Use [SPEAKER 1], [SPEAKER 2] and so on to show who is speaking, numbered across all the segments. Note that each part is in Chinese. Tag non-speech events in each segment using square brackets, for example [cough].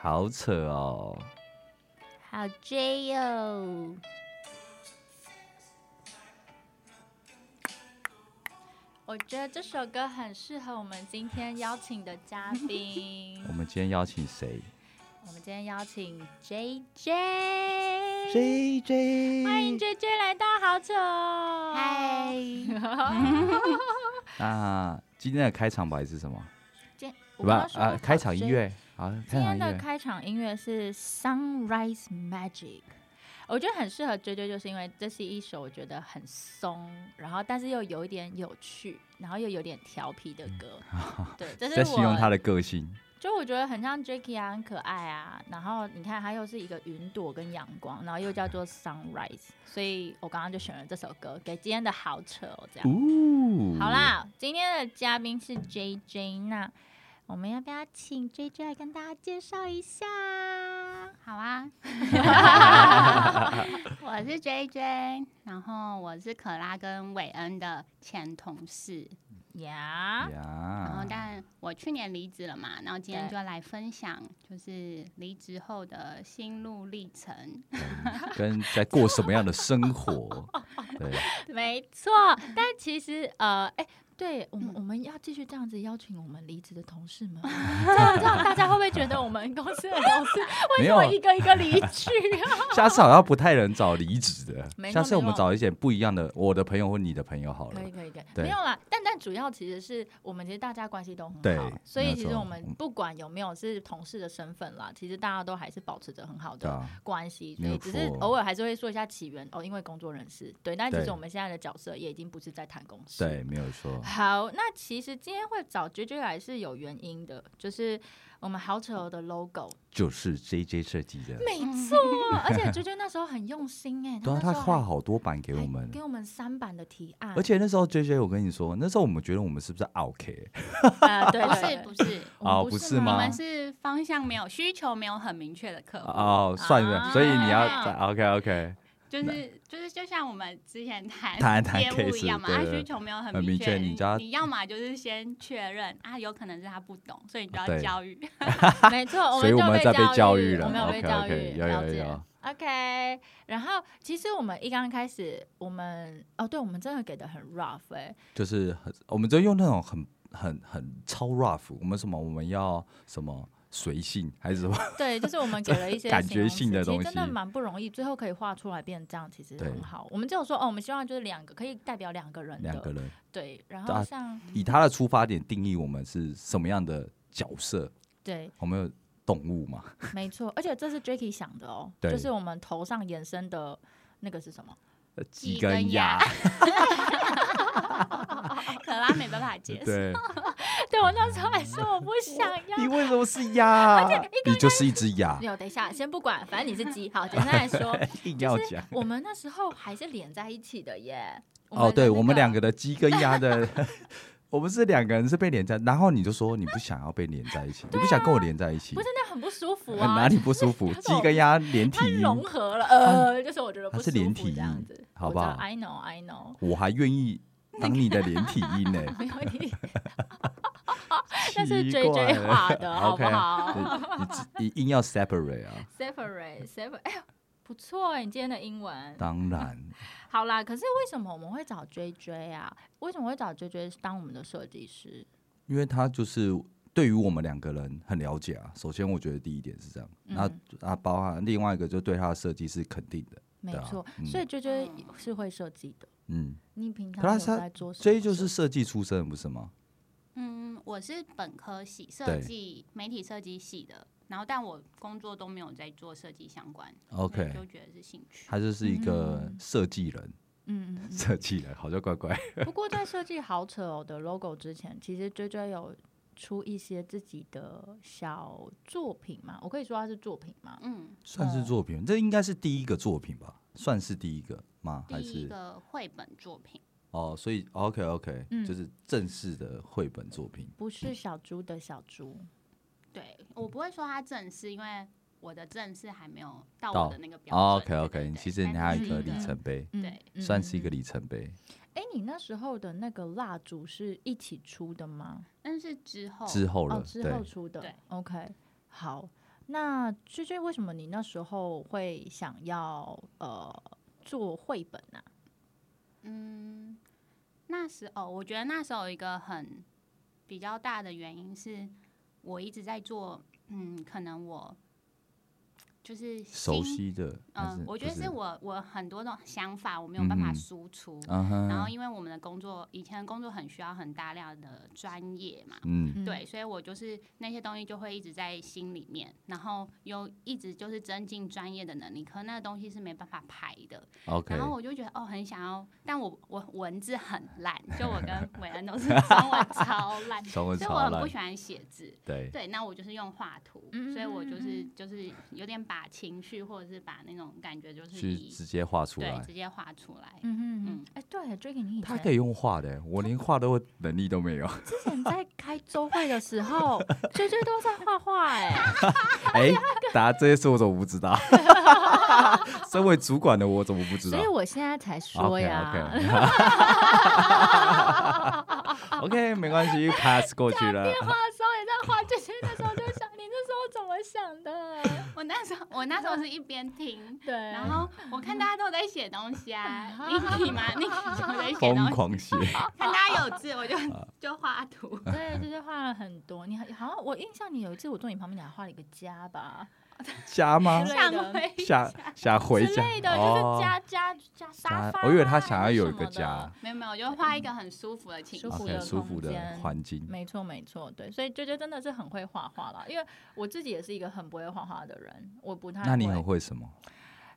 [SPEAKER 1] 好扯哦。
[SPEAKER 2] 好 J 哦。我觉得这首歌很适合我们今天邀请的嘉
[SPEAKER 1] [laughs]
[SPEAKER 2] 宾
[SPEAKER 1] 我。们今天邀请谁
[SPEAKER 2] 我们今天邀请 J J，
[SPEAKER 1] ？J J，
[SPEAKER 2] 欢迎 J J 来到好扯哦。 [laughs]
[SPEAKER 3] 嗨，
[SPEAKER 1] 那今天的开场白是什么？ [laughs]
[SPEAKER 2] 今
[SPEAKER 1] 不啊，开场音。乐好，开
[SPEAKER 2] 今
[SPEAKER 1] 场
[SPEAKER 2] 天
[SPEAKER 1] 音
[SPEAKER 2] 的
[SPEAKER 1] 乐。
[SPEAKER 2] 开场音乐是 Sunrise Magic，我觉得很适合追追，就是因为这是一首我觉得很松，然后但是又有一点有趣，然后又有点调皮的歌。
[SPEAKER 1] [laughs]
[SPEAKER 2] 对，
[SPEAKER 1] 在
[SPEAKER 2] 这是
[SPEAKER 1] 嗯形容他
[SPEAKER 2] 我，
[SPEAKER 1] 的个性，
[SPEAKER 2] 就我觉得很像 Jacky 啊，很可爱啊。然后你看，它又是一个云朵跟阳光，然后又叫做 Sunrise，所以我刚刚就选了这首歌给今天的好扯哦，这样。
[SPEAKER 1] 呜，
[SPEAKER 2] 好，啦，今天的嘉宾是 J J，那我们要不要请 J J 来跟大家介绍一下？好
[SPEAKER 1] [laughs]
[SPEAKER 2] 啊，
[SPEAKER 3] 我是 J J，然后我是可拉跟韦恩的前同事，
[SPEAKER 2] 呀、
[SPEAKER 3] 然后
[SPEAKER 1] 呀，
[SPEAKER 2] 哦
[SPEAKER 3] 但我去年离职了嘛，然后今天
[SPEAKER 2] 对
[SPEAKER 3] 就来分享就是离职后的心路历程。
[SPEAKER 1] 跟在过什么样的生
[SPEAKER 2] [laughs]
[SPEAKER 1] 活？对，
[SPEAKER 2] 没错。但其实呃，哎、对我们我们要继续这样子邀请我们离职的同事 [laughs] 们，这样这样大家会不会觉得我们公司的同事为什么
[SPEAKER 1] [laughs] 没有
[SPEAKER 2] 一个一个离去啊？
[SPEAKER 1] 下次好像不太能找离职
[SPEAKER 2] 没
[SPEAKER 1] 的，下
[SPEAKER 2] 错
[SPEAKER 1] 次我
[SPEAKER 2] 没
[SPEAKER 1] 们
[SPEAKER 2] 错
[SPEAKER 1] 找一些不一样的，我的朋友或你的朋友好了
[SPEAKER 2] [laughs] 可以。可以可以，
[SPEAKER 1] 对
[SPEAKER 2] 没有啦。但但主要其实是我们其实大家关系都很好
[SPEAKER 1] 对，
[SPEAKER 2] 所以
[SPEAKER 1] 没
[SPEAKER 2] 其
[SPEAKER 1] 错
[SPEAKER 2] 实我们
[SPEAKER 1] 嗯
[SPEAKER 2] 不管有没有是同事的身份啦，其实大家都还是保持着很好
[SPEAKER 1] 对
[SPEAKER 2] 的
[SPEAKER 1] 啊，
[SPEAKER 2] 关系，
[SPEAKER 1] 没
[SPEAKER 2] 所
[SPEAKER 1] 有
[SPEAKER 2] 以只是
[SPEAKER 1] 错
[SPEAKER 2] 偶尔还是会说一下起源哦，因为工作人士。对，但其
[SPEAKER 1] 对
[SPEAKER 2] 实我们现在的角色也已经不是在谈公司。
[SPEAKER 1] 对，没有错。
[SPEAKER 2] 好，那其实今天会找 J J 来是有原因的，就是我们好扯的 logo，
[SPEAKER 1] 就是 J J 设计的，啊
[SPEAKER 2] 没错，而且 J J 那时候很用心哎、
[SPEAKER 1] 对啊，
[SPEAKER 2] 那
[SPEAKER 1] 他
[SPEAKER 2] 时候
[SPEAKER 1] 画
[SPEAKER 2] 还
[SPEAKER 1] 好多版给我
[SPEAKER 2] 还
[SPEAKER 1] 们，
[SPEAKER 2] 给我们三版的提
[SPEAKER 3] 嗯
[SPEAKER 2] 案，
[SPEAKER 1] 而且那时候 J J，我跟你说，那时候我们觉得我们是不是 OK
[SPEAKER 2] 呃，对，
[SPEAKER 3] 不
[SPEAKER 2] 对
[SPEAKER 3] 是不是，
[SPEAKER 2] 我们
[SPEAKER 1] [laughs] 哦不是吗
[SPEAKER 3] 我
[SPEAKER 1] 啊
[SPEAKER 3] 们是方向没有需求没有很明确的客户。
[SPEAKER 1] 哦，算
[SPEAKER 3] 啊
[SPEAKER 1] 了，所以你要 OK OK，
[SPEAKER 3] 就是就是，就像我们之前谈
[SPEAKER 1] 谈谈
[SPEAKER 3] 哎业务
[SPEAKER 1] case，
[SPEAKER 3] 一样嘛，
[SPEAKER 1] 对
[SPEAKER 3] 他
[SPEAKER 1] 对
[SPEAKER 3] 需求没有很
[SPEAKER 1] 很明
[SPEAKER 3] 明
[SPEAKER 1] 确你
[SPEAKER 3] 你
[SPEAKER 1] 就要
[SPEAKER 3] 要么就是先确认啊，有可能是他不懂，所以你就
[SPEAKER 1] 啊对
[SPEAKER 3] 要教育。
[SPEAKER 2] 没
[SPEAKER 1] [laughs]
[SPEAKER 2] 错，我
[SPEAKER 1] 所以
[SPEAKER 2] 们
[SPEAKER 1] 我
[SPEAKER 2] 就
[SPEAKER 1] 们在被教
[SPEAKER 2] 教
[SPEAKER 1] 育了
[SPEAKER 2] 我们有被
[SPEAKER 1] OK，
[SPEAKER 2] 教
[SPEAKER 1] OK，
[SPEAKER 2] 育，
[SPEAKER 1] 有有
[SPEAKER 2] 了解
[SPEAKER 1] 有
[SPEAKER 2] OK，然后其实我们一刚开始，我们哦，对，我们真的给的很 rough 哎、
[SPEAKER 1] 就是很，我们就用那种很很很超 rough，我们什么我们要什么随性还是什么，
[SPEAKER 2] 对，就是我们给了一些
[SPEAKER 1] 感
[SPEAKER 2] 形容
[SPEAKER 1] 觉性的
[SPEAKER 2] 词其
[SPEAKER 1] 东
[SPEAKER 2] 实真的
[SPEAKER 1] 西
[SPEAKER 2] 蛮不容易，最后可以画出来变这样，其实
[SPEAKER 1] 对
[SPEAKER 2] 很好。我们只有说哦，我们希望就是两个可以代表两个人的，
[SPEAKER 1] 两个人
[SPEAKER 2] 对，然
[SPEAKER 1] 啊
[SPEAKER 2] 后像、
[SPEAKER 1] 以他的出发点定义我们是什么样的角色，
[SPEAKER 2] 对，
[SPEAKER 1] 我们有动物嘛，
[SPEAKER 2] 没错，而且这是 Jacky 想的哦，
[SPEAKER 1] 对
[SPEAKER 2] 就是我们头上延伸的那个是什么？ [laughs]
[SPEAKER 1] 鸡
[SPEAKER 3] 鸡
[SPEAKER 1] 跟
[SPEAKER 3] 跟
[SPEAKER 1] 鸭
[SPEAKER 3] 鸭，可拉没办法接
[SPEAKER 1] [laughs]
[SPEAKER 3] 受，[laughs]
[SPEAKER 1] 对，
[SPEAKER 2] 对我那时候还说我不想要，
[SPEAKER 1] [laughs] 你为什么是鸭？你就是一只鸭
[SPEAKER 3] [laughs]
[SPEAKER 2] 没，有，等一下，先不管，反正你是鸡。好，简单
[SPEAKER 1] [laughs]
[SPEAKER 2] 来说，
[SPEAKER 1] 硬要
[SPEAKER 2] 就
[SPEAKER 1] 讲
[SPEAKER 2] 是。我们那时候还是连在一起的耶。
[SPEAKER 1] 哦，对，我们两
[SPEAKER 2] 个
[SPEAKER 1] 个的鸡跟鸭
[SPEAKER 2] [laughs]
[SPEAKER 1] 的， [laughs] 我们是两个人是被连在，然后你就说你不想要被连在一起，你不想跟我连在一起
[SPEAKER 2] 啊不，是那很不
[SPEAKER 1] [laughs]
[SPEAKER 2] 舒服
[SPEAKER 1] 呃
[SPEAKER 2] 啊，
[SPEAKER 1] 哪里不舒服？
[SPEAKER 2] 它是
[SPEAKER 1] 鸡跟鸭连
[SPEAKER 2] [laughs]
[SPEAKER 1] 体
[SPEAKER 2] 它
[SPEAKER 1] 音，
[SPEAKER 2] 融合了，呃，就是我觉得不舒
[SPEAKER 1] 啊它是连
[SPEAKER 2] 服
[SPEAKER 1] 体
[SPEAKER 2] 这样
[SPEAKER 1] 音
[SPEAKER 2] 子，
[SPEAKER 1] 好
[SPEAKER 2] 我
[SPEAKER 1] 不
[SPEAKER 2] 知道
[SPEAKER 1] 好
[SPEAKER 2] ？I know, I know。，
[SPEAKER 1] [laughs] 我还愿意当你的连体音呢
[SPEAKER 2] 没有
[SPEAKER 1] [laughs]
[SPEAKER 2] 你，
[SPEAKER 1] 奇
[SPEAKER 2] [laughs] 那是
[SPEAKER 1] 怪
[SPEAKER 2] J J
[SPEAKER 1] 了
[SPEAKER 2] 画
[SPEAKER 1] [laughs]
[SPEAKER 2] 的，好不
[SPEAKER 1] OK，
[SPEAKER 2] 好
[SPEAKER 1] 对你自你硬要 separate 啊，
[SPEAKER 2] ？Separate, separate，哎呦，不错哎，你今天的英文。
[SPEAKER 1] 当然，
[SPEAKER 2] 好啦，可是为什么我们会找 J J 啊？为什么会找 J J 当我们的设计师？
[SPEAKER 1] 因为他就是对于我们两个人很了解啊。首先，我觉得第一点是这样，那
[SPEAKER 2] 嗯
[SPEAKER 1] 那包含另外一个就对他的设计是肯定的，
[SPEAKER 2] 没
[SPEAKER 1] 对啊
[SPEAKER 2] 错，
[SPEAKER 1] 嗯
[SPEAKER 2] 所以 J J
[SPEAKER 3] 嗯
[SPEAKER 2] 是会设计的。
[SPEAKER 1] 嗯，
[SPEAKER 2] 你平
[SPEAKER 1] 可
[SPEAKER 2] 常
[SPEAKER 1] 是
[SPEAKER 2] 有
[SPEAKER 1] 他
[SPEAKER 2] 在做什么设计？
[SPEAKER 1] 所以就是设计出身的不是吗？
[SPEAKER 3] 嗯，我是本科系设
[SPEAKER 1] 对
[SPEAKER 3] 计媒体设计系的，然后但我工作都没有在做设计相关所
[SPEAKER 1] OK，
[SPEAKER 3] 以就觉得是兴趣。
[SPEAKER 1] 他就是一个
[SPEAKER 2] 嗯
[SPEAKER 1] 设计人，
[SPEAKER 2] 嗯嗯
[SPEAKER 1] 设计人好像怪怪。
[SPEAKER 2] 嗯。 [laughs] 不过在设计好扯哦的 logo 之前，其实 J J 有出一些自己的小作品嘛？我可以说它是作品吗？
[SPEAKER 3] 嗯，
[SPEAKER 1] 算是作品，这应该是第一个作品吧？算是第一个吗？
[SPEAKER 3] 第
[SPEAKER 1] 还
[SPEAKER 3] 一
[SPEAKER 1] 是
[SPEAKER 3] 个绘本作品，
[SPEAKER 1] 哦？所以 OK OK，、
[SPEAKER 2] 嗯
[SPEAKER 1] 就是正式的绘本作品。
[SPEAKER 2] 不是小猪的小猪，
[SPEAKER 3] 对我不会说它正式，因为我的正式还没有到
[SPEAKER 1] 到哦
[SPEAKER 3] 我的那个标准。
[SPEAKER 1] OK
[SPEAKER 3] 对
[SPEAKER 1] OK，
[SPEAKER 3] 对对
[SPEAKER 1] 其实你
[SPEAKER 3] 但
[SPEAKER 1] 还有
[SPEAKER 3] 是
[SPEAKER 1] 一个
[SPEAKER 3] 是
[SPEAKER 1] 里程碑，
[SPEAKER 2] 嗯
[SPEAKER 3] 对，
[SPEAKER 2] 嗯
[SPEAKER 1] 算是一个。
[SPEAKER 2] 嗯
[SPEAKER 1] 里程碑。
[SPEAKER 2] 哎，你那时候的那个蜡烛是一起出的吗？
[SPEAKER 3] 但是之后
[SPEAKER 1] 之后了，
[SPEAKER 2] 哦，之
[SPEAKER 1] 对
[SPEAKER 2] 后出的
[SPEAKER 3] 对。
[SPEAKER 2] OK，好。那追追，为什么你那时候会想要呃做绘本啊呢、
[SPEAKER 3] 嗯，那时候我觉得那时候有一个很比较大的原因是，我一直在做，嗯，可能我就是
[SPEAKER 1] 熟
[SPEAKER 3] 心，
[SPEAKER 1] 悉的，还
[SPEAKER 3] 嗯、
[SPEAKER 1] 是
[SPEAKER 3] 我觉得
[SPEAKER 1] 就是
[SPEAKER 3] 我我很多种想法我没有办法
[SPEAKER 1] 嗯哼
[SPEAKER 3] 输出，
[SPEAKER 1] 嗯哼，
[SPEAKER 3] 然后因为我们的工作以前的工作很需要很大量的专业嘛，
[SPEAKER 1] 嗯
[SPEAKER 2] 嗯
[SPEAKER 3] 对，，所以我就是那些东西就会一直在心里面，然后又一直就是增进专业的能力，可那个东西是没办法排的，
[SPEAKER 1] ，OK，
[SPEAKER 3] 然后我就觉得哦，很想要，但我我文字很烂，就我跟伟恩都是 [laughs] 中文超烂，
[SPEAKER 1] 中 [laughs] 文
[SPEAKER 3] 所以我
[SPEAKER 1] 超
[SPEAKER 3] 很
[SPEAKER 1] 烂
[SPEAKER 3] 不，喜欢写字。
[SPEAKER 1] 对，
[SPEAKER 3] 对，那我就是用画图，
[SPEAKER 2] 嗯
[SPEAKER 3] 所以我就是
[SPEAKER 2] 嗯
[SPEAKER 3] 就是有点把情绪或者是把那种感觉就是
[SPEAKER 1] 去
[SPEAKER 3] 以
[SPEAKER 1] 直接画出
[SPEAKER 3] 对
[SPEAKER 1] 来
[SPEAKER 3] 直，接画出来。
[SPEAKER 2] 嗯哼嗯
[SPEAKER 3] 嗯，
[SPEAKER 2] 哎、对，追给你以
[SPEAKER 1] 他
[SPEAKER 2] 前
[SPEAKER 1] 可以用画的，我连画都能力都没有。
[SPEAKER 2] 之前在开周会的时候， [laughs] 追追都在画画哎、
[SPEAKER 1] 哎，答这些事我怎么不知道？
[SPEAKER 2] [laughs]
[SPEAKER 1] 身为主管的我怎么不知道
[SPEAKER 2] 所以我现在才说呀。
[SPEAKER 1] ？OK OK [laughs] OK，没关系，pass 过去了。
[SPEAKER 2] 画的时候也在画，追追的时候就想，你那时候怎么想
[SPEAKER 1] [laughs]
[SPEAKER 2] 的？
[SPEAKER 3] 我那时候我那时候是一边听，
[SPEAKER 2] 对，啊
[SPEAKER 3] 然后我看大家都在写东西
[SPEAKER 2] [laughs]
[SPEAKER 3] 啊，Niki 嘛，Niki 就在写
[SPEAKER 1] 疯
[SPEAKER 3] 东西，
[SPEAKER 1] 狂啊写，
[SPEAKER 3] 看大家有字我就就画图。
[SPEAKER 2] 对，就是画了很多。你好像我印象，你有一次我坐你旁边，你还画了一个家吧
[SPEAKER 1] 家吗
[SPEAKER 2] 之？类
[SPEAKER 3] 下
[SPEAKER 2] 的
[SPEAKER 3] 回
[SPEAKER 1] 想想回
[SPEAKER 2] 之
[SPEAKER 1] 家哦
[SPEAKER 2] 类的，就是家家家沙发啊。
[SPEAKER 1] 我以为他想要有一
[SPEAKER 2] 还
[SPEAKER 1] 个
[SPEAKER 2] 是什么
[SPEAKER 1] 家
[SPEAKER 2] 的。
[SPEAKER 3] 没有没有，我就画一个很舒服的情绪
[SPEAKER 2] 舒服
[SPEAKER 1] ，OK，
[SPEAKER 2] 的
[SPEAKER 1] 舒服
[SPEAKER 2] 空
[SPEAKER 1] 的
[SPEAKER 2] 间
[SPEAKER 1] 环境。
[SPEAKER 2] 没错，没错，对，所以追追真的是很会画画啦，因为我自己也是一个很不会画画的人，我不太会。
[SPEAKER 1] 那你很会什么？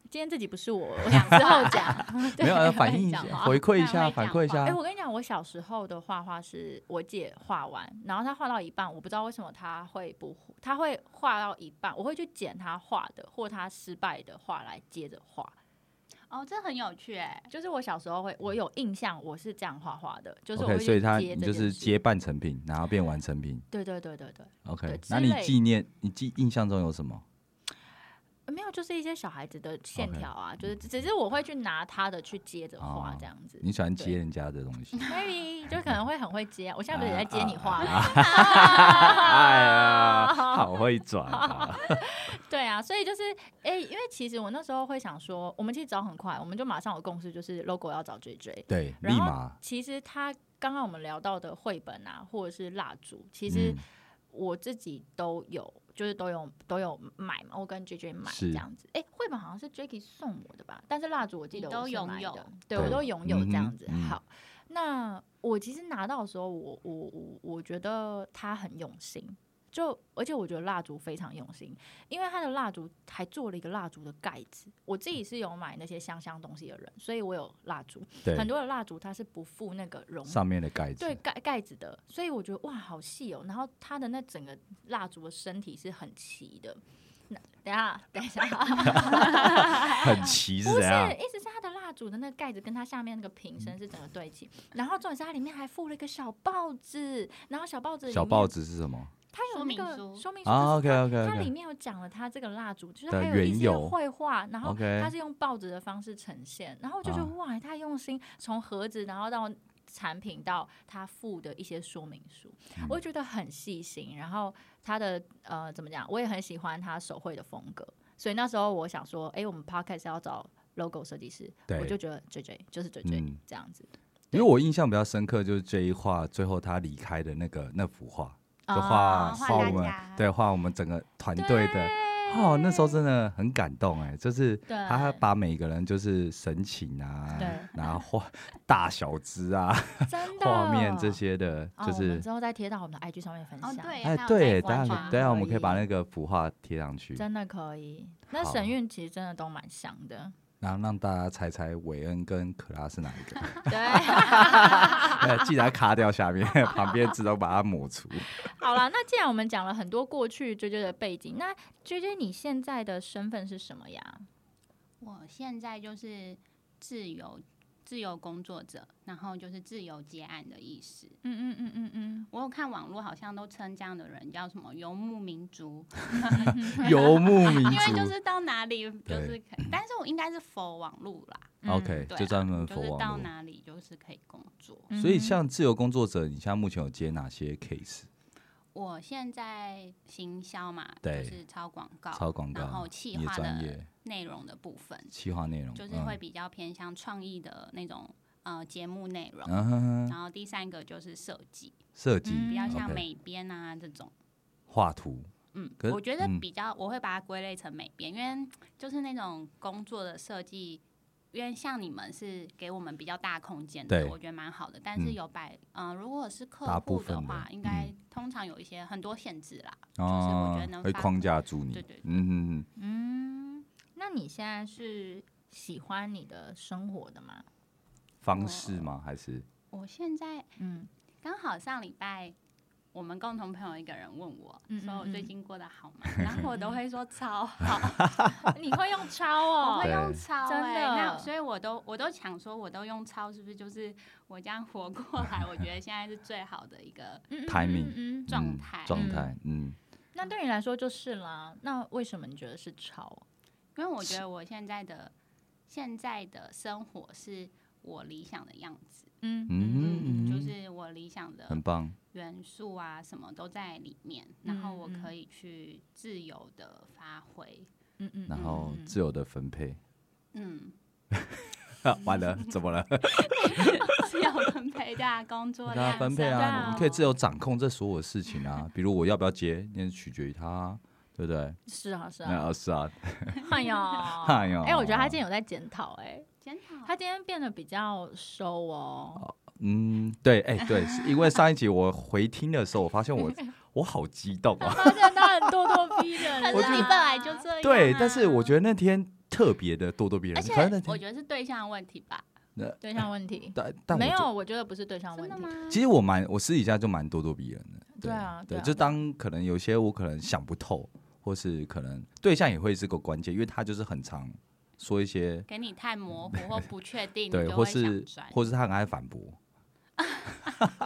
[SPEAKER 2] 今天这集不是我，我想之后
[SPEAKER 1] [laughs]
[SPEAKER 2] 讲。 [laughs] 对
[SPEAKER 1] 没有呃反映一下
[SPEAKER 2] 讲，话
[SPEAKER 1] 回馈一
[SPEAKER 3] 那
[SPEAKER 1] 下，
[SPEAKER 3] 我也
[SPEAKER 1] 反
[SPEAKER 3] 讲
[SPEAKER 1] 馈一
[SPEAKER 3] 话
[SPEAKER 1] 下
[SPEAKER 2] 哎、。我跟你讲，我小时候的画画是我姐画完，然后她画到一半，我不知道为什么她会不，她会画到一半，我会去捡她画的或她失败的画来接着画。
[SPEAKER 3] 哦，这很有趣哎。
[SPEAKER 2] 就是我小时候会，我有印象我是这样画画的，就是我
[SPEAKER 1] OK，
[SPEAKER 2] 会
[SPEAKER 1] 所
[SPEAKER 2] 去
[SPEAKER 1] 以他
[SPEAKER 2] 接
[SPEAKER 1] 你
[SPEAKER 2] 这
[SPEAKER 1] 就
[SPEAKER 2] 件
[SPEAKER 1] 是
[SPEAKER 2] 事
[SPEAKER 1] 接半成品，然后变完成品。
[SPEAKER 2] 对对对对对，对
[SPEAKER 1] OK，
[SPEAKER 2] 之
[SPEAKER 1] 那你
[SPEAKER 2] 类
[SPEAKER 1] 纪念你记印象中有什么？
[SPEAKER 2] 呃没有就是一些小孩子的线
[SPEAKER 1] OK
[SPEAKER 2] 条啊就是只是我会去拿她的去接着画
[SPEAKER 1] 哦
[SPEAKER 2] 这样子。
[SPEAKER 1] 你喜欢
[SPEAKER 2] 对
[SPEAKER 1] 接人家的东西？
[SPEAKER 2] maybe 就可能会很会接啊，我现在不是也在接你画吗？
[SPEAKER 1] 啊
[SPEAKER 2] [laughs]
[SPEAKER 1] 哎 [laughs] 呀，好会转啊！
[SPEAKER 2] 对啊，所以就是，哎、因为其实我那时候会想说，我们其实找很快，我们就马上有共识，就是 logo 要找追追。
[SPEAKER 1] [laughs] 对，
[SPEAKER 2] [laughs] 然
[SPEAKER 1] 立
[SPEAKER 2] 后
[SPEAKER 1] 马。
[SPEAKER 2] 其实他刚刚我们聊到的绘本啊，或者是蜡烛，其实
[SPEAKER 1] 嗯
[SPEAKER 2] 我自己都有，就是都有都有买嘛，我跟追追买
[SPEAKER 1] 是
[SPEAKER 2] 这样子。哎、绘本好像是 Jacky 送我的吧，但是蜡烛我记得
[SPEAKER 3] 你都
[SPEAKER 2] 我是
[SPEAKER 3] 拥
[SPEAKER 2] 买
[SPEAKER 3] 有
[SPEAKER 2] 的，对
[SPEAKER 1] 对
[SPEAKER 2] 我都拥有这样子。
[SPEAKER 1] 嗯哼嗯
[SPEAKER 2] 好，那我其实拿到的时候，我我我我觉得他很用心。就而且我觉得蜡烛非常用心，因为它的蜡烛还做了一个蜡烛的盖子。我自己是有买那些香香东西的人，所以我有蜡烛。
[SPEAKER 1] 对，
[SPEAKER 2] 很多的蜡烛它是不附那个绒
[SPEAKER 1] 上面的盖子
[SPEAKER 2] 对，盖盖子的，所以我觉得哇，好细哦。然后它的那整个蜡烛的身体是很齐的。那等一下，等
[SPEAKER 1] [laughs]
[SPEAKER 2] 一下，
[SPEAKER 1] [laughs]
[SPEAKER 2] 啊
[SPEAKER 1] 很齐是
[SPEAKER 2] 不
[SPEAKER 1] 怎样
[SPEAKER 2] 是，？意思是它的蜡烛的那个盖子跟它下面那个瓶身是整个对齐。然后重点是它里面还附了一个小报纸，然后小报纸里
[SPEAKER 1] 小
[SPEAKER 2] 面
[SPEAKER 1] 报纸是什么？
[SPEAKER 2] 它有
[SPEAKER 3] 说
[SPEAKER 2] 那
[SPEAKER 3] 明
[SPEAKER 2] 个
[SPEAKER 3] 书
[SPEAKER 2] 说明书
[SPEAKER 1] 啊
[SPEAKER 2] 就是它
[SPEAKER 1] ，OK，OK，OK
[SPEAKER 2] 它里面有讲了它这个蜡烛，就是
[SPEAKER 1] 的
[SPEAKER 2] 还有一
[SPEAKER 1] 缘
[SPEAKER 2] 些
[SPEAKER 1] 由
[SPEAKER 2] 绘画，然后
[SPEAKER 1] OK 嗯
[SPEAKER 2] 它是用报纸的方式呈现，然后我就觉得、哇，太用心，从盒子然后到产品到它附的一些说明书，我
[SPEAKER 1] 嗯
[SPEAKER 2] 觉得很细心。然后它的呃怎么讲，我也很喜欢它手绘的风格，所以那时候我想说，哎，我们 podcast 要找 logo 设计师，我
[SPEAKER 1] 对
[SPEAKER 2] 就觉得 J J 就是 J J、
[SPEAKER 1] 嗯
[SPEAKER 2] 这样子，
[SPEAKER 1] 因为我印象比较深刻，就是这一画最后他离开的那个那幅画，就画
[SPEAKER 2] 啊
[SPEAKER 3] 画
[SPEAKER 1] 我
[SPEAKER 3] 大
[SPEAKER 1] 们
[SPEAKER 3] 家
[SPEAKER 1] 对画我们整个团队的。哦，那时候真的很感动哎，就是
[SPEAKER 2] 对
[SPEAKER 1] 他把每个人就是神情啊
[SPEAKER 2] 呃对，
[SPEAKER 1] 然后画大小只啊，
[SPEAKER 2] 真的
[SPEAKER 1] 画面这。些的，
[SPEAKER 2] 哦
[SPEAKER 1] 就
[SPEAKER 2] 我们
[SPEAKER 1] 是
[SPEAKER 2] 之后再贴到我们的 IG 上面分享。
[SPEAKER 3] 哦对，
[SPEAKER 1] 哎
[SPEAKER 3] 还有
[SPEAKER 1] 对，
[SPEAKER 3] 在
[SPEAKER 1] 等
[SPEAKER 3] 观
[SPEAKER 1] 下
[SPEAKER 3] 察
[SPEAKER 1] 等下我们
[SPEAKER 2] 可
[SPEAKER 1] 可以把
[SPEAKER 2] 以
[SPEAKER 1] 那个幅画贴上去，
[SPEAKER 2] 真的可以。那
[SPEAKER 1] 好
[SPEAKER 2] 神韵其实真的都蛮像的，
[SPEAKER 1] 然后让大家猜猜韦恩跟可拉是哪一个。
[SPEAKER 3] [laughs]
[SPEAKER 2] 对。
[SPEAKER 1] 哎，记得要卡掉下面 [laughs] 旁边字都把它抹
[SPEAKER 3] [laughs]
[SPEAKER 1] 除。
[SPEAKER 2] 好啦，那既然我们讲了很多过去追追的背景，那追追你现在的身份是什么呀？
[SPEAKER 3] 我现在就是自由自由工作者，然后就是自由接案的意思。
[SPEAKER 2] 嗯嗯嗯嗯嗯，
[SPEAKER 3] 我有看网络好像都称这样的人叫什么游牧民族，
[SPEAKER 1] 游牧民
[SPEAKER 3] 因为就
[SPEAKER 1] 族
[SPEAKER 3] 是到哪里就是可以，但是我应该是否网络啦，
[SPEAKER 1] ，OK，
[SPEAKER 3] 对啊、
[SPEAKER 1] 就专门
[SPEAKER 3] 就
[SPEAKER 1] 嗯佛
[SPEAKER 3] 是到
[SPEAKER 1] 网络。
[SPEAKER 3] 哪嗯里就是可以工作。
[SPEAKER 2] 嗯
[SPEAKER 1] 所以像自由工作者，你现在目前有接哪些 case？
[SPEAKER 3] 我现在行销嘛，就
[SPEAKER 1] 对
[SPEAKER 3] 是超广告，
[SPEAKER 1] 超广告
[SPEAKER 3] 然后
[SPEAKER 1] 你
[SPEAKER 3] 企
[SPEAKER 1] 的
[SPEAKER 3] 划
[SPEAKER 1] 专
[SPEAKER 3] 的
[SPEAKER 1] 业嗯
[SPEAKER 3] 内容的部分，
[SPEAKER 1] 企划内容，
[SPEAKER 3] 就是会比较偏向创意的那种呃节目内容。
[SPEAKER 1] 嗯嗯哼哼
[SPEAKER 3] 然后第三个就是设计，
[SPEAKER 1] 设计、
[SPEAKER 2] 嗯
[SPEAKER 3] 比较像
[SPEAKER 1] OK
[SPEAKER 3] 美编啊这种。
[SPEAKER 1] 画图，
[SPEAKER 3] 嗯，
[SPEAKER 1] 可是
[SPEAKER 3] 我觉得
[SPEAKER 1] 嗯
[SPEAKER 3] 比较我会把它归类成美编，因为就是那种工作的设计，因为像你们是给我们比较大空间的，
[SPEAKER 1] 对
[SPEAKER 3] 我觉得蛮好的。但是
[SPEAKER 1] 嗯
[SPEAKER 3] 有百，嗯、如果是
[SPEAKER 1] 大
[SPEAKER 3] 客
[SPEAKER 1] 部
[SPEAKER 3] 户
[SPEAKER 1] 分的
[SPEAKER 3] 话，应该通常有一些很多限制啦。是我
[SPEAKER 1] 哦
[SPEAKER 3] 觉得，能
[SPEAKER 1] 会
[SPEAKER 3] 发
[SPEAKER 1] 框架住你，
[SPEAKER 3] 对对对
[SPEAKER 1] 嗯嗯
[SPEAKER 2] 嗯，那你现在是喜欢你的生活的吗？
[SPEAKER 1] 嗯，方式吗？还是
[SPEAKER 3] 我现在
[SPEAKER 2] 嗯，
[SPEAKER 3] 刚好上礼拜。我们共同朋友一个人问我，
[SPEAKER 2] 嗯嗯
[SPEAKER 3] 说我最
[SPEAKER 2] 嗯
[SPEAKER 3] 近过得好吗？然后我都会
[SPEAKER 1] [laughs]
[SPEAKER 3] 说超好，
[SPEAKER 2] 啊你会用抄
[SPEAKER 3] 我
[SPEAKER 2] 哦
[SPEAKER 3] 会，用
[SPEAKER 1] 对
[SPEAKER 3] 超、欸，
[SPEAKER 2] 真的
[SPEAKER 3] 那所以我都我都想说，我都用超，是不是就是我这样活过来？我觉得现在是最好的一个
[SPEAKER 2] 嗯嗯嗯
[SPEAKER 1] timing
[SPEAKER 2] 嗯嗯
[SPEAKER 3] 状
[SPEAKER 1] 嗯
[SPEAKER 3] 态，
[SPEAKER 1] 状态？嗯，
[SPEAKER 2] 那对你来说就是啦。那为什么你觉得是抄？啊
[SPEAKER 3] 因为我觉得我现在的现在的生活是我理想的样子，
[SPEAKER 2] 嗯
[SPEAKER 1] 嗯
[SPEAKER 3] 就是我理想的
[SPEAKER 1] 很棒，
[SPEAKER 3] 元素啊，什么都在里面，然后我可以去自由的发挥，
[SPEAKER 2] 嗯嗯，
[SPEAKER 1] 然后
[SPEAKER 2] 嗯嗯
[SPEAKER 1] 自由的分配。
[SPEAKER 3] 嗯， [laughs]
[SPEAKER 1] 嗯 [laughs] 完
[SPEAKER 2] [laughs]
[SPEAKER 1] 了，怎么了？
[SPEAKER 3] 自由分配对啊，工作
[SPEAKER 1] 给他
[SPEAKER 3] 量
[SPEAKER 1] 分配
[SPEAKER 2] 对
[SPEAKER 1] 啊，
[SPEAKER 2] 啊
[SPEAKER 1] 你可以
[SPEAKER 3] 哦
[SPEAKER 1] 自由掌控这所有事情
[SPEAKER 2] [laughs]
[SPEAKER 1] 啊，比如我要不要接，那取决于他啊，对不对？
[SPEAKER 2] 是啊是啊，
[SPEAKER 1] 那是啊，
[SPEAKER 2] 哎呦
[SPEAKER 1] [laughs] 哎
[SPEAKER 2] 哎
[SPEAKER 1] 呦
[SPEAKER 2] 我觉得他今天有在检讨哎，
[SPEAKER 3] 检讨
[SPEAKER 2] 他今天变得比较收哦，
[SPEAKER 1] 嗯，对，哎，对，是因为上一集我回听的时候，我发现
[SPEAKER 2] [laughs]
[SPEAKER 1] 我我好激动啊，
[SPEAKER 2] 发现他很咄咄逼人
[SPEAKER 3] [laughs]
[SPEAKER 2] 啊，
[SPEAKER 3] 可
[SPEAKER 1] 我觉
[SPEAKER 3] 是
[SPEAKER 1] 得
[SPEAKER 3] 你本来就这样、啊，
[SPEAKER 1] 对，但是我觉得那天特别的咄咄逼
[SPEAKER 3] 而
[SPEAKER 1] 人，
[SPEAKER 3] 且
[SPEAKER 1] 可能那
[SPEAKER 3] 我
[SPEAKER 1] 天，
[SPEAKER 3] 觉得是对象的问题吧？
[SPEAKER 2] 对象问题。
[SPEAKER 1] 但但我
[SPEAKER 2] 没
[SPEAKER 1] 觉
[SPEAKER 2] 有，我觉得不是对象问
[SPEAKER 3] 真的
[SPEAKER 2] 题。
[SPEAKER 3] 吗？
[SPEAKER 1] 其实我蛮，我私底下就蛮咄咄逼人的。
[SPEAKER 2] 对啊
[SPEAKER 1] 对，
[SPEAKER 2] 对啊
[SPEAKER 1] 就
[SPEAKER 2] 对啊
[SPEAKER 1] 当可能有些我可能想不透，或是可能对象也会是个关键，因为他就是很常说一些
[SPEAKER 3] 给你太模糊或不确定，你
[SPEAKER 1] 对，
[SPEAKER 3] 就
[SPEAKER 1] 或
[SPEAKER 3] 会想
[SPEAKER 1] 是
[SPEAKER 3] 转
[SPEAKER 1] 或是他很爱反驳。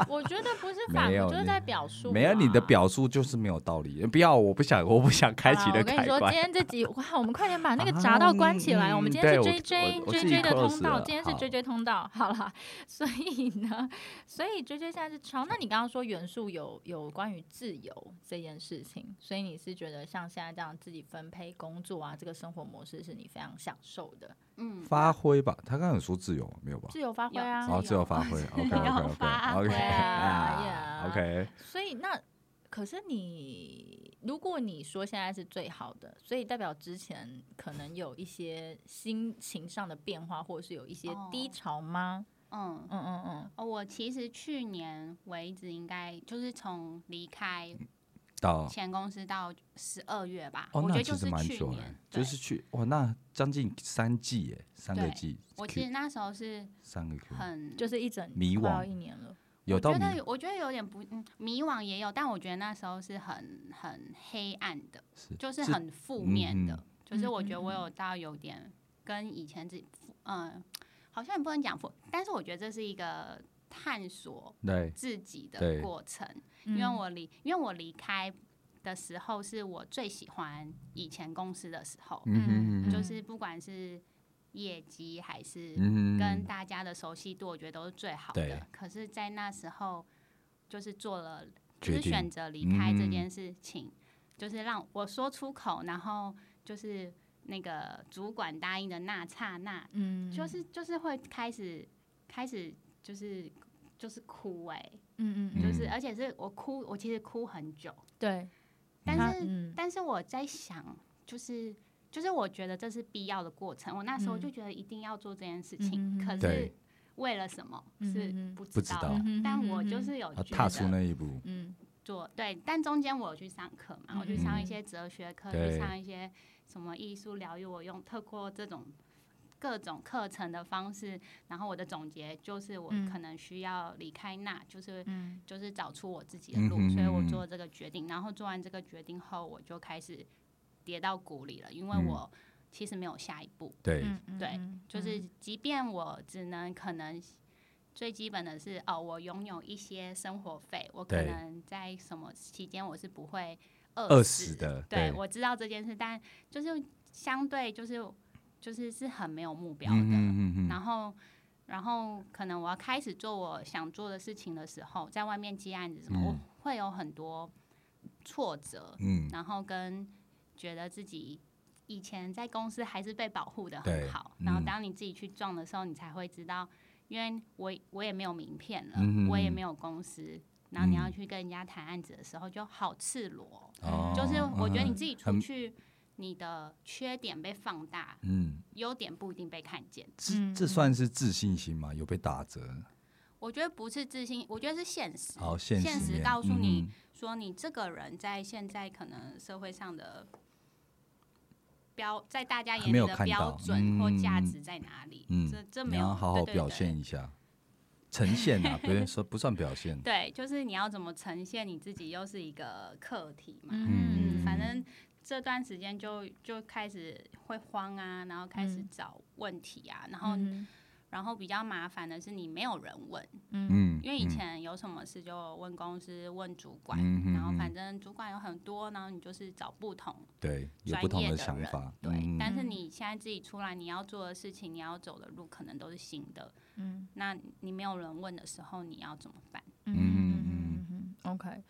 [SPEAKER 2] 我觉得不是
[SPEAKER 1] 没
[SPEAKER 2] 反
[SPEAKER 1] 有
[SPEAKER 2] 驳，就是
[SPEAKER 1] 你
[SPEAKER 2] 在表述啊。
[SPEAKER 1] 没有你的表述就是没有道理，不要，我不想，我不想
[SPEAKER 2] 好
[SPEAKER 1] 开
[SPEAKER 2] 啦。
[SPEAKER 3] 啊
[SPEAKER 1] 启的
[SPEAKER 2] 我跟你
[SPEAKER 1] 开
[SPEAKER 2] 说，
[SPEAKER 1] 关
[SPEAKER 2] 今。天这集哇，我们快点把那个闸道关起来。
[SPEAKER 1] 啊
[SPEAKER 2] 我们
[SPEAKER 1] 嗯
[SPEAKER 2] 今
[SPEAKER 1] 对
[SPEAKER 2] 天是
[SPEAKER 1] 我
[SPEAKER 2] J J
[SPEAKER 1] 我我
[SPEAKER 2] J
[SPEAKER 1] 自己
[SPEAKER 2] J 的
[SPEAKER 1] close
[SPEAKER 2] 通道，
[SPEAKER 1] 了
[SPEAKER 2] 今天是
[SPEAKER 1] 好
[SPEAKER 2] J J 通道。好啦， [laughs] 所以呢，所以 J J 现在是超。那你刚刚说元素有有关于自由这件事情，所以你是觉得像现在这样自己分配工作啊，这个生活模式是你非常享受的，
[SPEAKER 3] 嗯，
[SPEAKER 1] 发挥吧，他刚刚有说自由没有吧？
[SPEAKER 2] 自由发挥
[SPEAKER 3] 有
[SPEAKER 2] 啊
[SPEAKER 3] 自由。
[SPEAKER 1] 哦，自由发挥，OK
[SPEAKER 3] [laughs] 由
[SPEAKER 1] OK
[SPEAKER 3] 发
[SPEAKER 1] OK
[SPEAKER 3] 挥
[SPEAKER 1] OK
[SPEAKER 3] [laughs]
[SPEAKER 2] 啊
[SPEAKER 1] [laughs] 啊，OK，
[SPEAKER 2] 所以那可是你，如果你说现在是最好的，所以代表之前可能有一些心情上的变化，或者是有一些
[SPEAKER 3] 哦
[SPEAKER 2] 低潮吗？
[SPEAKER 3] 嗯，
[SPEAKER 2] 嗯嗯嗯，
[SPEAKER 3] 哦，我其实去年为止应该就是从离开
[SPEAKER 1] 到
[SPEAKER 3] 前公司到十二月吧，
[SPEAKER 1] 哦，
[SPEAKER 3] 我
[SPEAKER 1] 那
[SPEAKER 3] 觉得
[SPEAKER 1] 其
[SPEAKER 3] 就
[SPEAKER 1] 实
[SPEAKER 3] 是
[SPEAKER 1] 蛮
[SPEAKER 3] 去
[SPEAKER 1] 久了
[SPEAKER 3] 年，，
[SPEAKER 1] 就
[SPEAKER 3] 对
[SPEAKER 1] 是去哇，那将近三季耶，三个
[SPEAKER 3] 对
[SPEAKER 1] 季，
[SPEAKER 3] 我其实那时候是
[SPEAKER 1] 三个 Q，
[SPEAKER 3] 很
[SPEAKER 2] 嗯就是一整
[SPEAKER 1] 迷
[SPEAKER 2] 快要
[SPEAKER 1] 惘
[SPEAKER 2] 一年了，
[SPEAKER 1] 有
[SPEAKER 3] 我
[SPEAKER 1] 到
[SPEAKER 3] 觉
[SPEAKER 1] 迷
[SPEAKER 3] 得我觉得有点不、嗯、迷惘也有，但我觉得那时候是很很黑暗的，
[SPEAKER 1] 是
[SPEAKER 3] 就是
[SPEAKER 1] 是
[SPEAKER 3] 很负面的
[SPEAKER 1] 嗯，
[SPEAKER 3] 就是我觉得
[SPEAKER 2] 嗯嗯
[SPEAKER 3] 我有到有点跟以前自己负，嗯、好像也不能讲负，但是我觉得这是一个探索
[SPEAKER 1] 对
[SPEAKER 3] 自己
[SPEAKER 1] 对
[SPEAKER 3] 的过程，因为
[SPEAKER 2] 嗯
[SPEAKER 3] 我离因为我离开的时候是我最喜欢以前公司的时候，
[SPEAKER 1] 嗯哼哼
[SPEAKER 2] 嗯
[SPEAKER 3] 就
[SPEAKER 1] 哼
[SPEAKER 3] 是不管是业绩还是
[SPEAKER 1] 嗯
[SPEAKER 3] 跟
[SPEAKER 1] 哼
[SPEAKER 3] 大家的熟悉度，我觉得都是最好
[SPEAKER 1] 对
[SPEAKER 3] 的。可是，在那时候，就是做了，
[SPEAKER 1] 决
[SPEAKER 3] 就是
[SPEAKER 1] 定
[SPEAKER 3] 选择离开这
[SPEAKER 1] 嗯
[SPEAKER 3] 件事情，就是让我说出口，然后就是那个主管答应的那刹那，
[SPEAKER 2] 嗯，
[SPEAKER 3] 就是就是会开始开始就是就是哭哎、
[SPEAKER 2] 嗯嗯嗯，
[SPEAKER 3] 就是
[SPEAKER 1] 嗯
[SPEAKER 3] 而且是我哭，我其实哭很久，
[SPEAKER 2] 对，
[SPEAKER 3] 但
[SPEAKER 2] 他
[SPEAKER 3] 是、
[SPEAKER 2] 嗯
[SPEAKER 3] 但是我在想，就是就是我觉得这是必要的过程。我那时候
[SPEAKER 2] 嗯
[SPEAKER 3] 就觉得一定要做这件事
[SPEAKER 2] 嗯哼
[SPEAKER 3] 情，
[SPEAKER 2] 哼
[SPEAKER 3] 可是
[SPEAKER 1] 对
[SPEAKER 3] 为了什么
[SPEAKER 2] 嗯
[SPEAKER 3] 是
[SPEAKER 2] 哼哼
[SPEAKER 3] 不知
[SPEAKER 1] 不知
[SPEAKER 3] 道
[SPEAKER 1] 道
[SPEAKER 3] 的。
[SPEAKER 2] 嗯
[SPEAKER 3] 但
[SPEAKER 2] 哼
[SPEAKER 3] 我
[SPEAKER 2] 哼
[SPEAKER 3] 就
[SPEAKER 2] 哼
[SPEAKER 3] 是有
[SPEAKER 1] 要
[SPEAKER 3] 觉
[SPEAKER 1] 踏出
[SPEAKER 3] 得
[SPEAKER 1] 那一步，
[SPEAKER 2] 嗯
[SPEAKER 3] 做对，但中间我有去上课嘛，我去上一些哲学课，
[SPEAKER 1] 对
[SPEAKER 3] 去上一些什么艺术疗愈，我用透过这种。各种课程的方式，然后我的总结就是，我
[SPEAKER 2] 嗯
[SPEAKER 3] 可能需要离开那，就是
[SPEAKER 2] 嗯
[SPEAKER 3] 就是找出我自己的
[SPEAKER 1] 嗯
[SPEAKER 3] 路，
[SPEAKER 1] 哼
[SPEAKER 3] 所以
[SPEAKER 1] 嗯
[SPEAKER 3] 我
[SPEAKER 1] 哼
[SPEAKER 3] 做了这个决定。然后做完这个决定后，我就开始跌到谷里了，因为
[SPEAKER 1] 嗯
[SPEAKER 3] 我其实没有下一步，
[SPEAKER 1] 对，
[SPEAKER 2] 嗯嗯，
[SPEAKER 3] 对
[SPEAKER 2] 嗯
[SPEAKER 3] 就是即便我只能可能最基本的是哦，我拥有一些生活费，我可
[SPEAKER 1] 对
[SPEAKER 3] 能在什么期间我是不会
[SPEAKER 1] 饿
[SPEAKER 3] 饿
[SPEAKER 1] 死的
[SPEAKER 3] 对，
[SPEAKER 1] 对
[SPEAKER 3] 我知道这件事，但就是相对就是就是是很没有目标的。
[SPEAKER 1] 嗯嗯嗯嗯，
[SPEAKER 3] 然后，然后可能我要开始做我想做的事情的时候，在外面接案子什么，
[SPEAKER 1] 嗯
[SPEAKER 3] 我会有很多挫折，
[SPEAKER 1] 嗯，
[SPEAKER 3] 然后跟觉得自己以前在公司还是被保护的
[SPEAKER 1] 对
[SPEAKER 3] 很好，然后
[SPEAKER 1] 嗯
[SPEAKER 3] 当你自己去撞的时候，你才会知道，因为我我也没有名片了，
[SPEAKER 1] 嗯哼
[SPEAKER 3] 我也
[SPEAKER 1] 哼
[SPEAKER 3] 没有公司，然后你要
[SPEAKER 1] 嗯
[SPEAKER 3] 去跟人家谈案子的时候就好赤裸，
[SPEAKER 1] 哦
[SPEAKER 3] 就是我觉得你
[SPEAKER 1] 嗯
[SPEAKER 3] 自己出
[SPEAKER 1] 很
[SPEAKER 3] 去，你的缺点被放大，
[SPEAKER 1] 嗯，
[SPEAKER 3] 优点不一定被看见。
[SPEAKER 1] 这
[SPEAKER 2] 嗯
[SPEAKER 1] 这
[SPEAKER 2] 嗯
[SPEAKER 1] 算是自信心吗？有被打折？
[SPEAKER 3] 我觉得不是自信，我觉得是现实。
[SPEAKER 1] 好，现
[SPEAKER 3] 现实
[SPEAKER 1] 面
[SPEAKER 3] 告诉你
[SPEAKER 1] 嗯
[SPEAKER 3] 说你这个人在现在可能社会上的标，在大家
[SPEAKER 1] 还
[SPEAKER 3] 眼
[SPEAKER 1] 没
[SPEAKER 3] 里
[SPEAKER 1] 有
[SPEAKER 3] 的
[SPEAKER 1] 看
[SPEAKER 3] 标
[SPEAKER 1] 到
[SPEAKER 3] 准或价
[SPEAKER 1] 嗯
[SPEAKER 3] 值在哪里？
[SPEAKER 1] 嗯
[SPEAKER 3] 这这
[SPEAKER 1] 哼
[SPEAKER 3] 没
[SPEAKER 1] 你
[SPEAKER 3] 有
[SPEAKER 1] 要好好
[SPEAKER 3] 对对
[SPEAKER 1] 表
[SPEAKER 3] 对
[SPEAKER 1] 现一下，呈现
[SPEAKER 3] [laughs]
[SPEAKER 1] 啊，不是说不算表现。
[SPEAKER 3] 对，就是你要怎么呈现你自己，又是一个课题嘛。
[SPEAKER 2] 嗯
[SPEAKER 3] 嗯，反正这段时间就就开始会慌啊，然后开始
[SPEAKER 2] 嗯
[SPEAKER 3] 找问题啊，然后
[SPEAKER 2] 嗯
[SPEAKER 3] 然后比较麻烦的是你没有人问，
[SPEAKER 2] 嗯
[SPEAKER 1] 嗯，
[SPEAKER 3] 因为以
[SPEAKER 1] 嗯
[SPEAKER 3] 前有什么事就问公司、问主管，
[SPEAKER 1] 嗯哼
[SPEAKER 3] 然后
[SPEAKER 1] 哼
[SPEAKER 3] 反正主管有很多，然后你就是找不同。
[SPEAKER 1] 对有
[SPEAKER 3] 专
[SPEAKER 1] 不同
[SPEAKER 3] 业
[SPEAKER 1] 的
[SPEAKER 3] 的
[SPEAKER 1] 想
[SPEAKER 3] 人
[SPEAKER 1] 法，
[SPEAKER 3] 对，
[SPEAKER 1] 嗯
[SPEAKER 3] 但是
[SPEAKER 2] 嗯
[SPEAKER 3] 你现在自己出来，你要做的事情，你要走的路，可能都是新的。
[SPEAKER 2] 嗯
[SPEAKER 3] 那你没有人问的时候，你要怎么办？
[SPEAKER 2] 嗯嗯嗯，OK，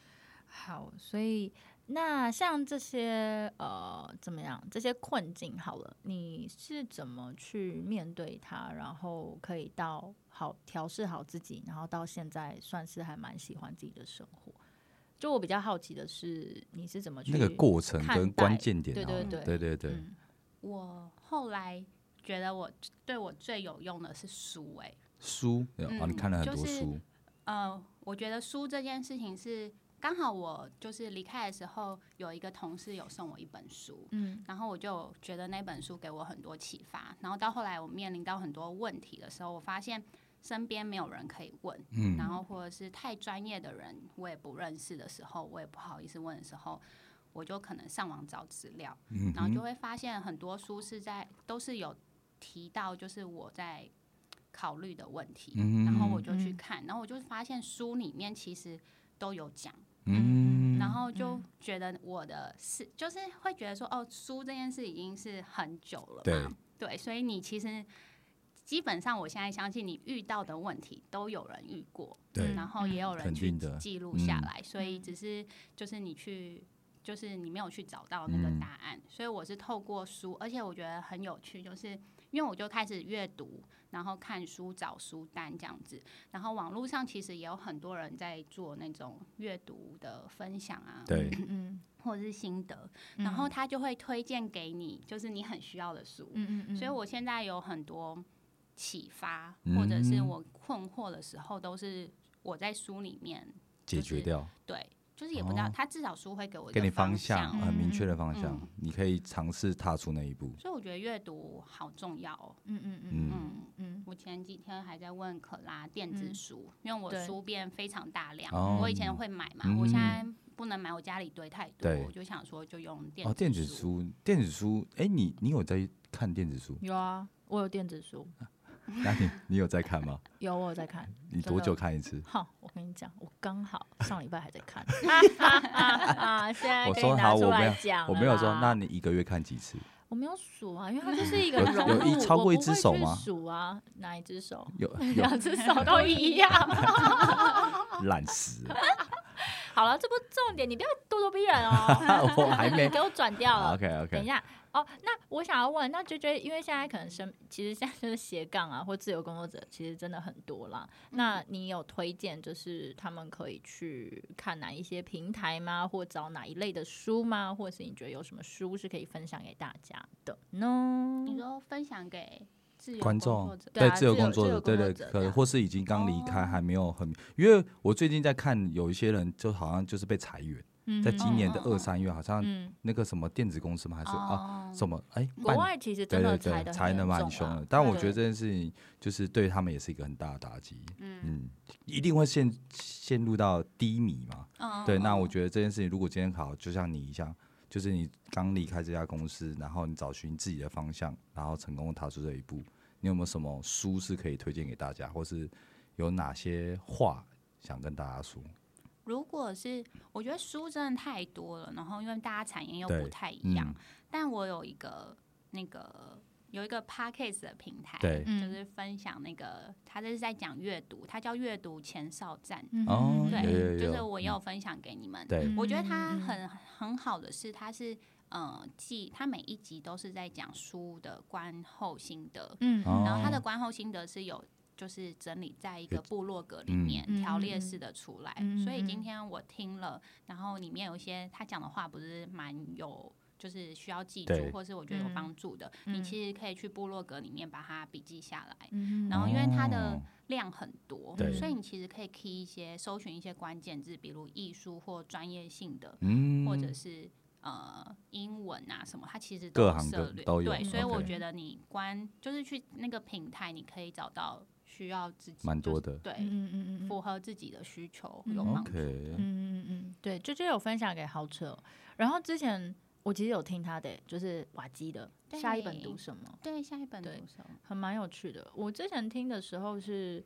[SPEAKER 2] 好，所以那像这些呃怎么样这些困境好了，你是怎么去面对它，然后可以到好调试好自己，然后到现在算是还蛮喜欢自己的生活。就我比较好奇的是，你是怎么去
[SPEAKER 1] 那个过程
[SPEAKER 2] 看
[SPEAKER 1] 跟关
[SPEAKER 2] 待
[SPEAKER 1] 键点
[SPEAKER 2] 对
[SPEAKER 1] 好
[SPEAKER 2] 对
[SPEAKER 1] 了，
[SPEAKER 2] 对
[SPEAKER 1] 对对
[SPEAKER 2] 嗯
[SPEAKER 3] 我后来觉得我对我最有用的是书、欸，
[SPEAKER 1] 书啊，你
[SPEAKER 3] 嗯
[SPEAKER 1] 看了很
[SPEAKER 3] 就
[SPEAKER 1] 多
[SPEAKER 3] 是
[SPEAKER 1] 书，
[SPEAKER 3] 呃，我觉得书这件事情是刚好我就是离开的时候，有一个同事有送我一本书，
[SPEAKER 2] 嗯
[SPEAKER 3] 然后我就觉得那本书给我很多启发。然后到后来我面临到很多问题的时候，我发现身边没有人可以问，
[SPEAKER 1] 嗯
[SPEAKER 3] 然后或者是太专业的人我也不认识的时候，我也不好意思问的时候。我就可能上网找资料，
[SPEAKER 1] 嗯
[SPEAKER 3] 然后就
[SPEAKER 1] 哼，
[SPEAKER 3] 会发现很多书是在都是有提到，就是我在考虑的问题，
[SPEAKER 1] 嗯
[SPEAKER 3] 然后我就去
[SPEAKER 2] 嗯
[SPEAKER 3] 看，然后我就发现书里面其实都有讲，
[SPEAKER 1] 嗯，
[SPEAKER 3] 然后就
[SPEAKER 2] 嗯
[SPEAKER 3] 觉得我的事就是会觉得说，哦，书这件事已经是很久了嘛，
[SPEAKER 1] 对
[SPEAKER 3] 对，所以你其实基本上我现在相信你遇到的问题都有人遇过，
[SPEAKER 1] 对
[SPEAKER 2] 嗯，
[SPEAKER 3] 然后也有
[SPEAKER 1] 肯
[SPEAKER 3] 人去
[SPEAKER 1] 定的
[SPEAKER 3] 记录下
[SPEAKER 1] 嗯
[SPEAKER 3] 来，所以只是就是你去，就是你没有去找到那个
[SPEAKER 1] 嗯
[SPEAKER 3] 答案，所以我是透过书，而且我觉得很有趣，就是因为我就开始阅读，然后看书、找书单这样子，然后网络上其实也有很多人在做那种阅读的分享啊，
[SPEAKER 1] 对，
[SPEAKER 2] 嗯，
[SPEAKER 3] 或者是心得，
[SPEAKER 2] 嗯
[SPEAKER 3] 然后他就会推荐给你，就是你很需要的书，
[SPEAKER 2] 嗯嗯嗯，
[SPEAKER 3] 所以我现在有很多启发，或者是
[SPEAKER 1] 嗯
[SPEAKER 3] 我困惑的时候，都是我在书里面
[SPEAKER 1] 解
[SPEAKER 3] 就
[SPEAKER 1] 决
[SPEAKER 3] 是
[SPEAKER 1] 掉，
[SPEAKER 3] 对，就是也不知道，
[SPEAKER 1] 哦
[SPEAKER 3] 他至少书会给我一
[SPEAKER 1] 给
[SPEAKER 3] 个
[SPEAKER 1] 你
[SPEAKER 3] 方
[SPEAKER 1] 方向，
[SPEAKER 2] 嗯
[SPEAKER 1] 很明确的方
[SPEAKER 3] 嗯
[SPEAKER 1] 向，你可以尝试踏出那一步，
[SPEAKER 3] 所以我觉得阅读好重要哦。
[SPEAKER 2] 嗯嗯嗯
[SPEAKER 1] 嗯
[SPEAKER 3] 嗯，
[SPEAKER 2] 嗯
[SPEAKER 3] 我前几天还在问可拉电子
[SPEAKER 2] 嗯
[SPEAKER 3] 书，因为我
[SPEAKER 2] 对
[SPEAKER 3] 书变非常大量，
[SPEAKER 1] 哦
[SPEAKER 3] 我以前会买嘛，
[SPEAKER 1] 嗯
[SPEAKER 3] 我现在不能买，我家里堆太多
[SPEAKER 1] 对，
[SPEAKER 3] 我就想说就用电
[SPEAKER 2] 嗯
[SPEAKER 1] 哦，电子
[SPEAKER 3] 书。
[SPEAKER 1] 书，电子书，哎，你你有在看电子书？
[SPEAKER 2] 有啊，我有电子书，
[SPEAKER 1] 那你你有在看吗？
[SPEAKER 2] 有我有在看。
[SPEAKER 1] 你
[SPEAKER 2] 真
[SPEAKER 1] 多
[SPEAKER 2] 的
[SPEAKER 1] 久看一次？
[SPEAKER 2] 好，我跟你讲，我刚好上礼拜还在看，啊，现在
[SPEAKER 1] 我
[SPEAKER 2] 可以
[SPEAKER 1] 说
[SPEAKER 2] 拿
[SPEAKER 1] 好，
[SPEAKER 2] 出
[SPEAKER 1] 我没
[SPEAKER 2] 来
[SPEAKER 1] 有
[SPEAKER 2] 讲了，
[SPEAKER 1] 我没有说，那你一个月看几次？
[SPEAKER 2] 我没有数啊，因为它就是一个
[SPEAKER 1] 有 [laughs]
[SPEAKER 2] 融
[SPEAKER 1] 有
[SPEAKER 2] 入
[SPEAKER 1] 一超
[SPEAKER 2] 我
[SPEAKER 1] 过一
[SPEAKER 2] 不
[SPEAKER 1] 只
[SPEAKER 2] 会
[SPEAKER 1] 手
[SPEAKER 2] 去
[SPEAKER 1] 吗
[SPEAKER 2] 数啊，哪一只手？ [laughs]
[SPEAKER 1] 有有
[SPEAKER 2] 两只手都一样。
[SPEAKER 1] 懒死
[SPEAKER 2] [laughs]
[SPEAKER 1] 了，
[SPEAKER 2] 好了，这不重点，你不要咄咄逼人哦。
[SPEAKER 1] 我还没
[SPEAKER 2] [laughs] 你给我转掉了。
[SPEAKER 1] OK
[SPEAKER 2] 等一
[SPEAKER 1] OK，
[SPEAKER 2] 下哦，那我想要问，那就觉得因为现在可能生，其实现在就是斜杠啊，或自由工作者，其实真的很多啦。那你有推荐，就是他们可以去看哪一些平台吗？或找哪一类的书吗？或者是你觉得有什么书是可以分享给大家的呢？
[SPEAKER 3] 你说分享给自由
[SPEAKER 1] 观
[SPEAKER 3] 工
[SPEAKER 1] 众
[SPEAKER 3] 作者，
[SPEAKER 2] 对啊
[SPEAKER 1] 自由
[SPEAKER 2] 自由
[SPEAKER 1] 工作
[SPEAKER 2] 自
[SPEAKER 1] 者，
[SPEAKER 2] 由
[SPEAKER 1] 对
[SPEAKER 2] 工
[SPEAKER 1] 对，
[SPEAKER 2] 作者
[SPEAKER 1] 可
[SPEAKER 2] 这
[SPEAKER 1] 能
[SPEAKER 2] 样
[SPEAKER 1] 或是已经刚离开，
[SPEAKER 3] 哦
[SPEAKER 1] 还没有很，因为我最近在看有一些人就好像就是被裁员，
[SPEAKER 2] 嗯
[SPEAKER 1] 在今年的
[SPEAKER 3] 嗯嗯
[SPEAKER 1] 二三月，好像
[SPEAKER 2] 嗯，
[SPEAKER 1] 那个什么电子公司嘛，还是啊
[SPEAKER 3] 哦
[SPEAKER 1] 什么哎，
[SPEAKER 2] 国
[SPEAKER 1] 半
[SPEAKER 2] 外其实
[SPEAKER 1] 对
[SPEAKER 2] 真
[SPEAKER 1] 对
[SPEAKER 2] 的裁
[SPEAKER 1] 对，
[SPEAKER 2] 的
[SPEAKER 1] 裁的
[SPEAKER 2] 啊
[SPEAKER 1] 蛮凶的，但我觉得这件事情就是对他们也是一个很大的打击，嗯，一定会陷陷入到低迷嘛，
[SPEAKER 3] 嗯
[SPEAKER 1] 对，那我
[SPEAKER 3] 嗯
[SPEAKER 1] 觉得这件事情，如果今天好，就像你一样，就是你刚离开这家公司，然后你找寻自己的方向，然后成功地踏出这一步，你有没有什么书是可以推荐给大家，或是有哪些话想跟大家说？
[SPEAKER 3] 如果是我觉得书真的太多了，然后因为大家产业又
[SPEAKER 1] 对
[SPEAKER 3] 不太一样
[SPEAKER 1] 嗯，，
[SPEAKER 3] 但我有一个那个。有一个 podcast 的平台，
[SPEAKER 1] 对
[SPEAKER 3] 就
[SPEAKER 2] 嗯
[SPEAKER 3] 是分享那个，他这是在讲阅读，他叫阅读前哨站，
[SPEAKER 2] 嗯
[SPEAKER 1] 哦
[SPEAKER 3] 对，
[SPEAKER 1] 有有有
[SPEAKER 3] 就是我也有
[SPEAKER 1] 嗯
[SPEAKER 3] 分享给你们。
[SPEAKER 1] 对，
[SPEAKER 3] 我觉得他
[SPEAKER 2] 嗯嗯嗯
[SPEAKER 3] 很很好的是，他是呃，记他每一集都是在讲书的观后心得，
[SPEAKER 2] 嗯
[SPEAKER 1] 哦
[SPEAKER 3] 然后他的观后心得是有就是整理在一个
[SPEAKER 1] 有
[SPEAKER 3] 部落格里
[SPEAKER 1] 嗯
[SPEAKER 3] 面
[SPEAKER 2] 嗯
[SPEAKER 3] 条列
[SPEAKER 2] 嗯
[SPEAKER 3] 式的出来，
[SPEAKER 2] 嗯
[SPEAKER 3] 所以
[SPEAKER 2] 嗯
[SPEAKER 3] 今天我听了，然后里面有一些他讲的话不是蛮有。就是需要记
[SPEAKER 1] 对
[SPEAKER 3] 住，或是我觉得有
[SPEAKER 2] 嗯
[SPEAKER 3] 帮助的，你
[SPEAKER 2] 嗯
[SPEAKER 3] 其实可以去部落格里面把它笔记下来，
[SPEAKER 2] 嗯
[SPEAKER 3] 然后因为它的
[SPEAKER 1] 哦
[SPEAKER 3] 量很多
[SPEAKER 1] 对，
[SPEAKER 3] 所以你其实可以 key 一些搜寻一些关键字，比如艺术或专业性的，
[SPEAKER 1] 嗯，
[SPEAKER 3] 或者是呃英文啊什么，它其实
[SPEAKER 1] 各
[SPEAKER 3] 有
[SPEAKER 1] 行
[SPEAKER 3] 涉
[SPEAKER 1] 各
[SPEAKER 3] 猎
[SPEAKER 1] 都有
[SPEAKER 3] 对，所以我
[SPEAKER 2] OK
[SPEAKER 3] 觉得你关就是去那个平台，你可以找到需要自己
[SPEAKER 1] 蛮多
[SPEAKER 3] 就是
[SPEAKER 1] 的
[SPEAKER 3] 对，
[SPEAKER 2] 嗯嗯嗯
[SPEAKER 3] 符合自己的需求
[SPEAKER 2] 嗯
[SPEAKER 3] 有帮
[SPEAKER 2] 嗯
[SPEAKER 3] 助。
[SPEAKER 1] OK，
[SPEAKER 2] 嗯嗯，对，就就有分享给豪车，哦然后之前我其实有听他的，欸就是瓦基的
[SPEAKER 3] 对
[SPEAKER 2] 下一本读什么，
[SPEAKER 3] 对，下一本读
[SPEAKER 2] 对
[SPEAKER 3] 什么？
[SPEAKER 2] 很蛮有趣的。我之前听的时候是，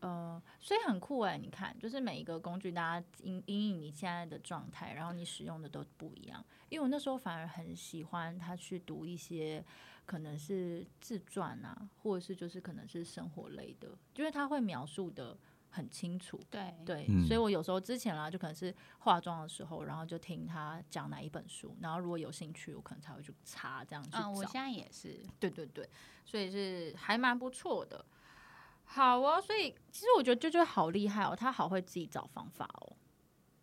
[SPEAKER 2] 呃，所以很酷哎、你看，就是每一个工具，大家因因应你现在的状态，然后你使用的都不一样。因为我那时候反而很喜欢他去读一些可能是自传啊，或者是就是可能是生活类的，因为他会描述的很清楚。
[SPEAKER 3] 对
[SPEAKER 2] 对，
[SPEAKER 1] 嗯
[SPEAKER 2] 所以我有时候之前啦，就可能是化妆的时候，然后就听他讲哪一本书，然后如果有兴趣，我可能才会去查这样去找。
[SPEAKER 3] 嗯，我现在也是，
[SPEAKER 2] 对对对，所以是还蛮不错的。好哦，所以其实我觉得啾啾好厉害哦，他好会自己找方法哦。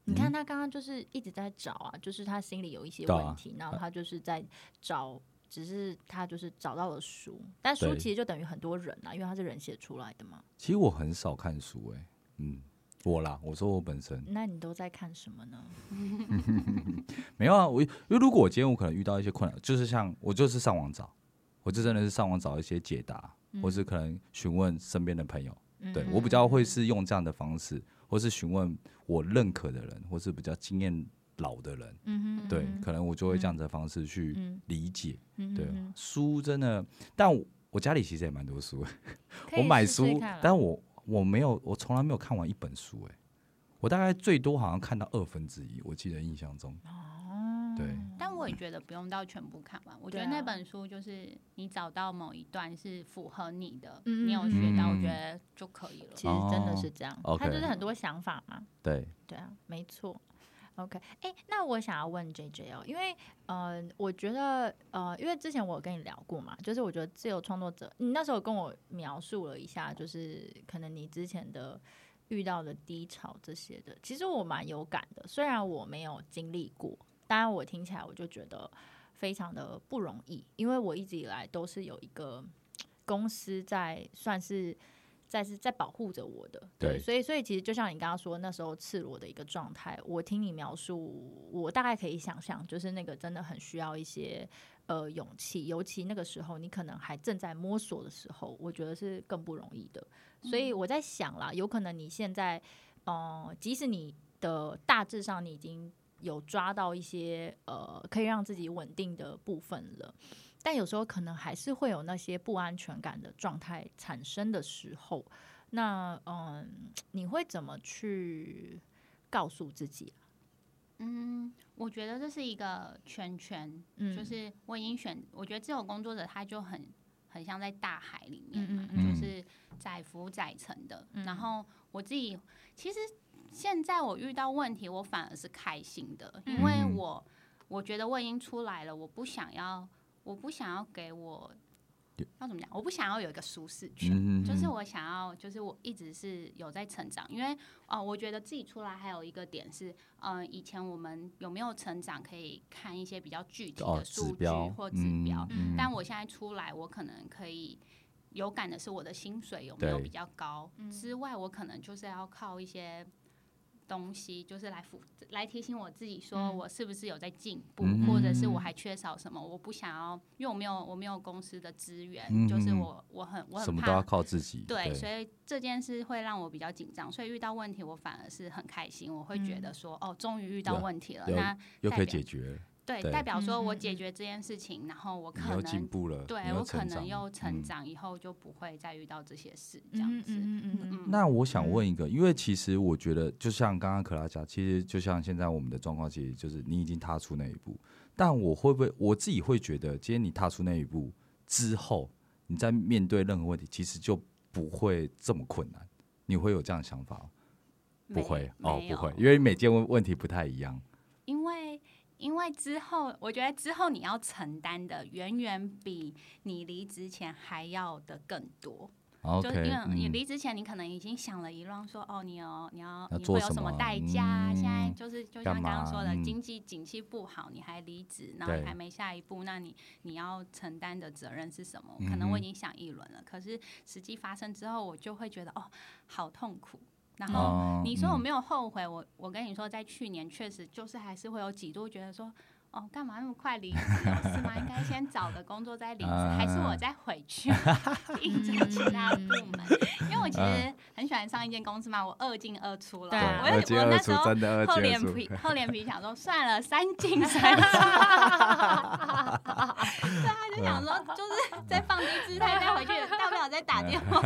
[SPEAKER 2] 你看他刚刚就是一直在找啊，就是他心里有一些
[SPEAKER 1] 嗯对啊
[SPEAKER 2] 问题，然后他就是在找，只是他就是找到了书，但书
[SPEAKER 1] 对
[SPEAKER 2] 其实就等于很多人啊，因为他是人写出来的嘛。
[SPEAKER 1] 其实我很少看书，哎，嗯，我啦，我说我本身
[SPEAKER 2] 那你都在看什么呢？
[SPEAKER 1] 没有啊，我因为如果我今天我可能遇到一些困难，就是像我就是上网找，我就真的是上网找一些解答，
[SPEAKER 2] 嗯
[SPEAKER 1] 或是可能询问身边的朋友，对我比较会是用这样的方式，或是询问我认可的人，或是比较经验老的人，
[SPEAKER 2] 嗯哼，
[SPEAKER 1] 对
[SPEAKER 2] 嗯，
[SPEAKER 1] 可能我就会这样子的方式去
[SPEAKER 2] 嗯
[SPEAKER 1] 理解，
[SPEAKER 2] 哼，
[SPEAKER 1] 对啊
[SPEAKER 2] 嗯哼，
[SPEAKER 1] 书真的，但我我家里其实也蛮多书，
[SPEAKER 2] 可
[SPEAKER 1] 我
[SPEAKER 2] 以
[SPEAKER 1] 买
[SPEAKER 2] 试试
[SPEAKER 1] 书
[SPEAKER 2] 看，啦啊
[SPEAKER 1] 但我我没有，我从来没有看完一本书、欸，我大概最多好像看到二分之一，我记得印象中。
[SPEAKER 2] 哦
[SPEAKER 1] 对，
[SPEAKER 3] 但我也觉得不用到全部看完。我觉
[SPEAKER 2] 嗯对
[SPEAKER 3] 得
[SPEAKER 2] 啊
[SPEAKER 3] 那本书就是你找到某一段是符合你的，
[SPEAKER 2] 嗯
[SPEAKER 3] 你有学到，我
[SPEAKER 1] 嗯
[SPEAKER 3] 觉得就可以了
[SPEAKER 2] 其。实真的
[SPEAKER 1] 哦
[SPEAKER 2] 是这样，
[SPEAKER 1] OK
[SPEAKER 2] 他就是很多想法嘛。
[SPEAKER 1] 对，
[SPEAKER 2] 对啊，没错。OK，哎、那我想要问 J J 哦，因为呃，我觉得呃，因为之前我有跟你聊过嘛，就是我觉得自由创作者，你那时候有跟我描述了一下，就是可能你之前的遇到的低潮这些的，其实我蛮有感的，虽然我没有经历过，当然我听起来我就觉得非常的不容易，因为我一直以来都是有一个公司在算是在是在保护着我的，
[SPEAKER 1] 对
[SPEAKER 2] 所以所以其实就像你刚刚说那时候赤裸的一个状态，我听你描述，我大概可以想象，就是那个真的很需要一些呃勇气，尤其那个时候你可能还正在摸索的时候，我觉得是更不容易的。所以我在想啦，有可能你现在，嗯、即使你的大致上你已经有抓到一些呃可以让自己稳定的部分了。但有时候可能还是会有那些不安全感的状态产生的时候，那嗯，你会怎么去告诉自己啊、
[SPEAKER 3] 嗯，我觉得这是一个圈圈，
[SPEAKER 2] 嗯，
[SPEAKER 3] 就是我已经选，我觉得自由工作者他就很很像在大海里面
[SPEAKER 2] 嗯
[SPEAKER 3] 嘛，
[SPEAKER 1] 嗯嗯嗯
[SPEAKER 3] 就是载浮载沉的。然后我自己其实现在我遇到问题，我反而是开心的，因为
[SPEAKER 1] 嗯
[SPEAKER 3] 我我觉得我已经出来了，我不想要，我不想要给我
[SPEAKER 1] 有
[SPEAKER 3] 要怎么讲，我不想要有一个舒适圈。
[SPEAKER 1] 嗯，
[SPEAKER 3] 就是
[SPEAKER 1] 嗯
[SPEAKER 3] 我想要，就是我一直是有在成长，因为哦、呃我觉得自己出来还有一个点是，呃，以前我们有没有成长可以看一些比较具体
[SPEAKER 1] 哦
[SPEAKER 3] 的
[SPEAKER 1] 指
[SPEAKER 3] 数据
[SPEAKER 1] 标
[SPEAKER 3] 或指标，
[SPEAKER 1] 嗯
[SPEAKER 3] 但我现在出来，我可能可以有感的是我的薪水有没
[SPEAKER 1] 对
[SPEAKER 3] 有比较高，之外我可能就是要靠一些。东西就是来辅来提醒我自己，说
[SPEAKER 2] 嗯
[SPEAKER 3] 我是不是有在进步，
[SPEAKER 1] 嗯
[SPEAKER 3] 或者是我还缺少什么？我不想要，因为我没有我没有公司的资源，
[SPEAKER 1] 嗯
[SPEAKER 3] 就是
[SPEAKER 1] 嗯嗯
[SPEAKER 3] 我我很我
[SPEAKER 1] 什
[SPEAKER 3] 很
[SPEAKER 1] 么都要
[SPEAKER 3] 怕
[SPEAKER 1] 靠自己。
[SPEAKER 3] 对，
[SPEAKER 1] 对，
[SPEAKER 3] 所以这件事会让我比较紧张，所以遇到问题我反而是很开心，我会觉
[SPEAKER 1] 嗯
[SPEAKER 3] 得说，哦，终于遇到
[SPEAKER 1] 有
[SPEAKER 3] 问题了，
[SPEAKER 1] 有
[SPEAKER 3] 那
[SPEAKER 1] 又
[SPEAKER 3] 代
[SPEAKER 1] 可以
[SPEAKER 3] 表
[SPEAKER 1] 解决了，
[SPEAKER 3] 对
[SPEAKER 1] 对
[SPEAKER 3] 代表说
[SPEAKER 2] 嗯
[SPEAKER 3] 我
[SPEAKER 2] 嗯
[SPEAKER 3] 解
[SPEAKER 2] 嗯
[SPEAKER 3] 决这件事情，然后我
[SPEAKER 1] 你
[SPEAKER 3] 可
[SPEAKER 1] 又进
[SPEAKER 3] 能
[SPEAKER 1] 步了，你
[SPEAKER 3] 对
[SPEAKER 1] 又
[SPEAKER 3] 我可
[SPEAKER 1] 成
[SPEAKER 3] 能
[SPEAKER 1] 长
[SPEAKER 3] 又
[SPEAKER 1] 了
[SPEAKER 3] 成
[SPEAKER 1] 嗯
[SPEAKER 3] 长，以后就不会再遇到这些事
[SPEAKER 2] 这
[SPEAKER 3] 这样
[SPEAKER 2] 样
[SPEAKER 3] 子。
[SPEAKER 2] 子，嗯嗯嗯
[SPEAKER 3] 嗯，
[SPEAKER 1] 那我想问一个，因为其实我觉得，就像刚刚可拉讲，其实就像现在我们的状况，其实就是你已经踏出那一步。但我会不会我自己会觉得，今天你踏出那一步，之后，你在面对任何问题，其实就不会这么困难。你会有这样的想法吗？不
[SPEAKER 3] 没
[SPEAKER 1] 会哦，
[SPEAKER 3] 没
[SPEAKER 1] 不
[SPEAKER 3] 有
[SPEAKER 1] 会，因为每件问问题不太一样。
[SPEAKER 3] 因为因为之后，我觉得之后你要承担的远远比你离职前还要的更多。就
[SPEAKER 1] OK，
[SPEAKER 3] 因为你
[SPEAKER 1] 嗯
[SPEAKER 3] 离职前，你可能已经想了一乱，说哦，你有你要
[SPEAKER 1] 要
[SPEAKER 3] 你
[SPEAKER 1] 做
[SPEAKER 3] 会有
[SPEAKER 1] 什
[SPEAKER 3] 什么
[SPEAKER 1] 么
[SPEAKER 3] 代价啊？现在
[SPEAKER 1] 嗯
[SPEAKER 3] 就是就
[SPEAKER 1] 干
[SPEAKER 3] 像刚刚
[SPEAKER 1] 嘛
[SPEAKER 3] 说的，
[SPEAKER 1] 嗯
[SPEAKER 3] 经济景气不好，你还离职，然后
[SPEAKER 1] 对
[SPEAKER 3] 你还没下一步，那你你要承担的责任是什么？可能我已
[SPEAKER 1] 嗯哼
[SPEAKER 3] 经想一轮了，可是实际发生之后，我就会觉得哦，好痛苦。然后
[SPEAKER 1] 哦
[SPEAKER 3] 你说我
[SPEAKER 1] 嗯
[SPEAKER 3] 没有后悔，我我跟你说，在去年确实就是还是会有几度觉得说，哦，干嘛那么快离职哦？是吗？应该先找个工作再离职，还是
[SPEAKER 1] 啊
[SPEAKER 3] 我再回去啊 [laughs] 应征其他部门？因为我其实很喜欢上一间公司嘛，我二进二出了，
[SPEAKER 2] 对啊
[SPEAKER 3] 我有
[SPEAKER 1] 嗯二进
[SPEAKER 3] 我
[SPEAKER 1] 二
[SPEAKER 3] 那
[SPEAKER 1] 出
[SPEAKER 3] 时候
[SPEAKER 1] 真的二
[SPEAKER 3] 厚
[SPEAKER 1] 进二
[SPEAKER 3] 脸
[SPEAKER 1] 出。 [laughs]
[SPEAKER 3] 皮厚脸皮想说算了，三进三出。 [laughs] 对啊，就
[SPEAKER 1] 嗯
[SPEAKER 3] 想说就是再放低姿态再回去，大不了再打电话，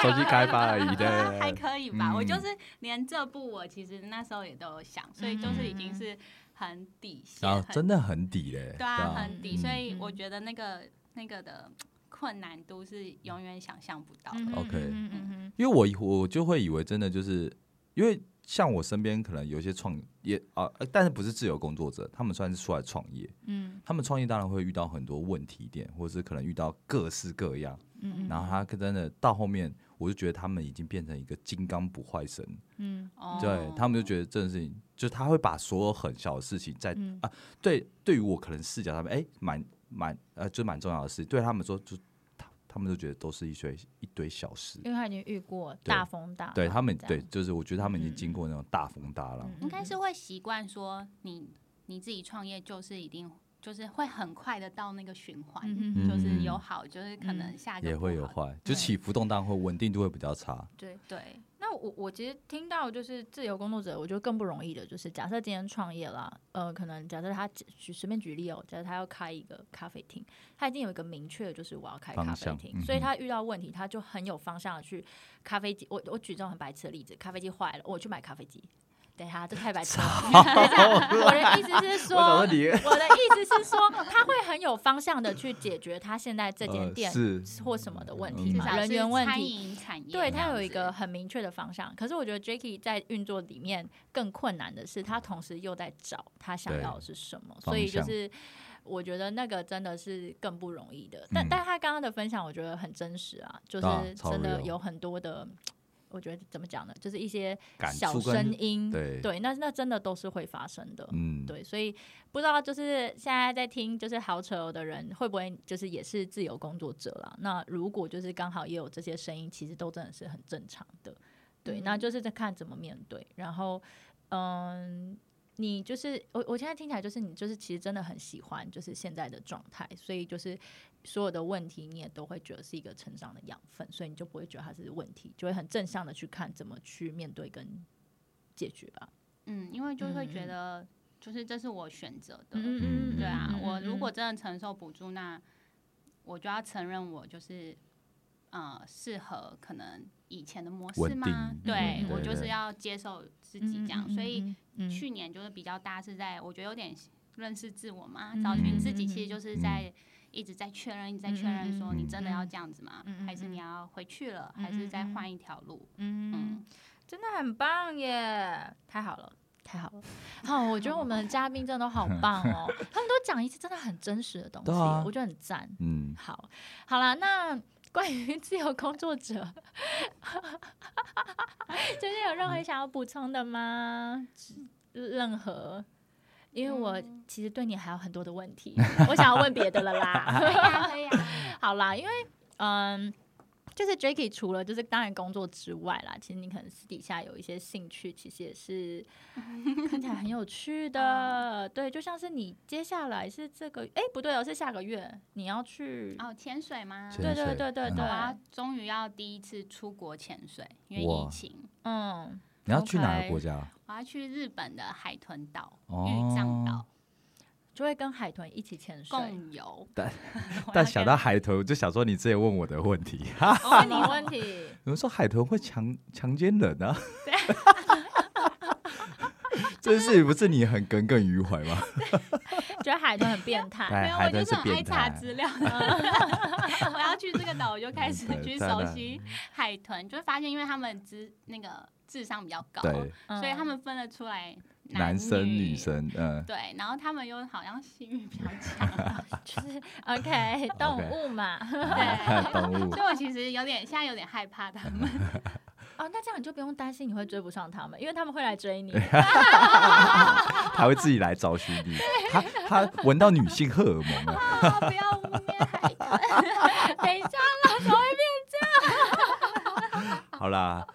[SPEAKER 1] 重新开发而已 [laughs] 对
[SPEAKER 3] [laughs] 还可以吧。我就
[SPEAKER 1] 嗯
[SPEAKER 3] 是连这步我其实那时候也都有想，所以就是已经是很底线，
[SPEAKER 1] 然后
[SPEAKER 3] 很
[SPEAKER 1] 嗯哦真的很底嘞，
[SPEAKER 3] 对啊，很底，所
[SPEAKER 1] 嗯
[SPEAKER 3] 以
[SPEAKER 2] 嗯
[SPEAKER 3] 我觉得那个那个的困难度是永远想象不到的。
[SPEAKER 2] 嗯
[SPEAKER 1] 啊 OK
[SPEAKER 2] 嗯嗯嗯
[SPEAKER 1] 因为我以我就会以为真的就是因为像我身边可能有一些创业啊、呃但是不是自由工作者，他们算是出来创业，
[SPEAKER 2] 嗯
[SPEAKER 1] 他们创业当然会遇到很多问题点，或者是可能遇到各式各样，
[SPEAKER 2] 嗯嗯
[SPEAKER 1] 然后他真的到后面，我就觉得他们已经变成一个金刚不坏神，
[SPEAKER 2] 嗯
[SPEAKER 3] 哦
[SPEAKER 1] 对他们就觉得这件事情，就是他会把所有很小的事情在、
[SPEAKER 2] 嗯
[SPEAKER 1] 啊，对，对于我可能视角上面，哎，蛮蛮呃，就蛮重要的事，对他们说就他他们都觉得都是一堆一堆小事，
[SPEAKER 2] 因为他已经遇过
[SPEAKER 1] 对
[SPEAKER 2] 大风大浪这
[SPEAKER 1] 对
[SPEAKER 2] 样，
[SPEAKER 1] 他们，对，就是我觉得他们已经
[SPEAKER 2] 嗯
[SPEAKER 1] 经过那种大风大浪
[SPEAKER 2] 嗯，，
[SPEAKER 3] 应该是
[SPEAKER 2] 嗯
[SPEAKER 3] 会习惯说你你自己创业就是一定就是会很快的到那个循环，
[SPEAKER 2] 嗯
[SPEAKER 1] 嗯
[SPEAKER 3] 就是有好，就是可能下个
[SPEAKER 1] 也
[SPEAKER 3] 不
[SPEAKER 1] 会有
[SPEAKER 3] 好
[SPEAKER 1] 坏，就起伏动荡会稳定度会比较差。
[SPEAKER 2] 对。
[SPEAKER 3] 对，
[SPEAKER 2] 那我我其实听到就是自由工作者，我觉得更不容易的就是，假设今天创业啦，呃，可能假设他举随便举例哦，假设他要开一个咖啡厅，他已经有一个明确的就是我要开
[SPEAKER 1] 方
[SPEAKER 2] 咖啡
[SPEAKER 1] 向
[SPEAKER 2] 厅，
[SPEAKER 1] 嗯哼
[SPEAKER 2] 所以他遇到问题，他就很有方向的去咖啡机。我我举这种很白痴的例子，咖啡机坏了，我去买咖啡机。等一下，这太白痴了。等一下 [laughs] 我的意思是说，
[SPEAKER 1] 我想说你
[SPEAKER 2] 我的意思是说，他会很有方向的去解决他现在这间
[SPEAKER 1] 呃
[SPEAKER 2] 店
[SPEAKER 1] 是
[SPEAKER 2] 或什么的问
[SPEAKER 1] 嗯
[SPEAKER 2] 题
[SPEAKER 3] 至
[SPEAKER 2] 嘛，
[SPEAKER 3] 少
[SPEAKER 2] 人
[SPEAKER 3] 是啊
[SPEAKER 2] 员问
[SPEAKER 3] 餐
[SPEAKER 2] 题。
[SPEAKER 3] 饮产业，
[SPEAKER 2] 对他有一个，很明确的方向。可是我觉得 Jacky 在运作里面更困难的是，他同时又在找他想
[SPEAKER 1] 对
[SPEAKER 2] 要的是什么，
[SPEAKER 1] 方
[SPEAKER 2] 所以就
[SPEAKER 1] 向
[SPEAKER 2] 是我觉得那个真的是更不容易的。但
[SPEAKER 1] 嗯
[SPEAKER 2] 但他刚刚的分享，我觉得很真实啊，就
[SPEAKER 1] 啊
[SPEAKER 2] 是
[SPEAKER 1] 超
[SPEAKER 2] 真的
[SPEAKER 1] real
[SPEAKER 2] 有很多的。我觉得怎么讲呢？就是一些
[SPEAKER 1] 感
[SPEAKER 2] 小
[SPEAKER 1] 触跟
[SPEAKER 2] 声音，
[SPEAKER 1] 对
[SPEAKER 2] 那那真的都是会发生的。
[SPEAKER 1] 嗯，
[SPEAKER 2] 对，所以不知道就是现在在听就是好扯的人会不会就是也是自由工作者啦？那如果就是刚好也有这些声音，其实都真的是很正常的。对，
[SPEAKER 3] 嗯
[SPEAKER 2] 那就是在看怎么面对。然后，嗯，你就是我，我现在听起来就是你就是其实真的很喜欢就是现在的状态，所以就是所有的问题你也都会觉得是一个成长的养分，所以你就不会觉得它是问题，就会很正向的去看怎么去面对跟解决吧。
[SPEAKER 3] 嗯，因为就会
[SPEAKER 2] 嗯
[SPEAKER 3] 觉
[SPEAKER 2] 嗯
[SPEAKER 3] 得就是这是我选择的，
[SPEAKER 1] 嗯
[SPEAKER 3] 对啊
[SPEAKER 2] 嗯，
[SPEAKER 3] 我如
[SPEAKER 2] 嗯
[SPEAKER 3] 果真的承受不住，那我就要承认我就是呃适合可能以前的模式
[SPEAKER 1] 稳
[SPEAKER 3] 吗
[SPEAKER 1] 定？
[SPEAKER 3] 对
[SPEAKER 2] 嗯
[SPEAKER 3] 我
[SPEAKER 2] 对
[SPEAKER 3] 就是
[SPEAKER 1] 对
[SPEAKER 3] 要接受自己这样，所以
[SPEAKER 2] 嗯
[SPEAKER 3] 去年就是比较大是在我觉得有点认识自我嘛，
[SPEAKER 2] 嗯
[SPEAKER 3] 找寻自己，
[SPEAKER 2] 嗯
[SPEAKER 3] 其实就是在。一直在确认，一直在
[SPEAKER 2] 嗯
[SPEAKER 3] 确
[SPEAKER 2] 嗯嗯
[SPEAKER 3] 认，说你
[SPEAKER 1] 嗯
[SPEAKER 3] 真的要
[SPEAKER 2] 嗯
[SPEAKER 3] 这样子吗？
[SPEAKER 2] 嗯嗯
[SPEAKER 3] 还是
[SPEAKER 2] 嗯
[SPEAKER 3] 你要回去了？
[SPEAKER 2] 嗯
[SPEAKER 3] 还是再
[SPEAKER 2] 嗯嗯
[SPEAKER 3] 换一条路？
[SPEAKER 2] 嗯
[SPEAKER 3] 嗯，
[SPEAKER 2] 真的很棒耶！太好了，太好了。好，我觉得我们的嘉宾真的都好棒哦，他们都讲一些真的很真实的东西，
[SPEAKER 1] 对啊
[SPEAKER 2] 我觉得很赞。
[SPEAKER 1] 嗯，
[SPEAKER 2] 好，好啦，那关于自由工作者， [laughs] 就是有任何想要补充的吗？任何？因为我其实对你还有很多的问题，我想要问别的了啦。
[SPEAKER 3] 可以啊，可以啊。
[SPEAKER 2] [laughs] 好啦，因为嗯，就是 Jacky 除了就是当然工作之外啦，其实你可能私底下有一些兴趣，其实也
[SPEAKER 3] [laughs]
[SPEAKER 2] 是看起来很有趣
[SPEAKER 3] 嗯
[SPEAKER 2] 的。对，就像是你接下来是这个，哎、不对哦，是下个月你要去。
[SPEAKER 3] 哦，潜水吗？
[SPEAKER 1] 潜
[SPEAKER 2] 对对
[SPEAKER 1] 水
[SPEAKER 2] 对对
[SPEAKER 1] 嗯
[SPEAKER 3] 我
[SPEAKER 2] 对，
[SPEAKER 3] 要终于要第一次出国潜水，因为
[SPEAKER 1] 哇
[SPEAKER 3] 疫情，
[SPEAKER 2] 嗯，
[SPEAKER 1] 你要去哪
[SPEAKER 2] OK
[SPEAKER 1] 个国家？
[SPEAKER 3] 我要去日本的海豚岛、
[SPEAKER 1] 哦
[SPEAKER 3] 玉藏岛
[SPEAKER 2] 就会跟海豚一起潜水。
[SPEAKER 3] 共游。
[SPEAKER 1] 但
[SPEAKER 3] 我要
[SPEAKER 1] 但
[SPEAKER 3] 跟
[SPEAKER 1] 想到海豚，我就想说你之前问我的问题， [laughs]
[SPEAKER 2] 我问你哦问
[SPEAKER 3] [laughs]
[SPEAKER 2] 题，
[SPEAKER 1] 有人说海豚会强强奸人啊？ [laughs] 这件事情不是你很耿耿于怀吗？
[SPEAKER 2] 觉得海豚很变态。
[SPEAKER 1] 哎
[SPEAKER 3] 没有，我
[SPEAKER 1] 海豚
[SPEAKER 3] 就是是很爱
[SPEAKER 1] 变态
[SPEAKER 3] 查
[SPEAKER 1] 嗯 [laughs]
[SPEAKER 3] 资料的。我要去这个岛，我就开始
[SPEAKER 1] 对
[SPEAKER 3] 去
[SPEAKER 1] 当
[SPEAKER 3] 熟
[SPEAKER 1] 然
[SPEAKER 3] 悉海豚，就会发现，因为他们智那个智商比较高，
[SPEAKER 1] 对，
[SPEAKER 2] 嗯
[SPEAKER 3] 所以他们分得出来
[SPEAKER 1] 男生女。生，
[SPEAKER 2] [laughs]
[SPEAKER 1] 嗯，
[SPEAKER 3] 对，然后他们又好像性欲比较
[SPEAKER 1] [laughs]
[SPEAKER 3] 强，
[SPEAKER 2] 就是 [laughs] OK 动物嘛。
[SPEAKER 3] 对，
[SPEAKER 1] 动物
[SPEAKER 3] 所以我其实有点现在有点害怕
[SPEAKER 1] [laughs]
[SPEAKER 3] 他们。
[SPEAKER 2] 哦，那这样你就不用担心你会追不上他们，因为他们会来追
[SPEAKER 1] [laughs]
[SPEAKER 2] 你。
[SPEAKER 1] 他会自己来找寻你，他他闻到女性荷尔蒙了，
[SPEAKER 3] 啊，不要污蔑海豚！
[SPEAKER 2] 等一下，
[SPEAKER 1] 好啦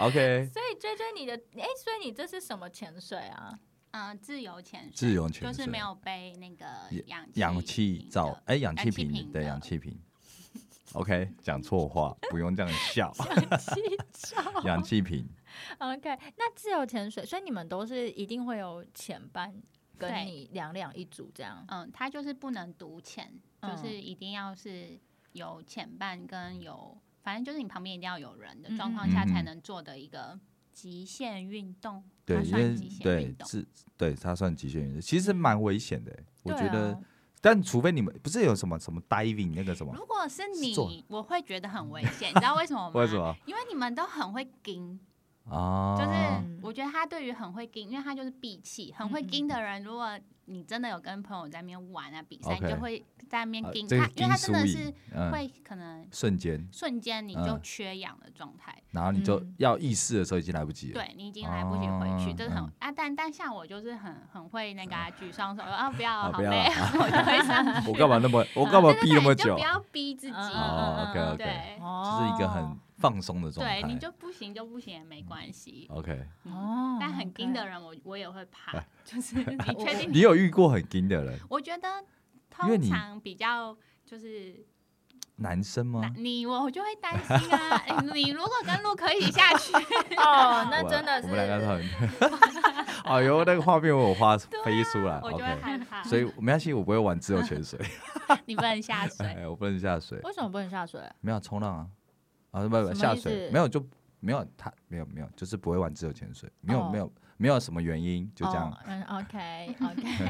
[SPEAKER 1] ，OK，
[SPEAKER 2] 所以追追你的，哎、所以你这是什么潜水啊？ [laughs]
[SPEAKER 3] 嗯、自由潜水，
[SPEAKER 1] 自由潜
[SPEAKER 3] 就
[SPEAKER 1] 水
[SPEAKER 3] 是没有被那个
[SPEAKER 1] 也
[SPEAKER 3] 氧
[SPEAKER 1] 氧气
[SPEAKER 3] 瓶
[SPEAKER 1] 罩
[SPEAKER 3] 的，
[SPEAKER 1] 哎，氧气
[SPEAKER 3] 气
[SPEAKER 1] 瓶
[SPEAKER 3] 瓶
[SPEAKER 1] 对
[SPEAKER 3] 的
[SPEAKER 1] 氧气瓶，OK，讲错
[SPEAKER 3] [laughs]
[SPEAKER 1] 话，不用这样笑，氧气瓶
[SPEAKER 2] OK，那自由潜水，所以你们都是一定会有潜班
[SPEAKER 3] 对
[SPEAKER 2] 跟你两两一组这样。
[SPEAKER 3] 嗯，它就是不能独潜，就
[SPEAKER 2] 嗯
[SPEAKER 3] 是一定要是有潜伴跟有，反正就是你旁边一定要有人的
[SPEAKER 2] 嗯
[SPEAKER 3] 状
[SPEAKER 2] 嗯
[SPEAKER 3] 况下才
[SPEAKER 1] 嗯嗯
[SPEAKER 3] 能做的一个极限运动。它
[SPEAKER 1] 对，因
[SPEAKER 3] 算
[SPEAKER 1] 为
[SPEAKER 3] 极限
[SPEAKER 1] 对
[SPEAKER 3] 运动嗯
[SPEAKER 1] 是，对它算极限运动，其实蛮危险的，我
[SPEAKER 2] 对
[SPEAKER 1] 觉得
[SPEAKER 2] 啊，
[SPEAKER 1] 但除非你们不是有什么什么 diving 那个什么，
[SPEAKER 3] 如果是
[SPEAKER 1] 是做
[SPEAKER 3] 你，我会觉得很危
[SPEAKER 1] [laughs]
[SPEAKER 3] 险，你知道为什么吗？
[SPEAKER 1] 为什？么
[SPEAKER 3] 因为你们都很会盯，就
[SPEAKER 1] 啊？
[SPEAKER 3] 是我觉得他对于很会盯，因为他就是闭气，很会
[SPEAKER 2] 嗯嗯
[SPEAKER 3] 盯的人，如果你真的有跟朋友在那边玩啊比赛，你就
[SPEAKER 1] OK
[SPEAKER 3] 会在那边
[SPEAKER 1] 啊
[SPEAKER 3] 盯
[SPEAKER 1] 这个
[SPEAKER 3] 他，因为他
[SPEAKER 1] 盯
[SPEAKER 3] 真的
[SPEAKER 1] 输
[SPEAKER 3] 是
[SPEAKER 1] 赢嗯
[SPEAKER 3] 会可能
[SPEAKER 1] 瞬间，
[SPEAKER 3] 瞬间你就
[SPEAKER 1] 嗯
[SPEAKER 3] 缺氧的状态。
[SPEAKER 1] 然后你就
[SPEAKER 2] 嗯
[SPEAKER 1] 要意识的时候已经来不及了。
[SPEAKER 3] 对你已经来不及回去，
[SPEAKER 1] 哦
[SPEAKER 3] 这是很、
[SPEAKER 1] 嗯
[SPEAKER 3] 啊，但但像我就是很很会那个啊举双
[SPEAKER 1] [laughs]
[SPEAKER 3] 手啊，不要
[SPEAKER 1] 啊
[SPEAKER 3] 好
[SPEAKER 1] 不要
[SPEAKER 3] 累，
[SPEAKER 1] 啊
[SPEAKER 3] 我就会上去。
[SPEAKER 1] 我干嘛那么我干嘛
[SPEAKER 3] 对对
[SPEAKER 1] 逼
[SPEAKER 3] [laughs] 对
[SPEAKER 1] 那么
[SPEAKER 3] 你就
[SPEAKER 1] 久啊
[SPEAKER 3] 不？要逼自己，
[SPEAKER 1] 哦
[SPEAKER 2] 嗯嗯嗯嗯
[SPEAKER 1] ，OK
[SPEAKER 2] 嗯
[SPEAKER 1] OK，
[SPEAKER 3] 对
[SPEAKER 1] 这
[SPEAKER 2] 哦
[SPEAKER 1] 是一个很放松的状态。
[SPEAKER 3] 对，你就不行就不行也没关系。
[SPEAKER 1] OK。嗯
[SPEAKER 2] 哦，
[SPEAKER 3] 但很盯的
[SPEAKER 2] OK
[SPEAKER 3] 人我，我也会怕，
[SPEAKER 1] 哎 [laughs]
[SPEAKER 3] 就是你确
[SPEAKER 2] 哎
[SPEAKER 3] 定？
[SPEAKER 1] 你有遇过很硬的人，
[SPEAKER 3] 我觉得
[SPEAKER 1] 因为
[SPEAKER 3] 通
[SPEAKER 1] 你
[SPEAKER 3] 常比较就是
[SPEAKER 1] 男生吗
[SPEAKER 3] 那？你我就会担
[SPEAKER 1] [laughs]
[SPEAKER 3] 心啊，哎你如果跟陆可以下去，
[SPEAKER 2] 哦，那
[SPEAKER 1] 我
[SPEAKER 2] 真的
[SPEAKER 1] 我们两个都
[SPEAKER 2] 是
[SPEAKER 1] 很，
[SPEAKER 2] [laughs]
[SPEAKER 1] [laughs] 哎呦，那个画面我有花
[SPEAKER 2] 啊
[SPEAKER 1] 飞出来
[SPEAKER 3] 我就会
[SPEAKER 1] ，OK。
[SPEAKER 3] 害怕，
[SPEAKER 1] 所以没关系，我不会玩自由潜
[SPEAKER 2] [laughs]
[SPEAKER 1] 水，
[SPEAKER 3] 你不能下水。
[SPEAKER 1] 哎，我不能下水，
[SPEAKER 2] 为什么不能下水？
[SPEAKER 1] 没有冲浪啊，啊不不
[SPEAKER 2] 么
[SPEAKER 1] 下
[SPEAKER 2] 意
[SPEAKER 1] 水
[SPEAKER 2] 思
[SPEAKER 1] 没有就没有他没有没有就是不会玩自由潜水，没有
[SPEAKER 2] 哦
[SPEAKER 1] 没有没有什么原因，就这样
[SPEAKER 2] 哦。嗯，OK
[SPEAKER 1] [laughs]
[SPEAKER 2] OK。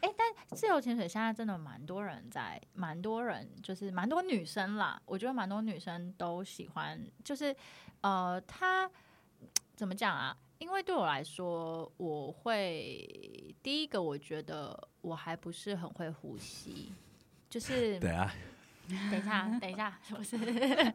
[SPEAKER 2] 哎， [laughs] 但自由潜水现在真的蛮多人在，蛮多人就是蛮多女生啦，我觉得蛮多女生都喜欢，就是呃，她怎么讲啊？因为对我来说，我会第一个，我觉得我还不是很会呼吸，就是
[SPEAKER 1] [laughs] 对
[SPEAKER 2] [laughs]
[SPEAKER 1] 啊，
[SPEAKER 2] 等一下，等一下，不是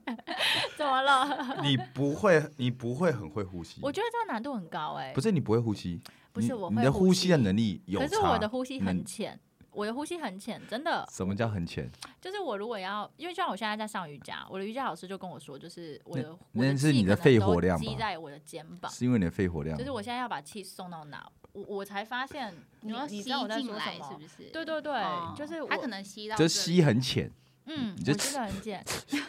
[SPEAKER 2] [laughs] 怎么了？ [laughs]
[SPEAKER 1] 你不会你不会很会呼吸，
[SPEAKER 2] 我觉得这个难度很高哎、
[SPEAKER 1] 不是你不会呼吸，
[SPEAKER 2] 不是
[SPEAKER 1] 你
[SPEAKER 2] 我
[SPEAKER 1] 你
[SPEAKER 2] 会
[SPEAKER 1] 的
[SPEAKER 2] 呼
[SPEAKER 1] 呼吸的
[SPEAKER 2] 吸
[SPEAKER 1] 能力有
[SPEAKER 2] 可
[SPEAKER 1] 差。
[SPEAKER 2] 是我的呼吸很
[SPEAKER 1] 能
[SPEAKER 2] 浅，我的呼吸很浅，真的。
[SPEAKER 1] 什么叫很浅？
[SPEAKER 2] 就是我如果要，因为就像我现在在上瑜伽，我的瑜伽老师就跟我说，就是我的我
[SPEAKER 1] 那
[SPEAKER 2] 的
[SPEAKER 1] 那是
[SPEAKER 2] 气
[SPEAKER 1] 你的
[SPEAKER 2] 可能
[SPEAKER 1] 肺
[SPEAKER 2] 都
[SPEAKER 1] 活量
[SPEAKER 2] 积
[SPEAKER 1] 吧
[SPEAKER 2] 在我的肩膀，
[SPEAKER 1] 是因为你的肺活量
[SPEAKER 2] 就是我现在要把气送到哪，我我才发现
[SPEAKER 3] [laughs] 你
[SPEAKER 2] 你
[SPEAKER 3] 要吸
[SPEAKER 2] 你知道我在
[SPEAKER 3] 进
[SPEAKER 2] 说什
[SPEAKER 3] 来
[SPEAKER 2] 么？
[SPEAKER 3] 是不是？
[SPEAKER 2] 对对对，
[SPEAKER 3] 哦
[SPEAKER 2] 就是我
[SPEAKER 3] 他可能吸到
[SPEAKER 1] 就
[SPEAKER 3] 这
[SPEAKER 1] 是吸很浅
[SPEAKER 2] 嗯，
[SPEAKER 1] 你
[SPEAKER 2] 我
[SPEAKER 1] 就
[SPEAKER 2] 这
[SPEAKER 1] [laughs]
[SPEAKER 2] 个很简， [laughs]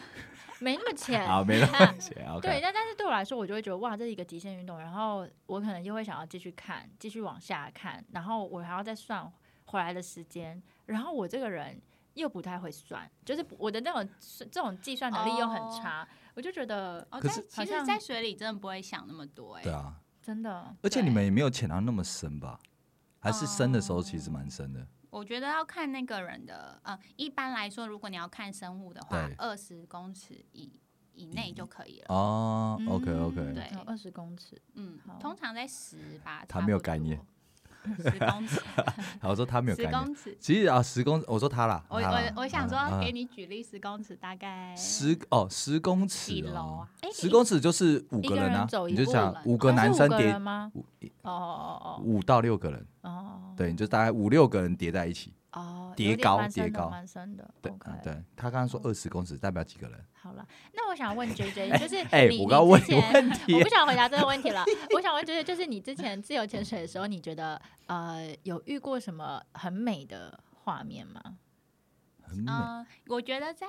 [SPEAKER 2] 没那么浅。
[SPEAKER 1] 啊，
[SPEAKER 2] [laughs]
[SPEAKER 1] 没那么浅。
[SPEAKER 2] 哎对，
[SPEAKER 1] OK，
[SPEAKER 2] 但但是对我来说，我就会觉得哇，这是一个极限运动，然后我可能又会想要继续看，继续往下看，然后我还要再算回来的时间，然后我这个人又不太会算，就是不我的那种算这种计算能力又很
[SPEAKER 3] 哦
[SPEAKER 2] 差，我就觉得
[SPEAKER 3] 哦，
[SPEAKER 1] 可
[SPEAKER 3] 但
[SPEAKER 1] 是
[SPEAKER 3] 其
[SPEAKER 2] 好
[SPEAKER 3] 实，
[SPEAKER 2] 像
[SPEAKER 3] 在水里真的不会想那么多哎、
[SPEAKER 1] 对啊，
[SPEAKER 2] 真的
[SPEAKER 1] 而且你们也没有潜到那么深吧？还是深的时候其实蛮深
[SPEAKER 2] 嗯
[SPEAKER 1] 的。
[SPEAKER 3] 我觉得要看那个人的，呃，一般来说，如果你要看生物的话
[SPEAKER 1] 对，
[SPEAKER 3] 二十公尺以以内就可以了。
[SPEAKER 1] 哦，OK
[SPEAKER 2] 嗯
[SPEAKER 1] OK，
[SPEAKER 3] 对
[SPEAKER 2] 二十公尺，
[SPEAKER 3] 嗯
[SPEAKER 2] 好，
[SPEAKER 3] 通常在十吧。
[SPEAKER 1] 他没有概念
[SPEAKER 3] 十
[SPEAKER 1] [laughs]
[SPEAKER 3] 公尺，
[SPEAKER 1] 我说他没有概
[SPEAKER 3] 十
[SPEAKER 1] 念。
[SPEAKER 3] 公尺。
[SPEAKER 1] 其实啊，十公，我说他啦，
[SPEAKER 3] 我
[SPEAKER 1] 他啦
[SPEAKER 3] 我我想
[SPEAKER 1] 啊
[SPEAKER 3] 说，
[SPEAKER 1] 啊
[SPEAKER 3] 给你举例，十公尺大概
[SPEAKER 1] 十哦十公
[SPEAKER 3] 几
[SPEAKER 1] 尺
[SPEAKER 3] 楼
[SPEAKER 1] 哦
[SPEAKER 3] 啊，？
[SPEAKER 2] 哎，
[SPEAKER 1] 十
[SPEAKER 2] 你
[SPEAKER 1] 公尺就是五
[SPEAKER 2] 一
[SPEAKER 1] 个
[SPEAKER 2] 个人
[SPEAKER 1] 啊
[SPEAKER 2] 走，一
[SPEAKER 1] 你就
[SPEAKER 2] 步
[SPEAKER 1] 想
[SPEAKER 3] 了
[SPEAKER 1] 五个
[SPEAKER 2] 啊是
[SPEAKER 1] 男
[SPEAKER 2] 五
[SPEAKER 1] 生
[SPEAKER 2] 个人
[SPEAKER 1] 叠
[SPEAKER 2] 吗？
[SPEAKER 1] 五
[SPEAKER 2] 哦哦
[SPEAKER 1] 五到六个人，
[SPEAKER 2] 哦哦
[SPEAKER 1] 对，你就大概五六个人叠在一起。
[SPEAKER 2] 哦，有
[SPEAKER 1] 叠
[SPEAKER 2] 点
[SPEAKER 1] 高
[SPEAKER 2] 蛮
[SPEAKER 1] 叠
[SPEAKER 2] 深的
[SPEAKER 1] 高
[SPEAKER 2] 蛮深的
[SPEAKER 1] 对
[SPEAKER 2] ，OK 嗯
[SPEAKER 1] 啊。对，他刚刚说二十公尺代表几个人？
[SPEAKER 2] 好了，那我想问 J
[SPEAKER 1] [laughs]
[SPEAKER 2] J，就是
[SPEAKER 1] 哎
[SPEAKER 2] 你，
[SPEAKER 1] 我刚问
[SPEAKER 2] 之
[SPEAKER 1] 你
[SPEAKER 2] 前
[SPEAKER 1] 问
[SPEAKER 2] 我
[SPEAKER 1] 题
[SPEAKER 2] 不，想回答这个问
[SPEAKER 1] [laughs]
[SPEAKER 2] 题了。我想问，就是就是你之前自由潜水的时候，你觉得呃有遇过什么很美的画面吗？
[SPEAKER 1] 很美
[SPEAKER 2] 哦
[SPEAKER 3] 嗯，我觉得在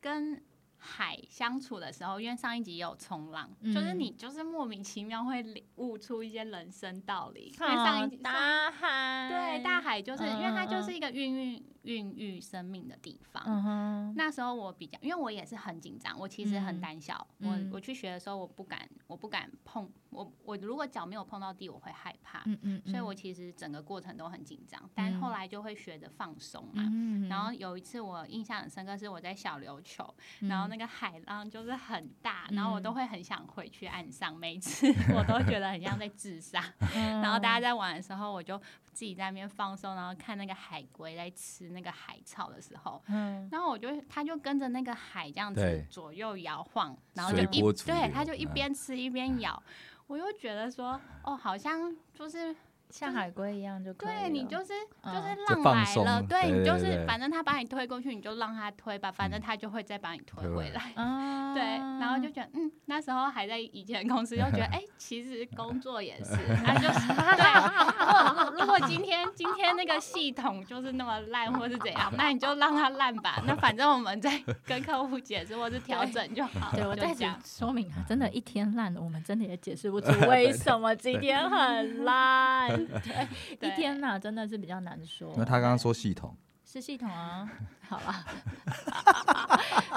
[SPEAKER 3] 跟海相处的时候，因为上一集也有冲浪，就是
[SPEAKER 2] 嗯
[SPEAKER 3] 你就是莫名其妙会领悟出一些人生道理。因为
[SPEAKER 2] 好
[SPEAKER 3] 上一集上
[SPEAKER 2] 啊哦大海，
[SPEAKER 3] 对，大海就是因为它就
[SPEAKER 2] 嗯嗯
[SPEAKER 3] 是一个孕育孕育生命的地方。
[SPEAKER 2] 嗯哼，
[SPEAKER 3] 那时候我比较，因为我也是很紧张，我其实很
[SPEAKER 2] 嗯
[SPEAKER 3] 胆小。
[SPEAKER 2] 嗯
[SPEAKER 3] 我我去学的时候，我不敢，我不敢碰我我如果脚没有碰到地，我会害怕，
[SPEAKER 2] 嗯嗯，
[SPEAKER 3] 所以我其实整个过程都很紧张。但后来就会学着放松嘛。
[SPEAKER 2] 嗯，
[SPEAKER 3] 然后有一次我印象很深刻，是我在小琉球，
[SPEAKER 2] 嗯
[SPEAKER 3] 然
[SPEAKER 1] 嗯
[SPEAKER 3] 后那个海浪就是很大，然后我都会很想回去岸上，每次 [laughs] 我都觉得很像在自
[SPEAKER 1] [laughs]
[SPEAKER 3] 杀。
[SPEAKER 2] 嗯，
[SPEAKER 3] [laughs] 然
[SPEAKER 2] 然
[SPEAKER 3] 后大家在玩的时候，我就自己在那边放松，然后看那个海龟在吃那个海草的时候，
[SPEAKER 2] 嗯
[SPEAKER 3] 然后我就它就跟着那个海这样子
[SPEAKER 1] 对
[SPEAKER 3] 左右摇晃，然后就
[SPEAKER 1] 随
[SPEAKER 3] 一
[SPEAKER 1] 波逐
[SPEAKER 3] 对
[SPEAKER 1] 流
[SPEAKER 3] 它就一
[SPEAKER 1] 嗯
[SPEAKER 3] 边吃一边咬，我又觉得说哦，好像就是
[SPEAKER 2] 像海龟一样就可以了，
[SPEAKER 3] 对你就是就
[SPEAKER 2] 嗯
[SPEAKER 3] 是
[SPEAKER 1] 就
[SPEAKER 3] 浪
[SPEAKER 1] 放
[SPEAKER 3] 来
[SPEAKER 1] 松
[SPEAKER 3] 了，
[SPEAKER 1] 了
[SPEAKER 3] 对
[SPEAKER 1] 对
[SPEAKER 3] 你
[SPEAKER 1] 对
[SPEAKER 3] 就
[SPEAKER 1] 嗯
[SPEAKER 3] 是
[SPEAKER 1] 对
[SPEAKER 3] 反正它把你推过去，你就让它推吧，反正它就会再把你推
[SPEAKER 1] 推回
[SPEAKER 3] 回来。
[SPEAKER 2] 啊，
[SPEAKER 3] 对，然后就觉得，嗯，那时候还在以前公司，就
[SPEAKER 1] [laughs]
[SPEAKER 3] 觉得，哎、其实工作也是，啊，就是 [laughs] 啊对。如果如果今天今天那个系统就是那么烂，或是怎样，那你就让它烂吧。那反正我们再跟客户解释或是调整就好。 [laughs]
[SPEAKER 2] 对，我
[SPEAKER 3] 就
[SPEAKER 2] 在
[SPEAKER 3] 这
[SPEAKER 2] 此
[SPEAKER 3] 样。
[SPEAKER 2] 说明啊，
[SPEAKER 1] 嗯
[SPEAKER 2] 真的，一天烂，我们真的也解释
[SPEAKER 1] [laughs]
[SPEAKER 2] 不出为什么今天很烂。对，
[SPEAKER 3] 对
[SPEAKER 2] 一天呐，真的是比较难说。
[SPEAKER 1] 那他刚刚说系统
[SPEAKER 2] 是系统
[SPEAKER 1] [laughs]
[SPEAKER 2] 啊，好了，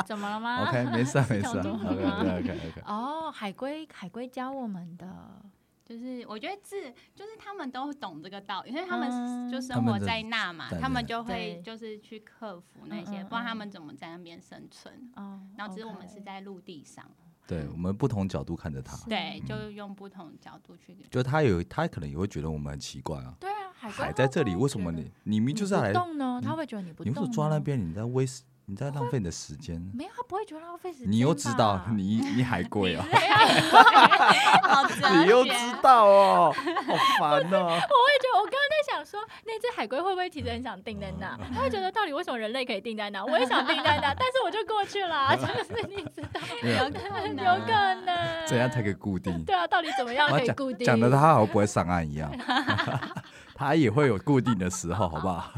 [SPEAKER 2] 怎么了
[SPEAKER 1] [laughs]
[SPEAKER 2] 吗
[SPEAKER 1] ，OK，没事啊没事
[SPEAKER 2] 系统
[SPEAKER 1] ，OK OK OK OK，
[SPEAKER 2] 哦，海龟，海龟教我们的，
[SPEAKER 3] 就是我觉得自就是他们都懂这个道理，因为他们
[SPEAKER 2] 嗯
[SPEAKER 3] 就生
[SPEAKER 1] 他们
[SPEAKER 3] 活
[SPEAKER 1] 的
[SPEAKER 3] 在那嘛，
[SPEAKER 1] 对
[SPEAKER 3] 他们
[SPEAKER 1] 对
[SPEAKER 3] 就
[SPEAKER 2] 对
[SPEAKER 3] 会就是去克服那些，
[SPEAKER 2] 嗯嗯
[SPEAKER 3] 不然他
[SPEAKER 2] 嗯
[SPEAKER 3] 们怎么在那边生存？
[SPEAKER 2] 哦，
[SPEAKER 3] 然后只是我们
[SPEAKER 2] OK
[SPEAKER 3] 是在陆地上，
[SPEAKER 1] 对我们不同角度看着他，
[SPEAKER 3] 对，
[SPEAKER 1] 嗯
[SPEAKER 3] 就用不同角度
[SPEAKER 1] [laughs]
[SPEAKER 3] 去
[SPEAKER 1] 就他有他可能也会觉得我们很奇怪啊，
[SPEAKER 2] 对啊，海龟
[SPEAKER 1] 海在这里，
[SPEAKER 2] 会不会
[SPEAKER 1] 为什么
[SPEAKER 2] 觉得
[SPEAKER 1] 你你明明就是
[SPEAKER 2] 不
[SPEAKER 1] 来，
[SPEAKER 2] 动呢？
[SPEAKER 1] 你
[SPEAKER 2] 他会觉得你不
[SPEAKER 1] 你
[SPEAKER 2] 动，
[SPEAKER 1] 为什么抓那？边？你在威时，你在浪费你的时间，
[SPEAKER 2] 没有，他啊不会觉得浪费时间吧。
[SPEAKER 1] 你又知道你你海龟哦，
[SPEAKER 3] 好哲学，
[SPEAKER 1] [laughs] 你又知道
[SPEAKER 2] [laughs]
[SPEAKER 1] 哦，好烦哦。
[SPEAKER 2] 我也觉得，我刚刚在想说，那只海龟会不会其实很想定在
[SPEAKER 1] [laughs]
[SPEAKER 2] 那？他会觉得到底为什么人类可以定在那？我也想定在那，但是我就过去了啊，
[SPEAKER 1] [laughs]
[SPEAKER 2] 就是你知道，
[SPEAKER 3] 有
[SPEAKER 2] [laughs]
[SPEAKER 3] 可能，
[SPEAKER 2] 有可能
[SPEAKER 1] 怎样才可以固定？
[SPEAKER 2] 对啊，到底怎么样
[SPEAKER 1] 我
[SPEAKER 2] 可
[SPEAKER 1] 要
[SPEAKER 2] 以
[SPEAKER 1] 讲
[SPEAKER 2] 固定？
[SPEAKER 1] 讲的他好像不会上岸一样， [laughs] 他也会有固定的时候，好不好？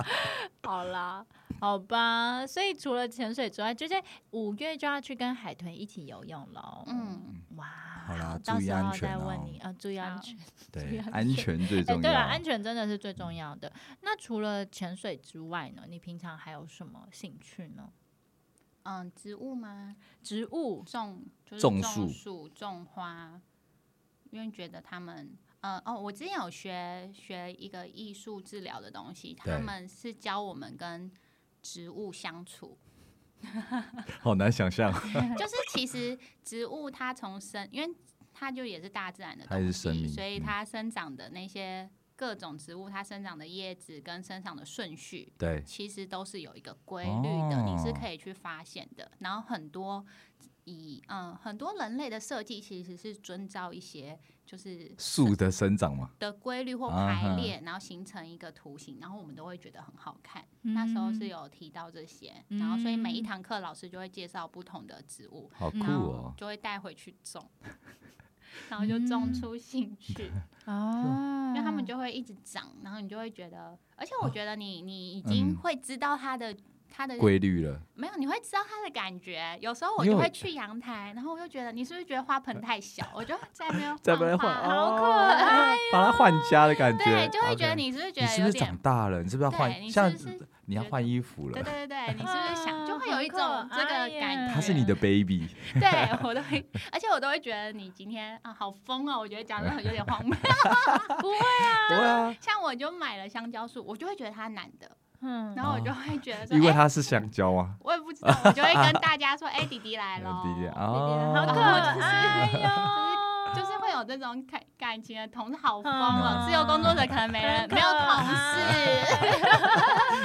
[SPEAKER 2] [laughs] 好啦，好吧，所以除了潜水之外，就是五月就要去跟海豚一起游泳喽。
[SPEAKER 3] 嗯，
[SPEAKER 2] 哇，
[SPEAKER 1] 好啦
[SPEAKER 2] 到
[SPEAKER 1] 注意
[SPEAKER 2] 时候
[SPEAKER 1] 安全
[SPEAKER 2] 再问
[SPEAKER 1] 哦
[SPEAKER 2] 你啊，注意安
[SPEAKER 3] 好
[SPEAKER 2] 全。
[SPEAKER 1] 对，安全最
[SPEAKER 2] 哎，
[SPEAKER 1] 重
[SPEAKER 2] 对了，
[SPEAKER 1] 要。
[SPEAKER 2] 安全真的是最重要的。那除了潜水之外呢，你平常还有什么兴趣呢？
[SPEAKER 3] 嗯，植物吗？
[SPEAKER 2] 植物，
[SPEAKER 3] 种就是
[SPEAKER 1] 种
[SPEAKER 3] 树、
[SPEAKER 1] 树
[SPEAKER 3] 种花，因为觉得他们，呃，哦，我之前有学学一个艺术治疗的东西，他
[SPEAKER 1] 对
[SPEAKER 3] 们是教我们跟植物
[SPEAKER 1] [laughs]
[SPEAKER 3] 相处，
[SPEAKER 1] 好难想象，
[SPEAKER 3] 就是其实植物它从生，因为它就也是大自然的
[SPEAKER 1] 它也是
[SPEAKER 3] 东西，
[SPEAKER 1] 生命
[SPEAKER 3] 所以
[SPEAKER 1] 嗯
[SPEAKER 3] 它生长的那些各种植物，它生长的叶子跟生长的顺序，
[SPEAKER 1] 对，
[SPEAKER 3] 其实都是有一个规律的，你是
[SPEAKER 1] 哦
[SPEAKER 3] 可以去发现的。然后很多以嗯很多人类的设计其实是遵照一些就是
[SPEAKER 1] 树的生长嘛，
[SPEAKER 3] 的规律或
[SPEAKER 1] 啊
[SPEAKER 3] 排
[SPEAKER 1] 哈
[SPEAKER 3] 列，然后形成一个图形，然后我们都会觉得很好看。那时候是
[SPEAKER 2] 嗯
[SPEAKER 3] 有提到这些，然后所以每一堂课老师就会介绍不同的植物，
[SPEAKER 1] 好酷
[SPEAKER 3] 然后
[SPEAKER 1] 哦。
[SPEAKER 3] 就会带回去种， [laughs] 然后就种出兴趣。
[SPEAKER 2] 哦，
[SPEAKER 3] 因为他们就会一直长，然后你就会觉得，而且我觉得你你已
[SPEAKER 1] 哦
[SPEAKER 3] 经
[SPEAKER 1] 嗯
[SPEAKER 3] 会知道它的它
[SPEAKER 2] 嗯
[SPEAKER 3] 的
[SPEAKER 1] 规律了，
[SPEAKER 3] 没有，你会知道它的感觉。有时候我
[SPEAKER 1] 你
[SPEAKER 3] 就
[SPEAKER 1] 有
[SPEAKER 3] 会去阳台，然后我就觉得你是不是觉得花盆
[SPEAKER 1] [laughs]
[SPEAKER 3] 太小，我就在那边
[SPEAKER 1] 在那边
[SPEAKER 3] 晃
[SPEAKER 1] 换，哦
[SPEAKER 2] 好
[SPEAKER 3] 晃
[SPEAKER 2] 可
[SPEAKER 1] 爱，把它换家的感觉，哦
[SPEAKER 3] 对，就会觉得
[SPEAKER 1] OK
[SPEAKER 3] 你是不是觉
[SPEAKER 1] 你
[SPEAKER 3] 得
[SPEAKER 1] 是不
[SPEAKER 3] 有
[SPEAKER 1] 是
[SPEAKER 3] 点
[SPEAKER 1] 长大了？你是不是要
[SPEAKER 3] 对
[SPEAKER 1] 换？
[SPEAKER 3] 你
[SPEAKER 1] 像
[SPEAKER 3] 是不是
[SPEAKER 1] 你要
[SPEAKER 3] 觉
[SPEAKER 1] 换衣服
[SPEAKER 3] 对
[SPEAKER 1] 了，
[SPEAKER 3] 对对对，你是不
[SPEAKER 2] 啊
[SPEAKER 3] 是想就会
[SPEAKER 2] 好
[SPEAKER 3] 有一
[SPEAKER 2] 可
[SPEAKER 3] 种这
[SPEAKER 2] 爱
[SPEAKER 3] 个
[SPEAKER 2] 耶
[SPEAKER 3] 感觉？
[SPEAKER 1] 他是你的 baby，
[SPEAKER 3] 对我都会，而且我都会觉得你今天啊好疯哦，我觉得讲的有点
[SPEAKER 1] [laughs]
[SPEAKER 3] 荒谬。
[SPEAKER 2] 不会，
[SPEAKER 1] 对啊，
[SPEAKER 3] 像我就买了香蕉树，我就会觉得它难的，
[SPEAKER 2] 嗯，
[SPEAKER 3] 然后我就会觉得
[SPEAKER 1] [laughs]
[SPEAKER 3] 说，
[SPEAKER 1] 因为
[SPEAKER 3] 哎
[SPEAKER 1] 他是香蕉啊，
[SPEAKER 3] 我也不知道，我就会跟大家说，哎、弟弟来
[SPEAKER 1] [laughs]
[SPEAKER 3] 了，
[SPEAKER 1] 弟弟
[SPEAKER 2] 好可
[SPEAKER 1] 啊，
[SPEAKER 2] 爱
[SPEAKER 3] [laughs]
[SPEAKER 2] 哟，
[SPEAKER 3] 就是会有这种感感情的同事，好疯
[SPEAKER 2] 嗯
[SPEAKER 3] 哦！自由工作者可能没人没有同事，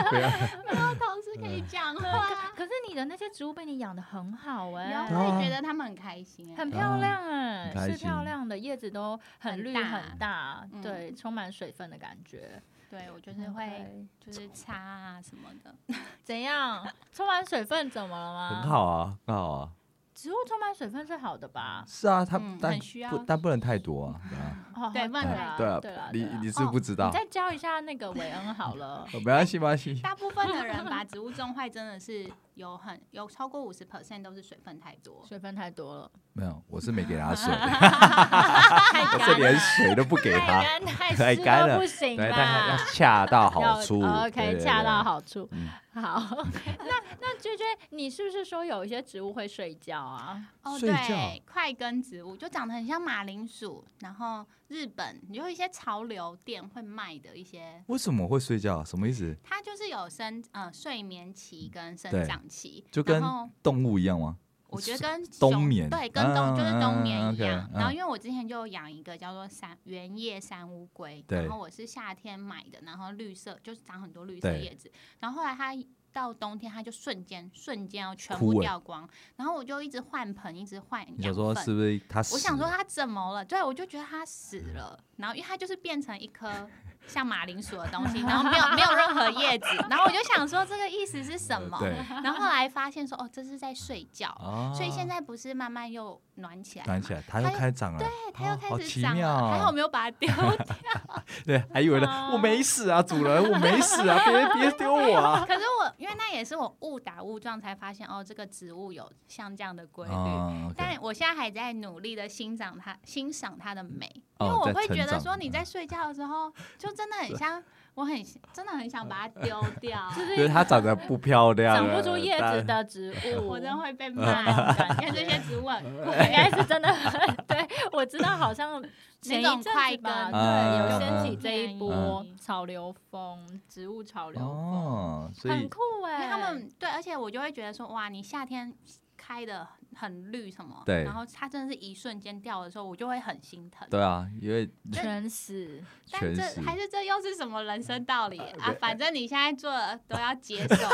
[SPEAKER 1] 对
[SPEAKER 3] [laughs]
[SPEAKER 1] 啊，
[SPEAKER 3] 没有同事可
[SPEAKER 1] 嗯
[SPEAKER 3] 以讲话，
[SPEAKER 2] 可是你的那些植物被你养的很好
[SPEAKER 3] 然
[SPEAKER 2] 哎、
[SPEAKER 3] 后我也觉得他们很开心哎。
[SPEAKER 2] 很漂亮哎、
[SPEAKER 1] 哦很开
[SPEAKER 2] 是
[SPEAKER 1] 心
[SPEAKER 2] 漂亮的，叶子都很绿
[SPEAKER 3] 很大
[SPEAKER 2] 很大，
[SPEAKER 3] 嗯
[SPEAKER 2] 对，充满水分的感觉。
[SPEAKER 3] 对我就是会就是擦啊什么的，
[SPEAKER 2] 怎样？充满水分怎么了吗？
[SPEAKER 1] 很，好啊，很好啊，
[SPEAKER 2] 植物充满水分是好的吧？
[SPEAKER 1] 是啊，他
[SPEAKER 3] 嗯
[SPEAKER 1] 但
[SPEAKER 3] 很需要
[SPEAKER 1] 不但不能太多啊，对啊
[SPEAKER 2] 哦，
[SPEAKER 3] 对不能
[SPEAKER 2] 啦
[SPEAKER 1] 对
[SPEAKER 2] 对
[SPEAKER 1] 啊
[SPEAKER 2] 啦，
[SPEAKER 1] 你
[SPEAKER 2] 对啦
[SPEAKER 1] 你是不知
[SPEAKER 2] 哦
[SPEAKER 1] 道哦
[SPEAKER 2] 你，再教一下那个韦恩好了。
[SPEAKER 1] [laughs] 没关系，没关系，
[SPEAKER 3] 大部分的人把植物种坏真的是有很有超过五十 percent 都是水分太多。
[SPEAKER 2] 水分太多
[SPEAKER 3] [laughs]
[SPEAKER 2] 了，
[SPEAKER 1] 没有，我是没给他水，
[SPEAKER 2] 太
[SPEAKER 1] 我
[SPEAKER 2] 干
[SPEAKER 1] 是连
[SPEAKER 2] 了
[SPEAKER 1] 水都不给
[SPEAKER 2] 太
[SPEAKER 3] [laughs]
[SPEAKER 1] 他，
[SPEAKER 2] 干太
[SPEAKER 1] 太
[SPEAKER 2] 湿
[SPEAKER 1] 干
[SPEAKER 2] 都
[SPEAKER 1] 了
[SPEAKER 2] 不行
[SPEAKER 1] 对，但
[SPEAKER 2] 啦
[SPEAKER 1] 要。恰到
[SPEAKER 2] 要
[SPEAKER 1] 好处。
[SPEAKER 2] 哦
[SPEAKER 1] 对
[SPEAKER 2] ，OK，恰到。好处
[SPEAKER 1] 嗯。
[SPEAKER 2] 好， [laughs] 那那娟娟，你是不是说有一些植物会睡觉啊？
[SPEAKER 3] 哦，
[SPEAKER 1] 睡
[SPEAKER 3] 对
[SPEAKER 1] 觉，
[SPEAKER 3] 块根植物就长得很像马铃薯，然后日本有一些潮流店会卖的一些，
[SPEAKER 1] 为什么会睡觉？什么意思？
[SPEAKER 3] 它就是有生呃睡眠期跟生
[SPEAKER 1] 对
[SPEAKER 3] 长期，
[SPEAKER 1] 就
[SPEAKER 3] 然
[SPEAKER 1] 跟
[SPEAKER 3] 后
[SPEAKER 1] 动物一样吗？
[SPEAKER 3] 我觉得跟
[SPEAKER 1] 冬
[SPEAKER 3] 熊
[SPEAKER 1] 眠
[SPEAKER 3] 对，跟冬、就是
[SPEAKER 1] 啊
[SPEAKER 3] 冬眠一
[SPEAKER 1] ，OK，
[SPEAKER 3] 样。然
[SPEAKER 1] 啊
[SPEAKER 3] 后因为我之前就有养一个叫做山原叶山乌龟，
[SPEAKER 1] 对
[SPEAKER 3] 然后我是夏天买的，然后绿色就是长很多绿色
[SPEAKER 1] 对
[SPEAKER 3] 叶子，然后后来它。到冬天，它就瞬间瞬间要全
[SPEAKER 1] 枯
[SPEAKER 3] 部
[SPEAKER 1] 萎
[SPEAKER 3] 掉光，然后我就一直换盆，一直换
[SPEAKER 1] 你想
[SPEAKER 3] 养
[SPEAKER 1] 说
[SPEAKER 3] 分
[SPEAKER 1] 是不是他死了？
[SPEAKER 3] 我想说它怎么了？对，我就觉得它死了，然后因为它就是变成一颗像马铃薯的东西，然后没有没有任何叶子，然后我就想说这个意思是什
[SPEAKER 1] 呃
[SPEAKER 3] 么？
[SPEAKER 1] 对，
[SPEAKER 3] 然后后来发现说哦，这是在睡觉，
[SPEAKER 1] 啊
[SPEAKER 3] 所以现在不是慢慢又暖起来了
[SPEAKER 1] 暖
[SPEAKER 3] 吗，
[SPEAKER 1] 起来，它又
[SPEAKER 3] 它又
[SPEAKER 1] 开始长了，
[SPEAKER 3] 对，它
[SPEAKER 1] 哦
[SPEAKER 3] 又
[SPEAKER 1] 好
[SPEAKER 3] 开始
[SPEAKER 1] 奇
[SPEAKER 3] 长
[SPEAKER 1] 妙
[SPEAKER 3] 了，还好
[SPEAKER 1] 哦。
[SPEAKER 3] 没有把
[SPEAKER 1] [laughs]
[SPEAKER 3] 它丢掉。
[SPEAKER 1] 对，还以为呢，
[SPEAKER 2] 啊
[SPEAKER 1] 我没死啊，主人，我没死
[SPEAKER 3] [laughs]
[SPEAKER 1] 啊，别别丢我啊。
[SPEAKER 3] 可是我因为那也是我误打误撞才发现哦，这个植物有像这样的规律。
[SPEAKER 1] 啊，OK，
[SPEAKER 3] 但我现在还在努力的欣赏它，欣赏它的美，
[SPEAKER 1] 哦
[SPEAKER 3] 因为我
[SPEAKER 1] 在
[SPEAKER 3] 会
[SPEAKER 1] 成
[SPEAKER 3] 觉得
[SPEAKER 1] 长嗯
[SPEAKER 3] 说你在睡觉的时候，就真的很像，我很真的很想把它丢掉， [laughs] 就
[SPEAKER 1] 就是它长得不漂亮，
[SPEAKER 2] 长不出叶子
[SPEAKER 1] 但
[SPEAKER 2] 的植 [laughs] 物，
[SPEAKER 3] 我真
[SPEAKER 1] [laughs]
[SPEAKER 3] 的会被
[SPEAKER 2] 那
[SPEAKER 3] 骂。
[SPEAKER 2] 种感
[SPEAKER 3] 你看这
[SPEAKER 2] 觉
[SPEAKER 3] 些植物很，
[SPEAKER 2] 啊我应该是真的很，对我知道，好像前一阵子
[SPEAKER 3] 快
[SPEAKER 2] 吧，
[SPEAKER 3] 根
[SPEAKER 2] 对，有
[SPEAKER 1] 嗯
[SPEAKER 2] 掀
[SPEAKER 1] 嗯
[SPEAKER 2] 起
[SPEAKER 1] 嗯
[SPEAKER 2] 这一
[SPEAKER 3] 嗯
[SPEAKER 2] 波
[SPEAKER 3] 嗯
[SPEAKER 2] 潮流风，植物潮流风，
[SPEAKER 1] 哦，所
[SPEAKER 2] 很
[SPEAKER 1] 以
[SPEAKER 2] 酷哎、
[SPEAKER 3] 因为他们对，而且我就会觉得说，哇，你夏天开的很绿什么，
[SPEAKER 1] 对
[SPEAKER 3] 然后它真的是一瞬间掉的时候，我就会很心疼。
[SPEAKER 1] 对啊，因为
[SPEAKER 2] 全死，
[SPEAKER 3] 但
[SPEAKER 1] 全
[SPEAKER 3] 这
[SPEAKER 1] 死
[SPEAKER 3] 还是这又是什么人生道理啊？反正你现在做的都要接受，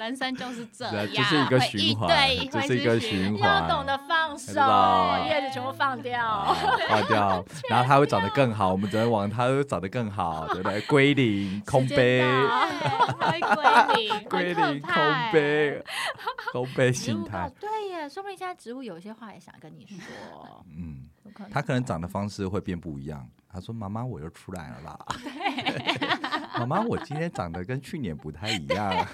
[SPEAKER 3] 人生就是这
[SPEAKER 1] 对啊
[SPEAKER 3] 样，
[SPEAKER 1] 就是一个
[SPEAKER 3] 会
[SPEAKER 1] 循
[SPEAKER 3] 遇
[SPEAKER 1] 环
[SPEAKER 3] 对，
[SPEAKER 1] 就
[SPEAKER 3] 会
[SPEAKER 1] 是一个循
[SPEAKER 3] 环。
[SPEAKER 2] 要懂得放手
[SPEAKER 1] 知道，
[SPEAKER 2] 叶子全部放掉
[SPEAKER 1] 啊。化
[SPEAKER 3] [laughs]
[SPEAKER 1] 掉，然后它会长得更好，我们只能往它长得更好，对不对？归零，空
[SPEAKER 2] 时间
[SPEAKER 1] 杯，
[SPEAKER 3] 对，它会
[SPEAKER 1] [laughs] 归
[SPEAKER 3] 归零，很可
[SPEAKER 1] 零，
[SPEAKER 3] 怕
[SPEAKER 1] 空
[SPEAKER 3] 欸
[SPEAKER 1] 杯，空杯
[SPEAKER 2] 植
[SPEAKER 1] 心
[SPEAKER 2] 物告
[SPEAKER 1] 态，
[SPEAKER 2] 对耶，说不定现在植物有一些话也想跟你 [laughs] 说，
[SPEAKER 1] 嗯。
[SPEAKER 2] 有可能。
[SPEAKER 1] 他可能长的方式会变不一样。他说：“妈妈，我又出来了啦。” [laughs] 妈妈，我今天长得跟去年不太一样，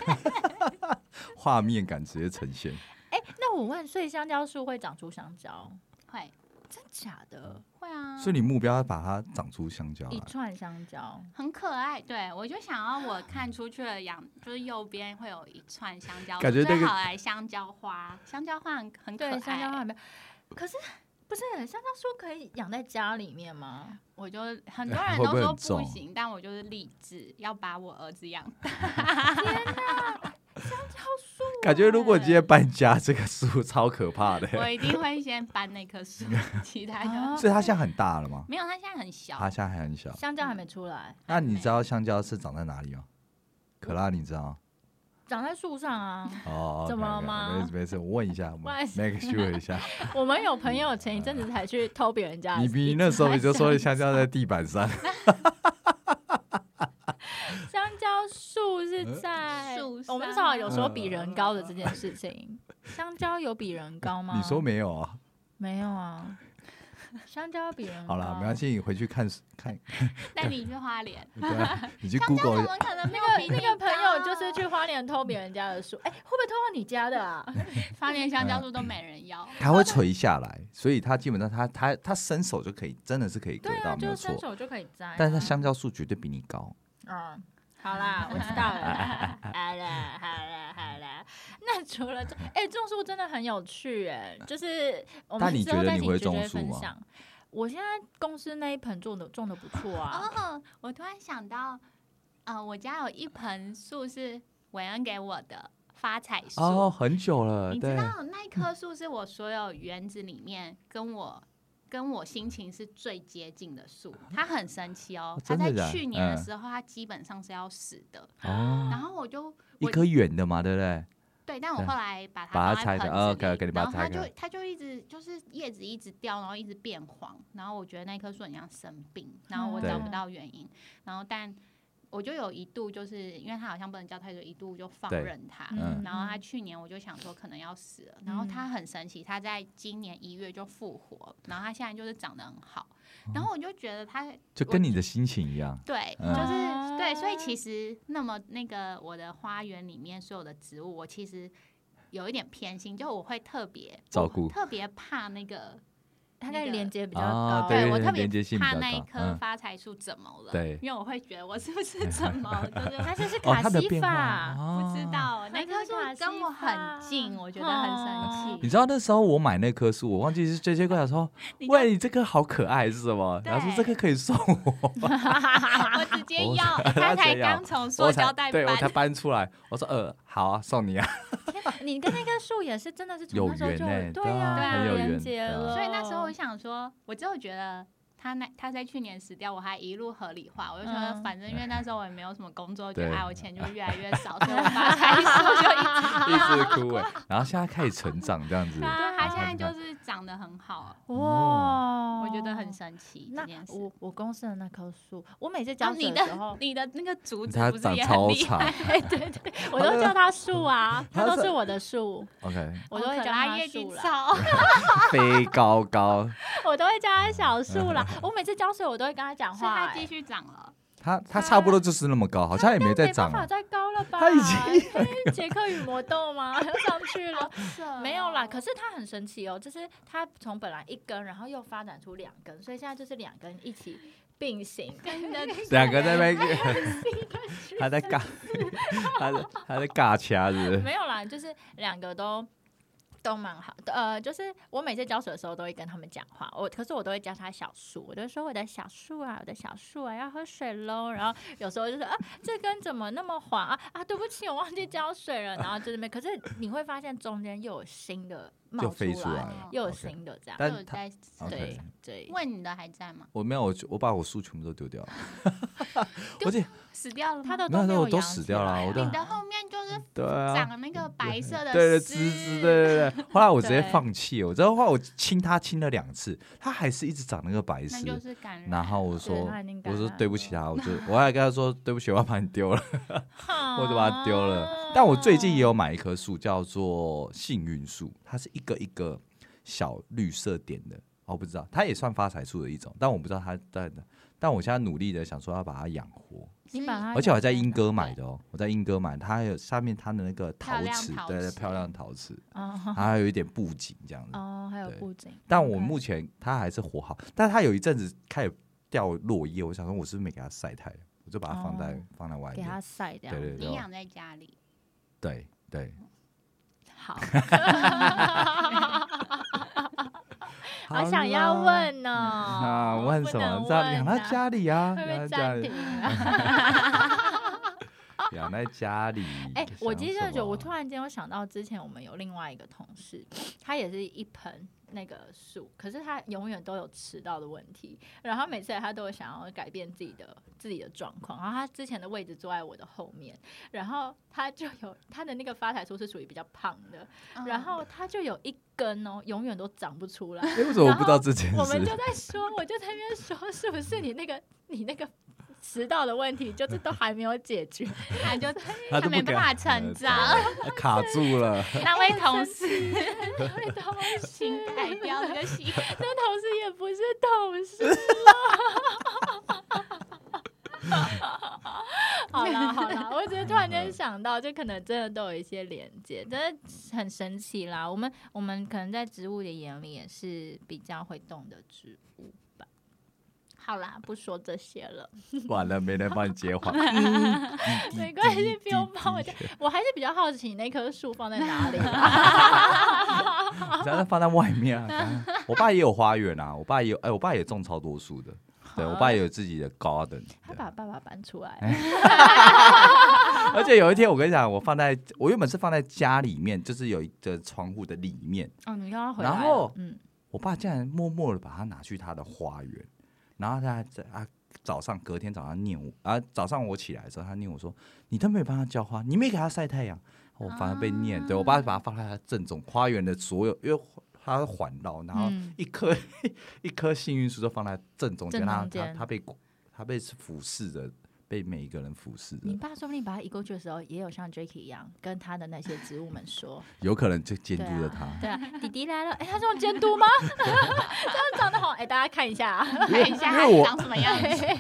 [SPEAKER 1] 画面感直接呈现。
[SPEAKER 2] 哎、那我问，所以香蕉树会长出香蕉？
[SPEAKER 3] 会
[SPEAKER 2] 真假的？
[SPEAKER 3] 会啊，
[SPEAKER 1] 所以你目标要把它长出香蕉
[SPEAKER 2] 一
[SPEAKER 1] 来。
[SPEAKER 2] 串香蕉，
[SPEAKER 3] 很可爱。对我就想要我看出去的养，就是右边会有一串香蕉，
[SPEAKER 1] 感觉那个
[SPEAKER 3] 最好来香蕉花，香蕉花很很可
[SPEAKER 2] 对，
[SPEAKER 3] 爱。
[SPEAKER 2] 香蕉花没有。可是不是香蕉树可以养在家里面吗？
[SPEAKER 3] 我就很多人
[SPEAKER 1] 哎会不
[SPEAKER 3] 都
[SPEAKER 1] 会
[SPEAKER 3] 说
[SPEAKER 1] 很重啊
[SPEAKER 3] 不行，但我就是立志要把我儿
[SPEAKER 1] [laughs]
[SPEAKER 3] 子养大。
[SPEAKER 1] [laughs] 感觉如
[SPEAKER 2] 啊
[SPEAKER 3] 欸
[SPEAKER 1] 果今天搬家，这个树超可怕的。
[SPEAKER 3] 我一定会先搬那棵树，其他
[SPEAKER 2] 啊
[SPEAKER 3] 的
[SPEAKER 1] 所以它现在很大了吗？
[SPEAKER 3] 没有。它现在很小，
[SPEAKER 1] 它现在还很小。
[SPEAKER 2] 香蕉还没出来，
[SPEAKER 1] 那你知道香蕉是长在哪里吗？可拉，你知道？
[SPEAKER 2] 长在树上啊。
[SPEAKER 1] 哦，
[SPEAKER 2] 怎么了
[SPEAKER 1] OK，OK，
[SPEAKER 2] 吗
[SPEAKER 1] 没事没事，我问一下，我
[SPEAKER 2] 不
[SPEAKER 1] 们
[SPEAKER 2] 好意思
[SPEAKER 1] make sure 一下。
[SPEAKER 2] 我们有朋友前一阵子才去偷别人家的
[SPEAKER 1] 你
[SPEAKER 2] 一串香蕉，
[SPEAKER 1] 比那时候你就说香蕉
[SPEAKER 2] 啊
[SPEAKER 1] 在地板上，
[SPEAKER 2] 香蕉树
[SPEAKER 1] 嗯
[SPEAKER 2] 是在
[SPEAKER 3] 树
[SPEAKER 2] 我们
[SPEAKER 3] 上
[SPEAKER 2] 至少有说比人高的这件事情。香蕉有比人高吗？
[SPEAKER 1] 你说没有啊？
[SPEAKER 2] 没有啊？香蕉比人高
[SPEAKER 1] 好了，没关。系，你回去看看，
[SPEAKER 3] 带你去花
[SPEAKER 1] [laughs]
[SPEAKER 3] 莲。
[SPEAKER 1] 对
[SPEAKER 2] [laughs]
[SPEAKER 1] 啊，你去
[SPEAKER 3] 香蕉
[SPEAKER 1] Google
[SPEAKER 3] 怎
[SPEAKER 1] 一下
[SPEAKER 3] 么可能没有
[SPEAKER 2] 那
[SPEAKER 3] 比
[SPEAKER 2] 个那
[SPEAKER 3] 你
[SPEAKER 2] 个朋友就是
[SPEAKER 3] 高
[SPEAKER 2] 去花莲偷别人家的树，哎、会不会偷到你家
[SPEAKER 1] [laughs]
[SPEAKER 2] 的啊？
[SPEAKER 3] 花莲香
[SPEAKER 1] 嗯
[SPEAKER 3] 蕉树都没人
[SPEAKER 2] [laughs] 哦
[SPEAKER 3] 要，
[SPEAKER 1] 它会垂下来，所以它基本上它它它伸手就可以，真的是可以割
[SPEAKER 2] 对
[SPEAKER 1] 到，
[SPEAKER 2] 啊，
[SPEAKER 1] 没
[SPEAKER 2] 就
[SPEAKER 1] 有
[SPEAKER 2] 是伸
[SPEAKER 1] 错。
[SPEAKER 2] 手就可以摘、啊。
[SPEAKER 1] 但是香蕉树绝对比你高，
[SPEAKER 2] 嗯，
[SPEAKER 1] [laughs]
[SPEAKER 2] 好啦，我知道了，好啦， [laughs] 好啦，好啦。那除了
[SPEAKER 1] [laughs]
[SPEAKER 2] 这，哎、种树真的很有趣、哎，就是我
[SPEAKER 1] 但
[SPEAKER 2] 们
[SPEAKER 1] 你
[SPEAKER 2] 之后
[SPEAKER 1] 觉得
[SPEAKER 2] 再
[SPEAKER 1] 你
[SPEAKER 2] 请
[SPEAKER 1] 会
[SPEAKER 2] 娟
[SPEAKER 1] 种
[SPEAKER 2] 娟
[SPEAKER 1] 树
[SPEAKER 2] 分
[SPEAKER 1] 吗
[SPEAKER 2] 享。我现在公司那一盆种的种的不错啊，
[SPEAKER 3] 哦，我突然想到，呃，我家有一盆树是韦恩给我的发财树。
[SPEAKER 1] 哦，很久了，
[SPEAKER 3] 你知
[SPEAKER 1] 对，
[SPEAKER 3] 道那一棵树是我所有园子里面跟我跟我心情是最接近的树，它很神奇哦
[SPEAKER 1] 哦。
[SPEAKER 3] 它
[SPEAKER 1] 真的
[SPEAKER 3] 在
[SPEAKER 1] 假的
[SPEAKER 3] 去年的
[SPEAKER 1] 嗯
[SPEAKER 3] 时候，它基本上是要死的。
[SPEAKER 1] 哦，
[SPEAKER 3] 然后我就
[SPEAKER 1] 一
[SPEAKER 3] 我
[SPEAKER 1] 颗圆的嘛，对不对？
[SPEAKER 3] 对，但我
[SPEAKER 1] 嗯
[SPEAKER 3] 后来把它
[SPEAKER 1] 把它
[SPEAKER 3] 放在
[SPEAKER 1] 拆
[SPEAKER 3] 盆
[SPEAKER 1] 的
[SPEAKER 3] 子
[SPEAKER 1] 哦
[SPEAKER 3] 里
[SPEAKER 1] ，OK，OK，你把
[SPEAKER 3] 然后
[SPEAKER 1] 它拆
[SPEAKER 3] 它
[SPEAKER 1] 开
[SPEAKER 3] 就它就一直就是叶子一直掉，然后一直变黄，然后我觉得那棵树很像生病，然后我找
[SPEAKER 1] 嗯对
[SPEAKER 3] 不到原因，然后但我就有一度就是因为它好像不能浇太久，一度就放
[SPEAKER 1] 对
[SPEAKER 3] 任它。
[SPEAKER 1] 嗯
[SPEAKER 3] 然后它去年我就想说可能要死了，然后它很神奇，它在今年一月就复活，然后它现在就是长得很好，
[SPEAKER 1] 哦
[SPEAKER 3] 然后我就觉得它
[SPEAKER 1] 就跟你的心情一样，
[SPEAKER 3] 对，
[SPEAKER 1] 嗯
[SPEAKER 3] 就是对，所以
[SPEAKER 2] 啊
[SPEAKER 3] 其实那么那个我的花园里面所有的植物，我其实有一点偏心，就我会特别
[SPEAKER 1] 照顾
[SPEAKER 3] 我特别怕那个，
[SPEAKER 2] 它
[SPEAKER 3] 那
[SPEAKER 2] 在
[SPEAKER 3] 个
[SPEAKER 2] 连接比较
[SPEAKER 1] 啊
[SPEAKER 2] 高，
[SPEAKER 1] 对
[SPEAKER 3] 我
[SPEAKER 1] 对
[SPEAKER 3] 特
[SPEAKER 1] 连接
[SPEAKER 3] 别
[SPEAKER 1] 性比
[SPEAKER 3] 怕
[SPEAKER 1] 较
[SPEAKER 3] 那一
[SPEAKER 1] 高
[SPEAKER 3] 棵
[SPEAKER 1] 嗯
[SPEAKER 3] 发财树怎么了？
[SPEAKER 1] 对
[SPEAKER 3] 因为我会觉得我是
[SPEAKER 1] [laughs]
[SPEAKER 3] 不是怎么
[SPEAKER 2] [laughs]
[SPEAKER 3] 了，就是
[SPEAKER 2] 它这是
[SPEAKER 1] 哦，
[SPEAKER 2] 卡
[SPEAKER 1] 它的
[SPEAKER 2] 西
[SPEAKER 1] 变
[SPEAKER 2] 法，
[SPEAKER 1] 化
[SPEAKER 3] 不知。
[SPEAKER 1] 哦
[SPEAKER 3] 道，那
[SPEAKER 2] 那
[SPEAKER 3] 棵
[SPEAKER 2] 棵
[SPEAKER 3] 树
[SPEAKER 2] 树
[SPEAKER 3] 跟我很近，
[SPEAKER 2] 哦
[SPEAKER 3] 我觉得很生
[SPEAKER 1] 你
[SPEAKER 3] 气。
[SPEAKER 1] 知道那时候我买那棵树，我忘记是 J J 跟我讲说，
[SPEAKER 3] 你
[SPEAKER 1] 喂，你这棵好可爱是什么？
[SPEAKER 3] 对
[SPEAKER 1] 然后说这个可以送我，
[SPEAKER 3] [laughs] 我直接
[SPEAKER 1] 我 [laughs]
[SPEAKER 3] 要，
[SPEAKER 1] 我
[SPEAKER 3] 他才
[SPEAKER 1] 才要
[SPEAKER 3] 刚从塑
[SPEAKER 1] 我
[SPEAKER 3] 胶
[SPEAKER 1] 才
[SPEAKER 3] 袋
[SPEAKER 1] 对我才
[SPEAKER 3] 搬，
[SPEAKER 1] 搬出来。我说呃，好啊，送你啊。
[SPEAKER 2] [laughs]
[SPEAKER 1] [laughs]
[SPEAKER 2] 天哪，你跟那棵树也是真的是从
[SPEAKER 1] 有
[SPEAKER 2] 那时候
[SPEAKER 1] 缘
[SPEAKER 2] 就
[SPEAKER 1] 欸
[SPEAKER 2] 对
[SPEAKER 1] 对啊
[SPEAKER 2] 呀，
[SPEAKER 3] 很
[SPEAKER 1] 有缘
[SPEAKER 2] 连接
[SPEAKER 1] 对啊
[SPEAKER 2] 了。
[SPEAKER 3] 所以那时候我想说，我只有觉得。他那他在去年死掉，我还一路合理化，我就觉得
[SPEAKER 2] 嗯
[SPEAKER 3] 反正因为那时候我也没有什么工作，就
[SPEAKER 1] 对
[SPEAKER 3] 哎我钱就越来越 [laughs] 少，所以我发财树就一直
[SPEAKER 1] 一直枯萎，然后现在开始成长这样子
[SPEAKER 3] 对。啊，他
[SPEAKER 1] 好
[SPEAKER 3] 现在
[SPEAKER 1] 你
[SPEAKER 3] 就
[SPEAKER 1] 看
[SPEAKER 3] 是长得很好，
[SPEAKER 1] 哦
[SPEAKER 2] 哇，
[SPEAKER 3] 我觉得很神奇这
[SPEAKER 2] 那
[SPEAKER 3] 件事。
[SPEAKER 2] 我我公司的那棵树，我每次
[SPEAKER 3] 然
[SPEAKER 2] 浇
[SPEAKER 3] 后你
[SPEAKER 2] 水哦的时
[SPEAKER 3] 的
[SPEAKER 2] 候，
[SPEAKER 3] 你的那个竹子
[SPEAKER 1] 它
[SPEAKER 3] 不是
[SPEAKER 1] 长
[SPEAKER 3] 也很
[SPEAKER 1] 超
[SPEAKER 3] 厉
[SPEAKER 1] 长
[SPEAKER 3] 害？
[SPEAKER 2] 我都叫它树啊，
[SPEAKER 1] 它
[SPEAKER 2] 它都
[SPEAKER 1] 是
[SPEAKER 2] 是我的树，
[SPEAKER 1] [laughs] ，OK，
[SPEAKER 2] 我都会
[SPEAKER 3] 可
[SPEAKER 2] 叫
[SPEAKER 3] 拉
[SPEAKER 2] 它
[SPEAKER 3] 叶
[SPEAKER 2] 树
[SPEAKER 3] 金
[SPEAKER 2] 啦，
[SPEAKER 3] 草，
[SPEAKER 1] 飞高高，
[SPEAKER 2] 我都会叫它小树啦。
[SPEAKER 1] 嗯
[SPEAKER 2] 我每次浇水，我都会跟它讲
[SPEAKER 3] [laughs] 是
[SPEAKER 2] 话
[SPEAKER 3] 它
[SPEAKER 2] 欸，
[SPEAKER 3] 继续长了。
[SPEAKER 1] 它它差不多就是那么高，好像也没 [laughs] 在长啊
[SPEAKER 2] 没办法
[SPEAKER 1] 了。
[SPEAKER 2] 再
[SPEAKER 1] [laughs]
[SPEAKER 2] 高了吧？
[SPEAKER 1] 它
[SPEAKER 2] [laughs]
[SPEAKER 1] 已经
[SPEAKER 2] 经杰克与魔豆吗？ [laughs] 又上去了。没有啦，可
[SPEAKER 3] 是哦
[SPEAKER 2] 是它很神奇哦，就是它从本来一根，然后又发展出两根，所以现在就是两根一起并行。 [laughs]
[SPEAKER 3] 跟你的
[SPEAKER 1] 两个在那边， [laughs] 他在尬，他在他在尬掐是不是？
[SPEAKER 2] 没有啦，就是两个都都蛮好的。呃，就是我每次浇水的时候都会跟他们讲话，我可是我都会叫他小树，我就说我的小树啊，我的小树啊，要喝水喽。然后有时候就说啊，这根怎么那么滑啊？啊，对不起，我忘记浇水了。然后就是没，可是你会发现中间又有新的冒
[SPEAKER 1] 就飞出
[SPEAKER 2] 出
[SPEAKER 1] 来
[SPEAKER 2] 来，
[SPEAKER 1] 了，
[SPEAKER 2] 又有
[SPEAKER 1] OK
[SPEAKER 2] 新的这样。
[SPEAKER 1] 但
[SPEAKER 3] 就
[SPEAKER 1] 它
[SPEAKER 3] 在
[SPEAKER 1] OK
[SPEAKER 2] 对对，
[SPEAKER 3] 问你的还在吗？
[SPEAKER 1] 我没有，我就我把我树全部都丢掉了， [laughs] 而且
[SPEAKER 3] 死掉了吗
[SPEAKER 2] 它的
[SPEAKER 1] 没有
[SPEAKER 2] 都没
[SPEAKER 1] 那我
[SPEAKER 2] 有
[SPEAKER 1] 都
[SPEAKER 2] 养
[SPEAKER 1] 死
[SPEAKER 2] 起
[SPEAKER 1] 掉了
[SPEAKER 2] 来
[SPEAKER 1] 我
[SPEAKER 2] 啊
[SPEAKER 1] 都 [laughs]
[SPEAKER 3] 你的后面就是
[SPEAKER 1] 对啊，
[SPEAKER 3] 长那个白色的
[SPEAKER 1] 对对，
[SPEAKER 3] 丝
[SPEAKER 1] 枝枝，对对对。后来我直
[SPEAKER 3] [laughs]
[SPEAKER 1] 接
[SPEAKER 2] 对
[SPEAKER 1] 放弃了，我知道后来我亲它亲了两次，它还是一直长那个白
[SPEAKER 3] 那
[SPEAKER 1] 丝。
[SPEAKER 3] 就是感染。
[SPEAKER 1] 然后我
[SPEAKER 2] 对
[SPEAKER 1] 说
[SPEAKER 2] 它已经，感
[SPEAKER 1] 我说
[SPEAKER 2] 染
[SPEAKER 1] 对不起啊他，我
[SPEAKER 3] [laughs]
[SPEAKER 1] 就我还跟他说对不起，我要把你丢了， [laughs] 我
[SPEAKER 3] 哦
[SPEAKER 2] 我
[SPEAKER 1] 就把它丢
[SPEAKER 2] 哦
[SPEAKER 1] 了。但我最近也有买一棵树，叫做幸运树，它是一个一个小绿色点的，哦，不知道，它也算发财树的一种，但我不知道它在哪。但我现在努力的想说要把它养活，
[SPEAKER 2] 你把它，
[SPEAKER 1] 而且我还在
[SPEAKER 2] 英
[SPEAKER 1] 英
[SPEAKER 2] 哥
[SPEAKER 1] 哥买的哦，我在英哥买，它还有下面它的那个陶
[SPEAKER 3] 漂亮
[SPEAKER 1] 瓷，
[SPEAKER 3] 陶
[SPEAKER 1] 对对，
[SPEAKER 3] 瓷
[SPEAKER 1] 漂亮陶瓷，
[SPEAKER 2] 哦
[SPEAKER 1] 它还有一点布景这样子。
[SPEAKER 2] 哦，还有
[SPEAKER 1] 对
[SPEAKER 2] 布景，
[SPEAKER 1] 但我
[SPEAKER 2] OK
[SPEAKER 1] 目前它还是活好，但它有一阵子开始掉落叶，我想说我是不是没给它晒太阳，我就把它放在、
[SPEAKER 2] 哦
[SPEAKER 1] 放在外
[SPEAKER 2] 给它
[SPEAKER 1] 面。
[SPEAKER 2] 晒掉。
[SPEAKER 1] 对对
[SPEAKER 3] 你
[SPEAKER 1] 对
[SPEAKER 3] 养在家里，
[SPEAKER 1] 对对， [laughs]
[SPEAKER 2] 好，
[SPEAKER 1] 好
[SPEAKER 2] 好想要
[SPEAKER 1] 啦
[SPEAKER 2] 问呢、 [laughs]
[SPEAKER 1] 啊，
[SPEAKER 2] 不
[SPEAKER 1] 问什
[SPEAKER 2] 能
[SPEAKER 1] 么？这样养
[SPEAKER 2] 问
[SPEAKER 1] 在
[SPEAKER 2] 啊
[SPEAKER 1] 家里啊，
[SPEAKER 2] 会
[SPEAKER 1] 养
[SPEAKER 2] 被
[SPEAKER 1] 在家
[SPEAKER 2] 暂
[SPEAKER 1] 里
[SPEAKER 2] 停，
[SPEAKER 1] [laughs]
[SPEAKER 2] 啊。
[SPEAKER 1] 养在家里。
[SPEAKER 2] [laughs] 哎、我
[SPEAKER 1] 想
[SPEAKER 2] 今天
[SPEAKER 1] 什
[SPEAKER 2] 就我
[SPEAKER 1] 么
[SPEAKER 2] 突然间我想到之前我们有另外一个同事，他也是一盆那个树，可是他永远都有迟到的问题，然后每次来他都有想要改变自己的自己的状况，然后他之前的位置坐在我的后面，然后他就有他的那个发财树是属于比较胖的，
[SPEAKER 3] 嗯
[SPEAKER 2] 然 [laughs] 后他就有一根哦，永远都长不出来。
[SPEAKER 1] 哎为什么我
[SPEAKER 2] 然
[SPEAKER 1] 不知道
[SPEAKER 2] 后
[SPEAKER 1] 这 [laughs] 件
[SPEAKER 2] [laughs] 我们就
[SPEAKER 1] 事？
[SPEAKER 2] 在说，我就在那边说，是不是你那个你那个迟到的问题，就是都还没有解决？
[SPEAKER 3] 他就
[SPEAKER 1] 他都
[SPEAKER 3] 没
[SPEAKER 1] 不
[SPEAKER 3] 办
[SPEAKER 1] 敢
[SPEAKER 3] 法成
[SPEAKER 1] 呃
[SPEAKER 3] 长，
[SPEAKER 1] 对卡住了。
[SPEAKER 2] [laughs]
[SPEAKER 3] 那位同事
[SPEAKER 2] 对，同事，
[SPEAKER 3] 请改掉这个
[SPEAKER 1] [laughs]
[SPEAKER 3] 习惯。
[SPEAKER 2] 那同事也不是同事了。 [laughs] 好啦好啦，我只是突然间想到，就可能真的都有一些连接，真的很神奇啦。我们我们可能在植物的眼里也是比较会动的植物吧。好啦，不说这些了。
[SPEAKER 1] [laughs] 完了，没人帮你接
[SPEAKER 2] [laughs]
[SPEAKER 1] 话。
[SPEAKER 2] 没关系
[SPEAKER 1] 滴
[SPEAKER 2] 不用帮我。
[SPEAKER 1] 滴滴滴
[SPEAKER 2] 我还是比较好奇那棵树放在
[SPEAKER 1] [laughs]
[SPEAKER 2] 哪里、
[SPEAKER 1] 你让它放在外面
[SPEAKER 2] [laughs]
[SPEAKER 1] 啊。我爸也有花园啊，我爸也有，哎，我爸也种超多树的。对我爸也有自己的 garden，
[SPEAKER 2] 他
[SPEAKER 1] 对
[SPEAKER 2] 把爸爸搬出来，
[SPEAKER 1] 而且有一天我跟你讲，我放在我原本是放在家里面，就是有一个窗户的里面，
[SPEAKER 2] 哦，你刚刚回来了，
[SPEAKER 1] 然后
[SPEAKER 2] 嗯，
[SPEAKER 1] 我爸竟然默默的把它拿去他的花园，然后他在啊早上隔天早上念我啊早上我起来的时候，他念我说你都没有帮他浇花，你没给他晒太阳，我反而被念，对我爸把它放在他正中花园的所有，因为他是环绕，然后
[SPEAKER 2] 嗯
[SPEAKER 1] 一棵、 [laughs] 一棵幸运树都放在正中间，
[SPEAKER 2] 正
[SPEAKER 1] 让
[SPEAKER 2] 中
[SPEAKER 1] 他他
[SPEAKER 2] 间
[SPEAKER 1] 他被他被俯视着，被每一个人俯视着
[SPEAKER 2] 你，爸说不定把他移过去的时候，也有像 Jacky 一样跟他的那些植物
[SPEAKER 1] [laughs]
[SPEAKER 2] 们说，
[SPEAKER 1] 有可能就监
[SPEAKER 2] 对
[SPEAKER 1] 督着
[SPEAKER 2] 啊
[SPEAKER 1] 他。
[SPEAKER 2] 对啊，弟弟来了，哎、他这种监
[SPEAKER 1] [laughs]
[SPEAKER 2] 督吗？这样长得好，哎、大家看一下、啊，
[SPEAKER 3] 看一下
[SPEAKER 1] 因
[SPEAKER 3] 它
[SPEAKER 1] 为我
[SPEAKER 3] 长什么样子， [laughs]
[SPEAKER 1] 哦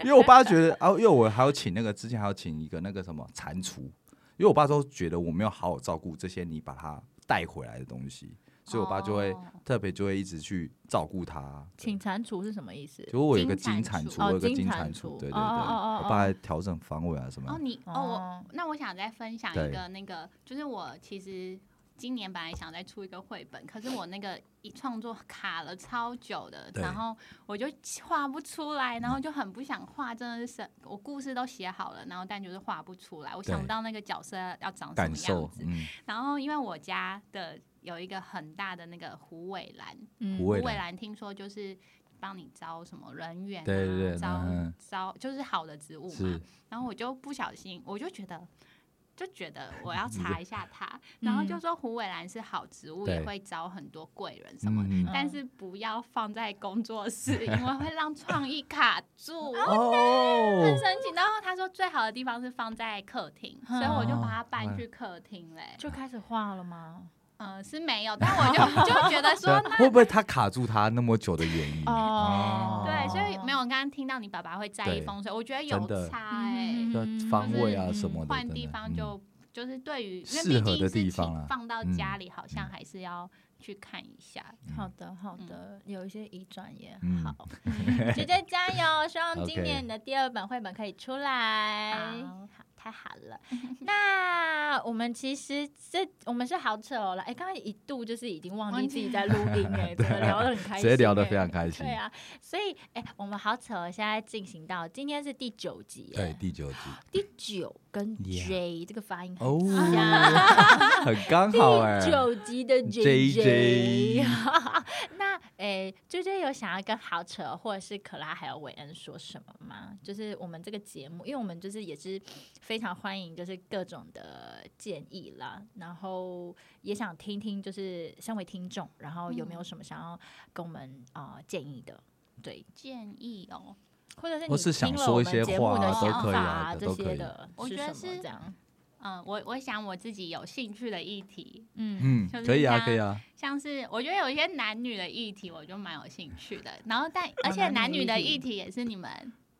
[SPEAKER 1] 因为我爸觉得啊，因为我还要请那个之前还要请一个那个什么蟾蜍，因为我爸都觉得我没有好好照顾这些你把它带回来的东西，所以我爸就会
[SPEAKER 3] 哦
[SPEAKER 1] 特别就会一直去照顾它。对
[SPEAKER 2] 请蟾蜍是什么意思？
[SPEAKER 1] 就我有一个金
[SPEAKER 3] 金蟾
[SPEAKER 1] 蟾
[SPEAKER 3] 蜍
[SPEAKER 1] 蜍，我有个
[SPEAKER 2] 哦金
[SPEAKER 1] 金
[SPEAKER 2] 蟾
[SPEAKER 1] 蟾
[SPEAKER 2] 蜍
[SPEAKER 1] 蜍，对对对，
[SPEAKER 2] 哦哦哦哦哦
[SPEAKER 1] 我爸还调整方位啊什
[SPEAKER 3] 哦，
[SPEAKER 1] 么，
[SPEAKER 3] 你哦，
[SPEAKER 2] 哦
[SPEAKER 3] 我那我想再分享
[SPEAKER 1] 对
[SPEAKER 3] 一个那个，就是我其实今年本来想再出一个绘本，可是我那个一创作卡了超久的，
[SPEAKER 1] 对嗯
[SPEAKER 3] 然后我就画不出来，然后就很不想画，真的是神我故事都写好了，然后但就是画不出来，我想不
[SPEAKER 1] 对
[SPEAKER 3] 到那个角色要长什
[SPEAKER 1] 感
[SPEAKER 3] 么
[SPEAKER 1] 受
[SPEAKER 3] 样子。
[SPEAKER 1] 嗯，
[SPEAKER 3] 然后因为我家的有一个很大的那个虎尾兰，
[SPEAKER 2] 嗯
[SPEAKER 1] 虎尾
[SPEAKER 3] 虎尾
[SPEAKER 1] 兰
[SPEAKER 3] 兰听说就是帮你招什么人员、啊，
[SPEAKER 1] 对对对
[SPEAKER 3] 招
[SPEAKER 1] 嗯
[SPEAKER 3] 招就是好的植物嘛
[SPEAKER 1] 是。
[SPEAKER 3] 然后我就不小心，我就觉得。就觉得我要
[SPEAKER 1] 你就
[SPEAKER 3] 查一下
[SPEAKER 1] [laughs]
[SPEAKER 3] 它，然后就
[SPEAKER 2] 嗯
[SPEAKER 3] 说虎尾兰是好植物，
[SPEAKER 1] 对
[SPEAKER 3] 也会招很多贵人什么的，
[SPEAKER 1] 嗯，
[SPEAKER 3] 但
[SPEAKER 2] 嗯
[SPEAKER 3] 是不要放在工作室，因为会让创意卡 [laughs] 住。哦很
[SPEAKER 1] 哦，
[SPEAKER 3] 神奇。然后他说最好的地方是放在客厅，所以我就把它搬
[SPEAKER 1] 嗯
[SPEAKER 3] 去客厅嘞。
[SPEAKER 2] 就开始画了吗？
[SPEAKER 3] 嗯，是没有，但我就就觉得
[SPEAKER 1] [laughs]
[SPEAKER 3] 说
[SPEAKER 1] 对，啊会不会他卡住他那么久的原因？
[SPEAKER 2] 哦
[SPEAKER 3] 对，所以没
[SPEAKER 2] 有
[SPEAKER 3] 有。我刚刚听到你爸爸会在
[SPEAKER 1] 对
[SPEAKER 3] 意风水，我觉得
[SPEAKER 1] 真
[SPEAKER 3] 有
[SPEAKER 1] 的
[SPEAKER 3] 差哎、
[SPEAKER 1] 对
[SPEAKER 2] 嗯
[SPEAKER 1] 方
[SPEAKER 3] 就是
[SPEAKER 1] 位啊什么的，
[SPEAKER 3] 换
[SPEAKER 1] 真
[SPEAKER 3] 地
[SPEAKER 1] 的
[SPEAKER 3] 方
[SPEAKER 1] 嗯
[SPEAKER 3] 就、就是对于因为
[SPEAKER 1] 适
[SPEAKER 3] 毕
[SPEAKER 1] 合
[SPEAKER 3] 竟
[SPEAKER 1] 的
[SPEAKER 3] 是
[SPEAKER 1] 地
[SPEAKER 3] 请
[SPEAKER 1] 方啦
[SPEAKER 3] 放到
[SPEAKER 1] 嗯
[SPEAKER 3] 家里好像
[SPEAKER 1] 嗯
[SPEAKER 3] 还是要去看一下。
[SPEAKER 2] 好的，好的，有一些移转也
[SPEAKER 1] 嗯
[SPEAKER 2] 好， [laughs] 姐姐加油！希望今
[SPEAKER 1] OK
[SPEAKER 2] 年你的第二本绘本可以出来。
[SPEAKER 3] 好
[SPEAKER 2] 好，太好了。 [laughs] 那我们其实这我们是好扯哦了，哎，刚刚一度就是已经忘
[SPEAKER 3] 忘
[SPEAKER 2] 记
[SPEAKER 3] 记
[SPEAKER 2] 自己在录音哎， [laughs] 真的聊得很开
[SPEAKER 1] 直
[SPEAKER 2] 心，
[SPEAKER 1] 接聊得
[SPEAKER 2] 哎
[SPEAKER 1] 非常开心
[SPEAKER 2] 对。啊，所以哎，我们好扯哦，现在进行到今天是第九集，
[SPEAKER 1] 对，，哎第九集
[SPEAKER 2] 第九跟
[SPEAKER 1] Yeah
[SPEAKER 2] J 这个发音很
[SPEAKER 1] 哦
[SPEAKER 2] 像。，
[SPEAKER 1] [laughs] 很刚好哎、
[SPEAKER 2] 第九集的
[SPEAKER 1] JJ
[SPEAKER 2] 那诶，J J 有想要跟豪扯或者是可拉还有韦恩说什么吗？就是我们这个节目，因为我们就是也是非常欢迎，就是各种的建议啦，然后也想听听，就是身为听众，然后有没有什么想要跟我们啊、呃建议的？对，
[SPEAKER 3] 建议哦，
[SPEAKER 2] 或者是
[SPEAKER 1] 或
[SPEAKER 2] 你
[SPEAKER 1] 是想
[SPEAKER 2] 听了
[SPEAKER 1] 说
[SPEAKER 2] 我
[SPEAKER 1] 一
[SPEAKER 2] 们
[SPEAKER 1] 些
[SPEAKER 2] 节目
[SPEAKER 1] 话
[SPEAKER 2] 的
[SPEAKER 3] 啊都
[SPEAKER 2] 想
[SPEAKER 1] 可以
[SPEAKER 2] 法
[SPEAKER 1] 啊
[SPEAKER 2] 啊
[SPEAKER 1] 都
[SPEAKER 2] 这
[SPEAKER 1] 可
[SPEAKER 2] 些
[SPEAKER 1] 以
[SPEAKER 2] 的，
[SPEAKER 3] 我觉得
[SPEAKER 2] 什么
[SPEAKER 3] 是
[SPEAKER 2] 这样，
[SPEAKER 3] 嗯，我我想我自己有兴趣的议题，
[SPEAKER 2] 嗯
[SPEAKER 1] 嗯
[SPEAKER 3] 就是，
[SPEAKER 1] 可以啊，
[SPEAKER 3] 像
[SPEAKER 1] 可以啊，
[SPEAKER 3] 像是我觉得有一些男女的议题，我就蛮有兴趣的。然后但而
[SPEAKER 2] 哦
[SPEAKER 3] 且
[SPEAKER 2] 男
[SPEAKER 3] 男
[SPEAKER 2] 女
[SPEAKER 3] 女的
[SPEAKER 2] 议
[SPEAKER 3] 议题也是你们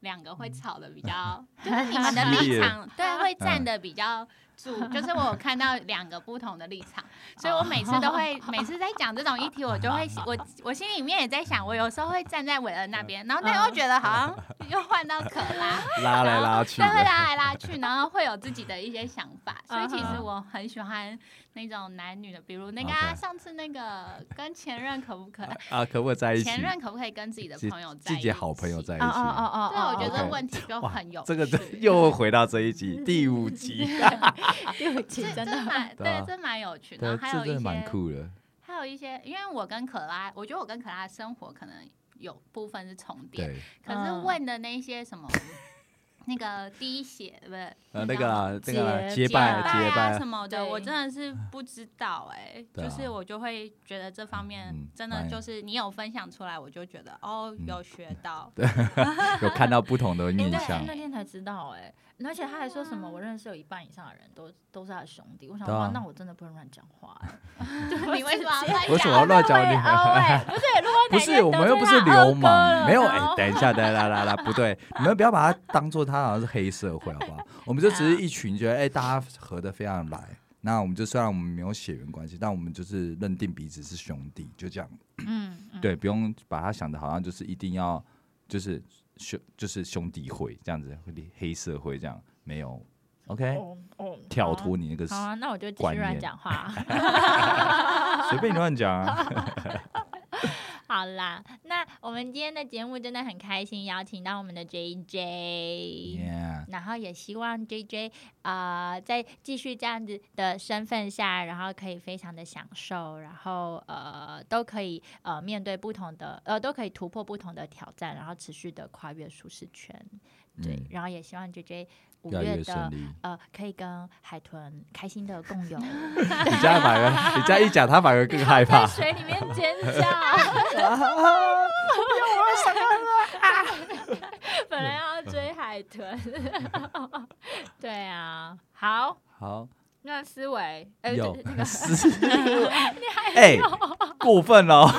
[SPEAKER 3] 两个会吵的比较，
[SPEAKER 2] 嗯
[SPEAKER 3] 就是
[SPEAKER 2] [laughs]
[SPEAKER 3] 你们的
[SPEAKER 1] 激
[SPEAKER 3] 立
[SPEAKER 1] 烈
[SPEAKER 3] 场对会站的比较住。就是我有看到两个不同的立场，所以我每次都
[SPEAKER 2] 哦
[SPEAKER 3] 会每次在讲这种议题，我就
[SPEAKER 2] [laughs]
[SPEAKER 3] 会我我心里面也在想，我有时候会站在韦恩那边，然后
[SPEAKER 2] 嗯
[SPEAKER 3] 但又觉得好
[SPEAKER 2] [laughs]
[SPEAKER 3] 像又换到可拉，
[SPEAKER 1] 拉来拉去
[SPEAKER 3] 对，会
[SPEAKER 1] 的，
[SPEAKER 3] [laughs] 拉来拉去，然后会有自己的一些想法，所以其
[SPEAKER 2] 啊
[SPEAKER 3] 实
[SPEAKER 1] 哈
[SPEAKER 3] 我很喜欢那种男女的，比如那个、啊、
[SPEAKER 1] OK
[SPEAKER 3] 上次那个跟前任可不可
[SPEAKER 1] [laughs] 啊，可不可以在一起
[SPEAKER 3] 前？任可不可以跟自己的
[SPEAKER 1] 自
[SPEAKER 3] 朋友
[SPEAKER 1] 自
[SPEAKER 3] 在一
[SPEAKER 1] 己
[SPEAKER 3] 起？
[SPEAKER 1] 好朋友在一
[SPEAKER 2] 哦哦哦
[SPEAKER 1] 起。
[SPEAKER 2] 哦，
[SPEAKER 3] 对，我觉得
[SPEAKER 1] OK
[SPEAKER 3] 问题就很有趣，
[SPEAKER 1] 这个就 [laughs] 又回到这一集第五集，
[SPEAKER 2] 对不起
[SPEAKER 3] 这
[SPEAKER 2] 真
[SPEAKER 3] 这
[SPEAKER 2] 的
[SPEAKER 3] 蛮
[SPEAKER 1] 对啊
[SPEAKER 3] 对，这蛮有趣的。
[SPEAKER 1] 对，
[SPEAKER 3] 然后还
[SPEAKER 1] 这
[SPEAKER 3] 有
[SPEAKER 1] 真
[SPEAKER 3] 一
[SPEAKER 1] 的蛮
[SPEAKER 3] 些，
[SPEAKER 1] 酷的。
[SPEAKER 3] 还有一些，因为我跟可拉，我觉得我跟可拉的生活可能有部分是重叠，
[SPEAKER 1] 对，
[SPEAKER 3] 可是
[SPEAKER 2] 嗯
[SPEAKER 3] 问的那些什么 [laughs] 那个滴血不是
[SPEAKER 1] 呃，那个啊那个啊结
[SPEAKER 2] 结
[SPEAKER 1] 拜
[SPEAKER 2] 拜
[SPEAKER 3] 拜
[SPEAKER 1] 结
[SPEAKER 3] 啊
[SPEAKER 1] 拜
[SPEAKER 3] 什，么的，
[SPEAKER 2] 对
[SPEAKER 3] 我真的是不知道哎、
[SPEAKER 1] 对啊
[SPEAKER 3] 就是我就会觉得这方面
[SPEAKER 1] 嗯
[SPEAKER 3] 真的
[SPEAKER 1] 蛮
[SPEAKER 3] 就是你有分享出来，我就觉得哦
[SPEAKER 1] 嗯
[SPEAKER 3] 有学到，
[SPEAKER 1] 有看到不同的面
[SPEAKER 2] 对，
[SPEAKER 1] 相
[SPEAKER 2] 那。天才知道哎、而且他还说什么，
[SPEAKER 3] 对啊
[SPEAKER 2] 我认识有一半以上的人都都是他的兄弟。我想
[SPEAKER 1] 对啊
[SPEAKER 2] 哇，那我真的不能乱讲
[SPEAKER 1] [laughs]
[SPEAKER 2] 话、欸。
[SPEAKER 3] 你 [laughs] 为什么要
[SPEAKER 1] 为什
[SPEAKER 3] 分享？
[SPEAKER 1] 么要乱讲
[SPEAKER 2] 你
[SPEAKER 1] 你？
[SPEAKER 2] 哎，不是，如 [laughs] 果
[SPEAKER 1] 不
[SPEAKER 2] 哪天
[SPEAKER 1] 是，我 [laughs]
[SPEAKER 2] 得
[SPEAKER 1] 们又
[SPEAKER 2] 罪
[SPEAKER 1] 不是
[SPEAKER 2] 他二
[SPEAKER 1] 流
[SPEAKER 2] 哥
[SPEAKER 1] 氓，
[SPEAKER 2] 了
[SPEAKER 1] 没有。哎、
[SPEAKER 2] 然后
[SPEAKER 1] 等一下，等一下，来来来，不对，你们不要把它当做他好像是黑社会，好不好？我们就只是一群觉得哎、大家合得非常来。那我们就虽然我们没有血缘关系，但我们就是认定彼此是兄弟，就这样。
[SPEAKER 2] 嗯，嗯，
[SPEAKER 1] 对，不用把它想的好像就是一定要就是兄就是兄弟会这样子，黑社会这样没有。OK，
[SPEAKER 2] 哦哦，
[SPEAKER 1] 哎跳脱你那个
[SPEAKER 2] 好啊。好啊，那我就继
[SPEAKER 1] 观
[SPEAKER 2] 续乱
[SPEAKER 1] 念
[SPEAKER 2] 讲话。
[SPEAKER 1] 随便你乱讲啊。
[SPEAKER 2] 好啦，那我们今天的节目真的很开心，邀请到我们的 J J。
[SPEAKER 1] Yeah，
[SPEAKER 2] 然后也希望 J J 啊，在继续这样子的身份下，然后可以非常的享受，然后呃都可以呃面对不同的呃都可以突破不同的挑战，然后持续的跨越舒适圈。对，
[SPEAKER 1] 嗯，
[SPEAKER 2] 然后也希望 J J 五
[SPEAKER 1] 越来
[SPEAKER 2] 月
[SPEAKER 1] 越顺
[SPEAKER 2] 的 [laughs]
[SPEAKER 1] 利。
[SPEAKER 2] 呃可以跟海豚开心的共游，
[SPEAKER 1] 你这样反而，你这样一讲，他反而更害怕
[SPEAKER 2] 在。水里面尖叫。本来要
[SPEAKER 1] 嗯
[SPEAKER 2] 追海豚， [laughs] 对啊， [laughs] 好，
[SPEAKER 1] 好，
[SPEAKER 2] 那思维，哎、
[SPEAKER 1] 有
[SPEAKER 2] 对那
[SPEAKER 1] [laughs]
[SPEAKER 2] 个
[SPEAKER 1] 思维哎，过分了哦。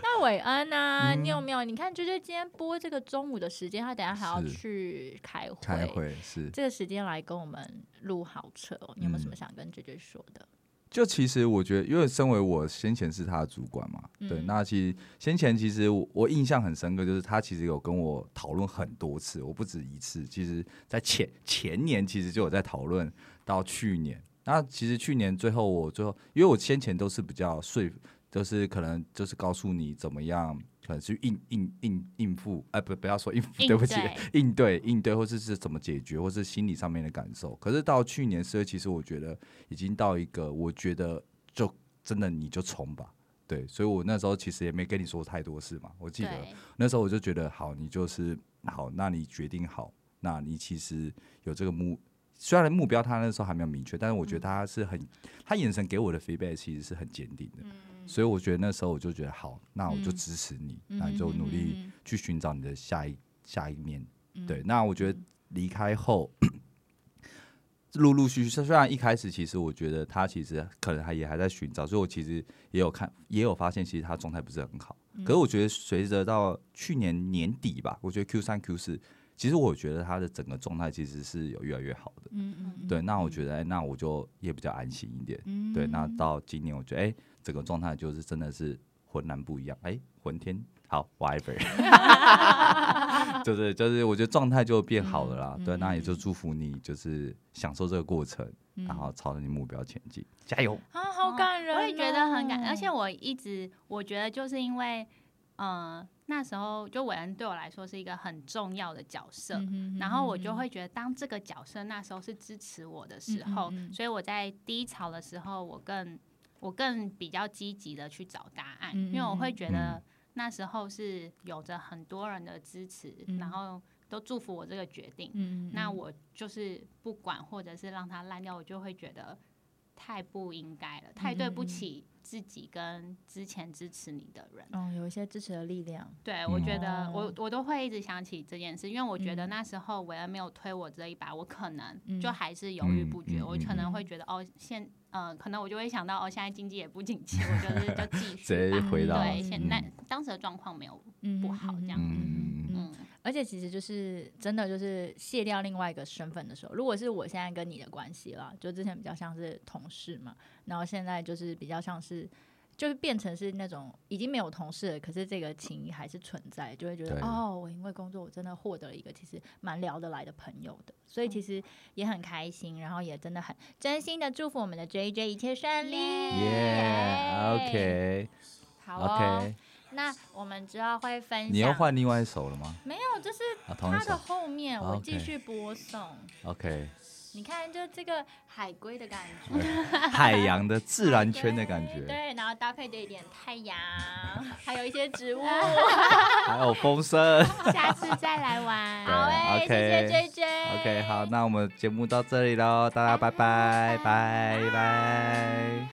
[SPEAKER 2] 那韦恩啊，
[SPEAKER 1] 嗯
[SPEAKER 2] 你有没有？你看，就是今天播这个中午的时间，他等下还要
[SPEAKER 1] 是
[SPEAKER 2] 去开会，
[SPEAKER 1] 开会是。
[SPEAKER 2] 这个时间来跟我们录好扯、哦。你有没有什
[SPEAKER 1] 嗯
[SPEAKER 2] 么想跟娟娟说的？
[SPEAKER 1] 就其实我觉得，因为身为我先前是他的主管嘛，对，
[SPEAKER 2] 嗯
[SPEAKER 1] 那其实先前其实我我印象很深刻，就是他其实有跟我讨论很多次，我不止一次。其实，在前前年其实就有在讨论到去年，那其实去年最后我最后，因为我先前都是比较说服，就是可能就是告诉你怎么样。可能去应应应应付，哎、不不要说应付，
[SPEAKER 3] 应
[SPEAKER 1] 对不起，
[SPEAKER 3] 对
[SPEAKER 1] [laughs] 应对应对，或是是怎么解决，或是心理上面的感受。可是到去年四月，其实我觉得已经到一个，我觉得就真的你就冲吧，对。所以我那时候其实也没跟你说太多事嘛，我记得
[SPEAKER 3] 对
[SPEAKER 1] 那时候我就觉得，好，你就是好，那你决定好，那你其实有这个目。虽然目标他那时候还没有明确，但是我觉得他是很，他眼神给我的 feedback 其实是很坚定的，所以我觉得那时候我就觉得好，那我就
[SPEAKER 2] 嗯
[SPEAKER 1] 支持你，那你就努力
[SPEAKER 2] 嗯
[SPEAKER 1] 去寻找你的下一下一面。
[SPEAKER 2] 嗯
[SPEAKER 1] 对，那我觉得离开后，陆陆续续，虽然一开始其实我觉得他其实可能还也还在寻找，所以我其实也有看，也有发现，其实他状态不是很好。
[SPEAKER 2] 嗯
[SPEAKER 1] 可是我觉得随着到去年年底吧，我觉得 Q 三 Q 四，其实我觉得他的整个状态其实是有越来越好的。
[SPEAKER 2] 嗯嗯嗯，
[SPEAKER 1] 对，那我觉得，哎那我就也比较安心一点。
[SPEAKER 2] 嗯
[SPEAKER 1] 对，那到今年，我觉得，哎、整个状态就是真的是浑然不一样，哎、浑天好，whatever，就是就是，我觉得状态就变好了啦。
[SPEAKER 2] 嗯
[SPEAKER 1] 对，
[SPEAKER 2] 嗯
[SPEAKER 1] 那也
[SPEAKER 2] 嗯
[SPEAKER 1] 就祝福你，就是享受这个过程，然后朝着你目标前进，加油！
[SPEAKER 2] 啊，好
[SPEAKER 3] 哦
[SPEAKER 2] 感人、哦
[SPEAKER 3] 我也觉得很感，而且
[SPEAKER 2] 我
[SPEAKER 3] 我一直我觉得就是因为，呃，那时候就韦恩对我来说是一个很重要的角色，
[SPEAKER 2] 嗯
[SPEAKER 3] 然后我就会觉得当这个角色那时候是支持我的时候，
[SPEAKER 2] 嗯嗯嗯
[SPEAKER 3] 所以我在低潮的时候，我更我更比较积极的去找答案，
[SPEAKER 2] 嗯嗯
[SPEAKER 3] 因为我会觉
[SPEAKER 1] 嗯
[SPEAKER 3] 得那时候是有着很多人的支持，
[SPEAKER 2] 嗯
[SPEAKER 3] 然后都祝福我这个决定。
[SPEAKER 2] 嗯，嗯
[SPEAKER 3] 那
[SPEAKER 2] 嗯
[SPEAKER 3] 我就是不管，或者是让它烂掉，我就会觉得太不应该了，太
[SPEAKER 2] 嗯
[SPEAKER 3] 对不起自己跟之前支持你的人。
[SPEAKER 2] 嗯有一些支持的力量，
[SPEAKER 3] 对，我觉得
[SPEAKER 2] 嗯
[SPEAKER 3] 我我都会一直想起这件事，因为我觉得
[SPEAKER 2] 嗯
[SPEAKER 3] 那时候韦恩没有推我这一把，我可能
[SPEAKER 2] 嗯
[SPEAKER 3] 就还是犹豫不
[SPEAKER 1] 嗯
[SPEAKER 3] 决，
[SPEAKER 1] 嗯
[SPEAKER 3] 我
[SPEAKER 1] 嗯
[SPEAKER 3] 可能会
[SPEAKER 2] 嗯
[SPEAKER 3] 觉得哦，现呃，可能我就会想到哦，现在经济也不景气，我就是就
[SPEAKER 1] [laughs] 直
[SPEAKER 3] 继续
[SPEAKER 1] 接
[SPEAKER 3] 吧。
[SPEAKER 1] 回到
[SPEAKER 3] 对，现在
[SPEAKER 1] 嗯
[SPEAKER 3] 当时的状况没有，
[SPEAKER 2] 嗯
[SPEAKER 3] 不好这样
[SPEAKER 1] 嗯嗯
[SPEAKER 3] 嗯，
[SPEAKER 2] 而且其实就是真的就是卸掉另外一个身份的时候，如果是我现在跟你的关系啦，就之前比较像是同事嘛，然后现在就是比较像是。就是变成是那种已经没有同事了，可是这个情谊还是存在，就会觉得
[SPEAKER 1] 对
[SPEAKER 2] 哦，我因为工作我真的获得了一个其实蛮聊得来的朋友的，所以其实也很开心，然后也真的很真心的祝福我们的 J J 一切顺利。
[SPEAKER 1] 耶，OK
[SPEAKER 2] 好哦
[SPEAKER 1] OK，
[SPEAKER 2] 那我们之后会分享。
[SPEAKER 1] 你要换另外一首了吗？
[SPEAKER 2] 没有，就是
[SPEAKER 1] 啊，同一
[SPEAKER 2] 它
[SPEAKER 1] 首啊
[SPEAKER 2] 的后面我
[SPEAKER 1] OK
[SPEAKER 2] 继续播送。
[SPEAKER 1] ，OK，
[SPEAKER 2] 你看，就这个海龟的感觉，
[SPEAKER 1] 海洋的自然圈的感
[SPEAKER 2] [laughs] 对
[SPEAKER 1] 觉，
[SPEAKER 2] 对，然后搭配着一点
[SPEAKER 1] [laughs]
[SPEAKER 2] 太阳，还有一些植物。
[SPEAKER 1] 还有哎风声。
[SPEAKER 3] 下次再来玩。
[SPEAKER 1] 对
[SPEAKER 2] 好诶，谢
[SPEAKER 1] OK
[SPEAKER 2] 谢 J J。
[SPEAKER 1] OK，好，那我们节目到这里喽，大家拜拜，拜拜。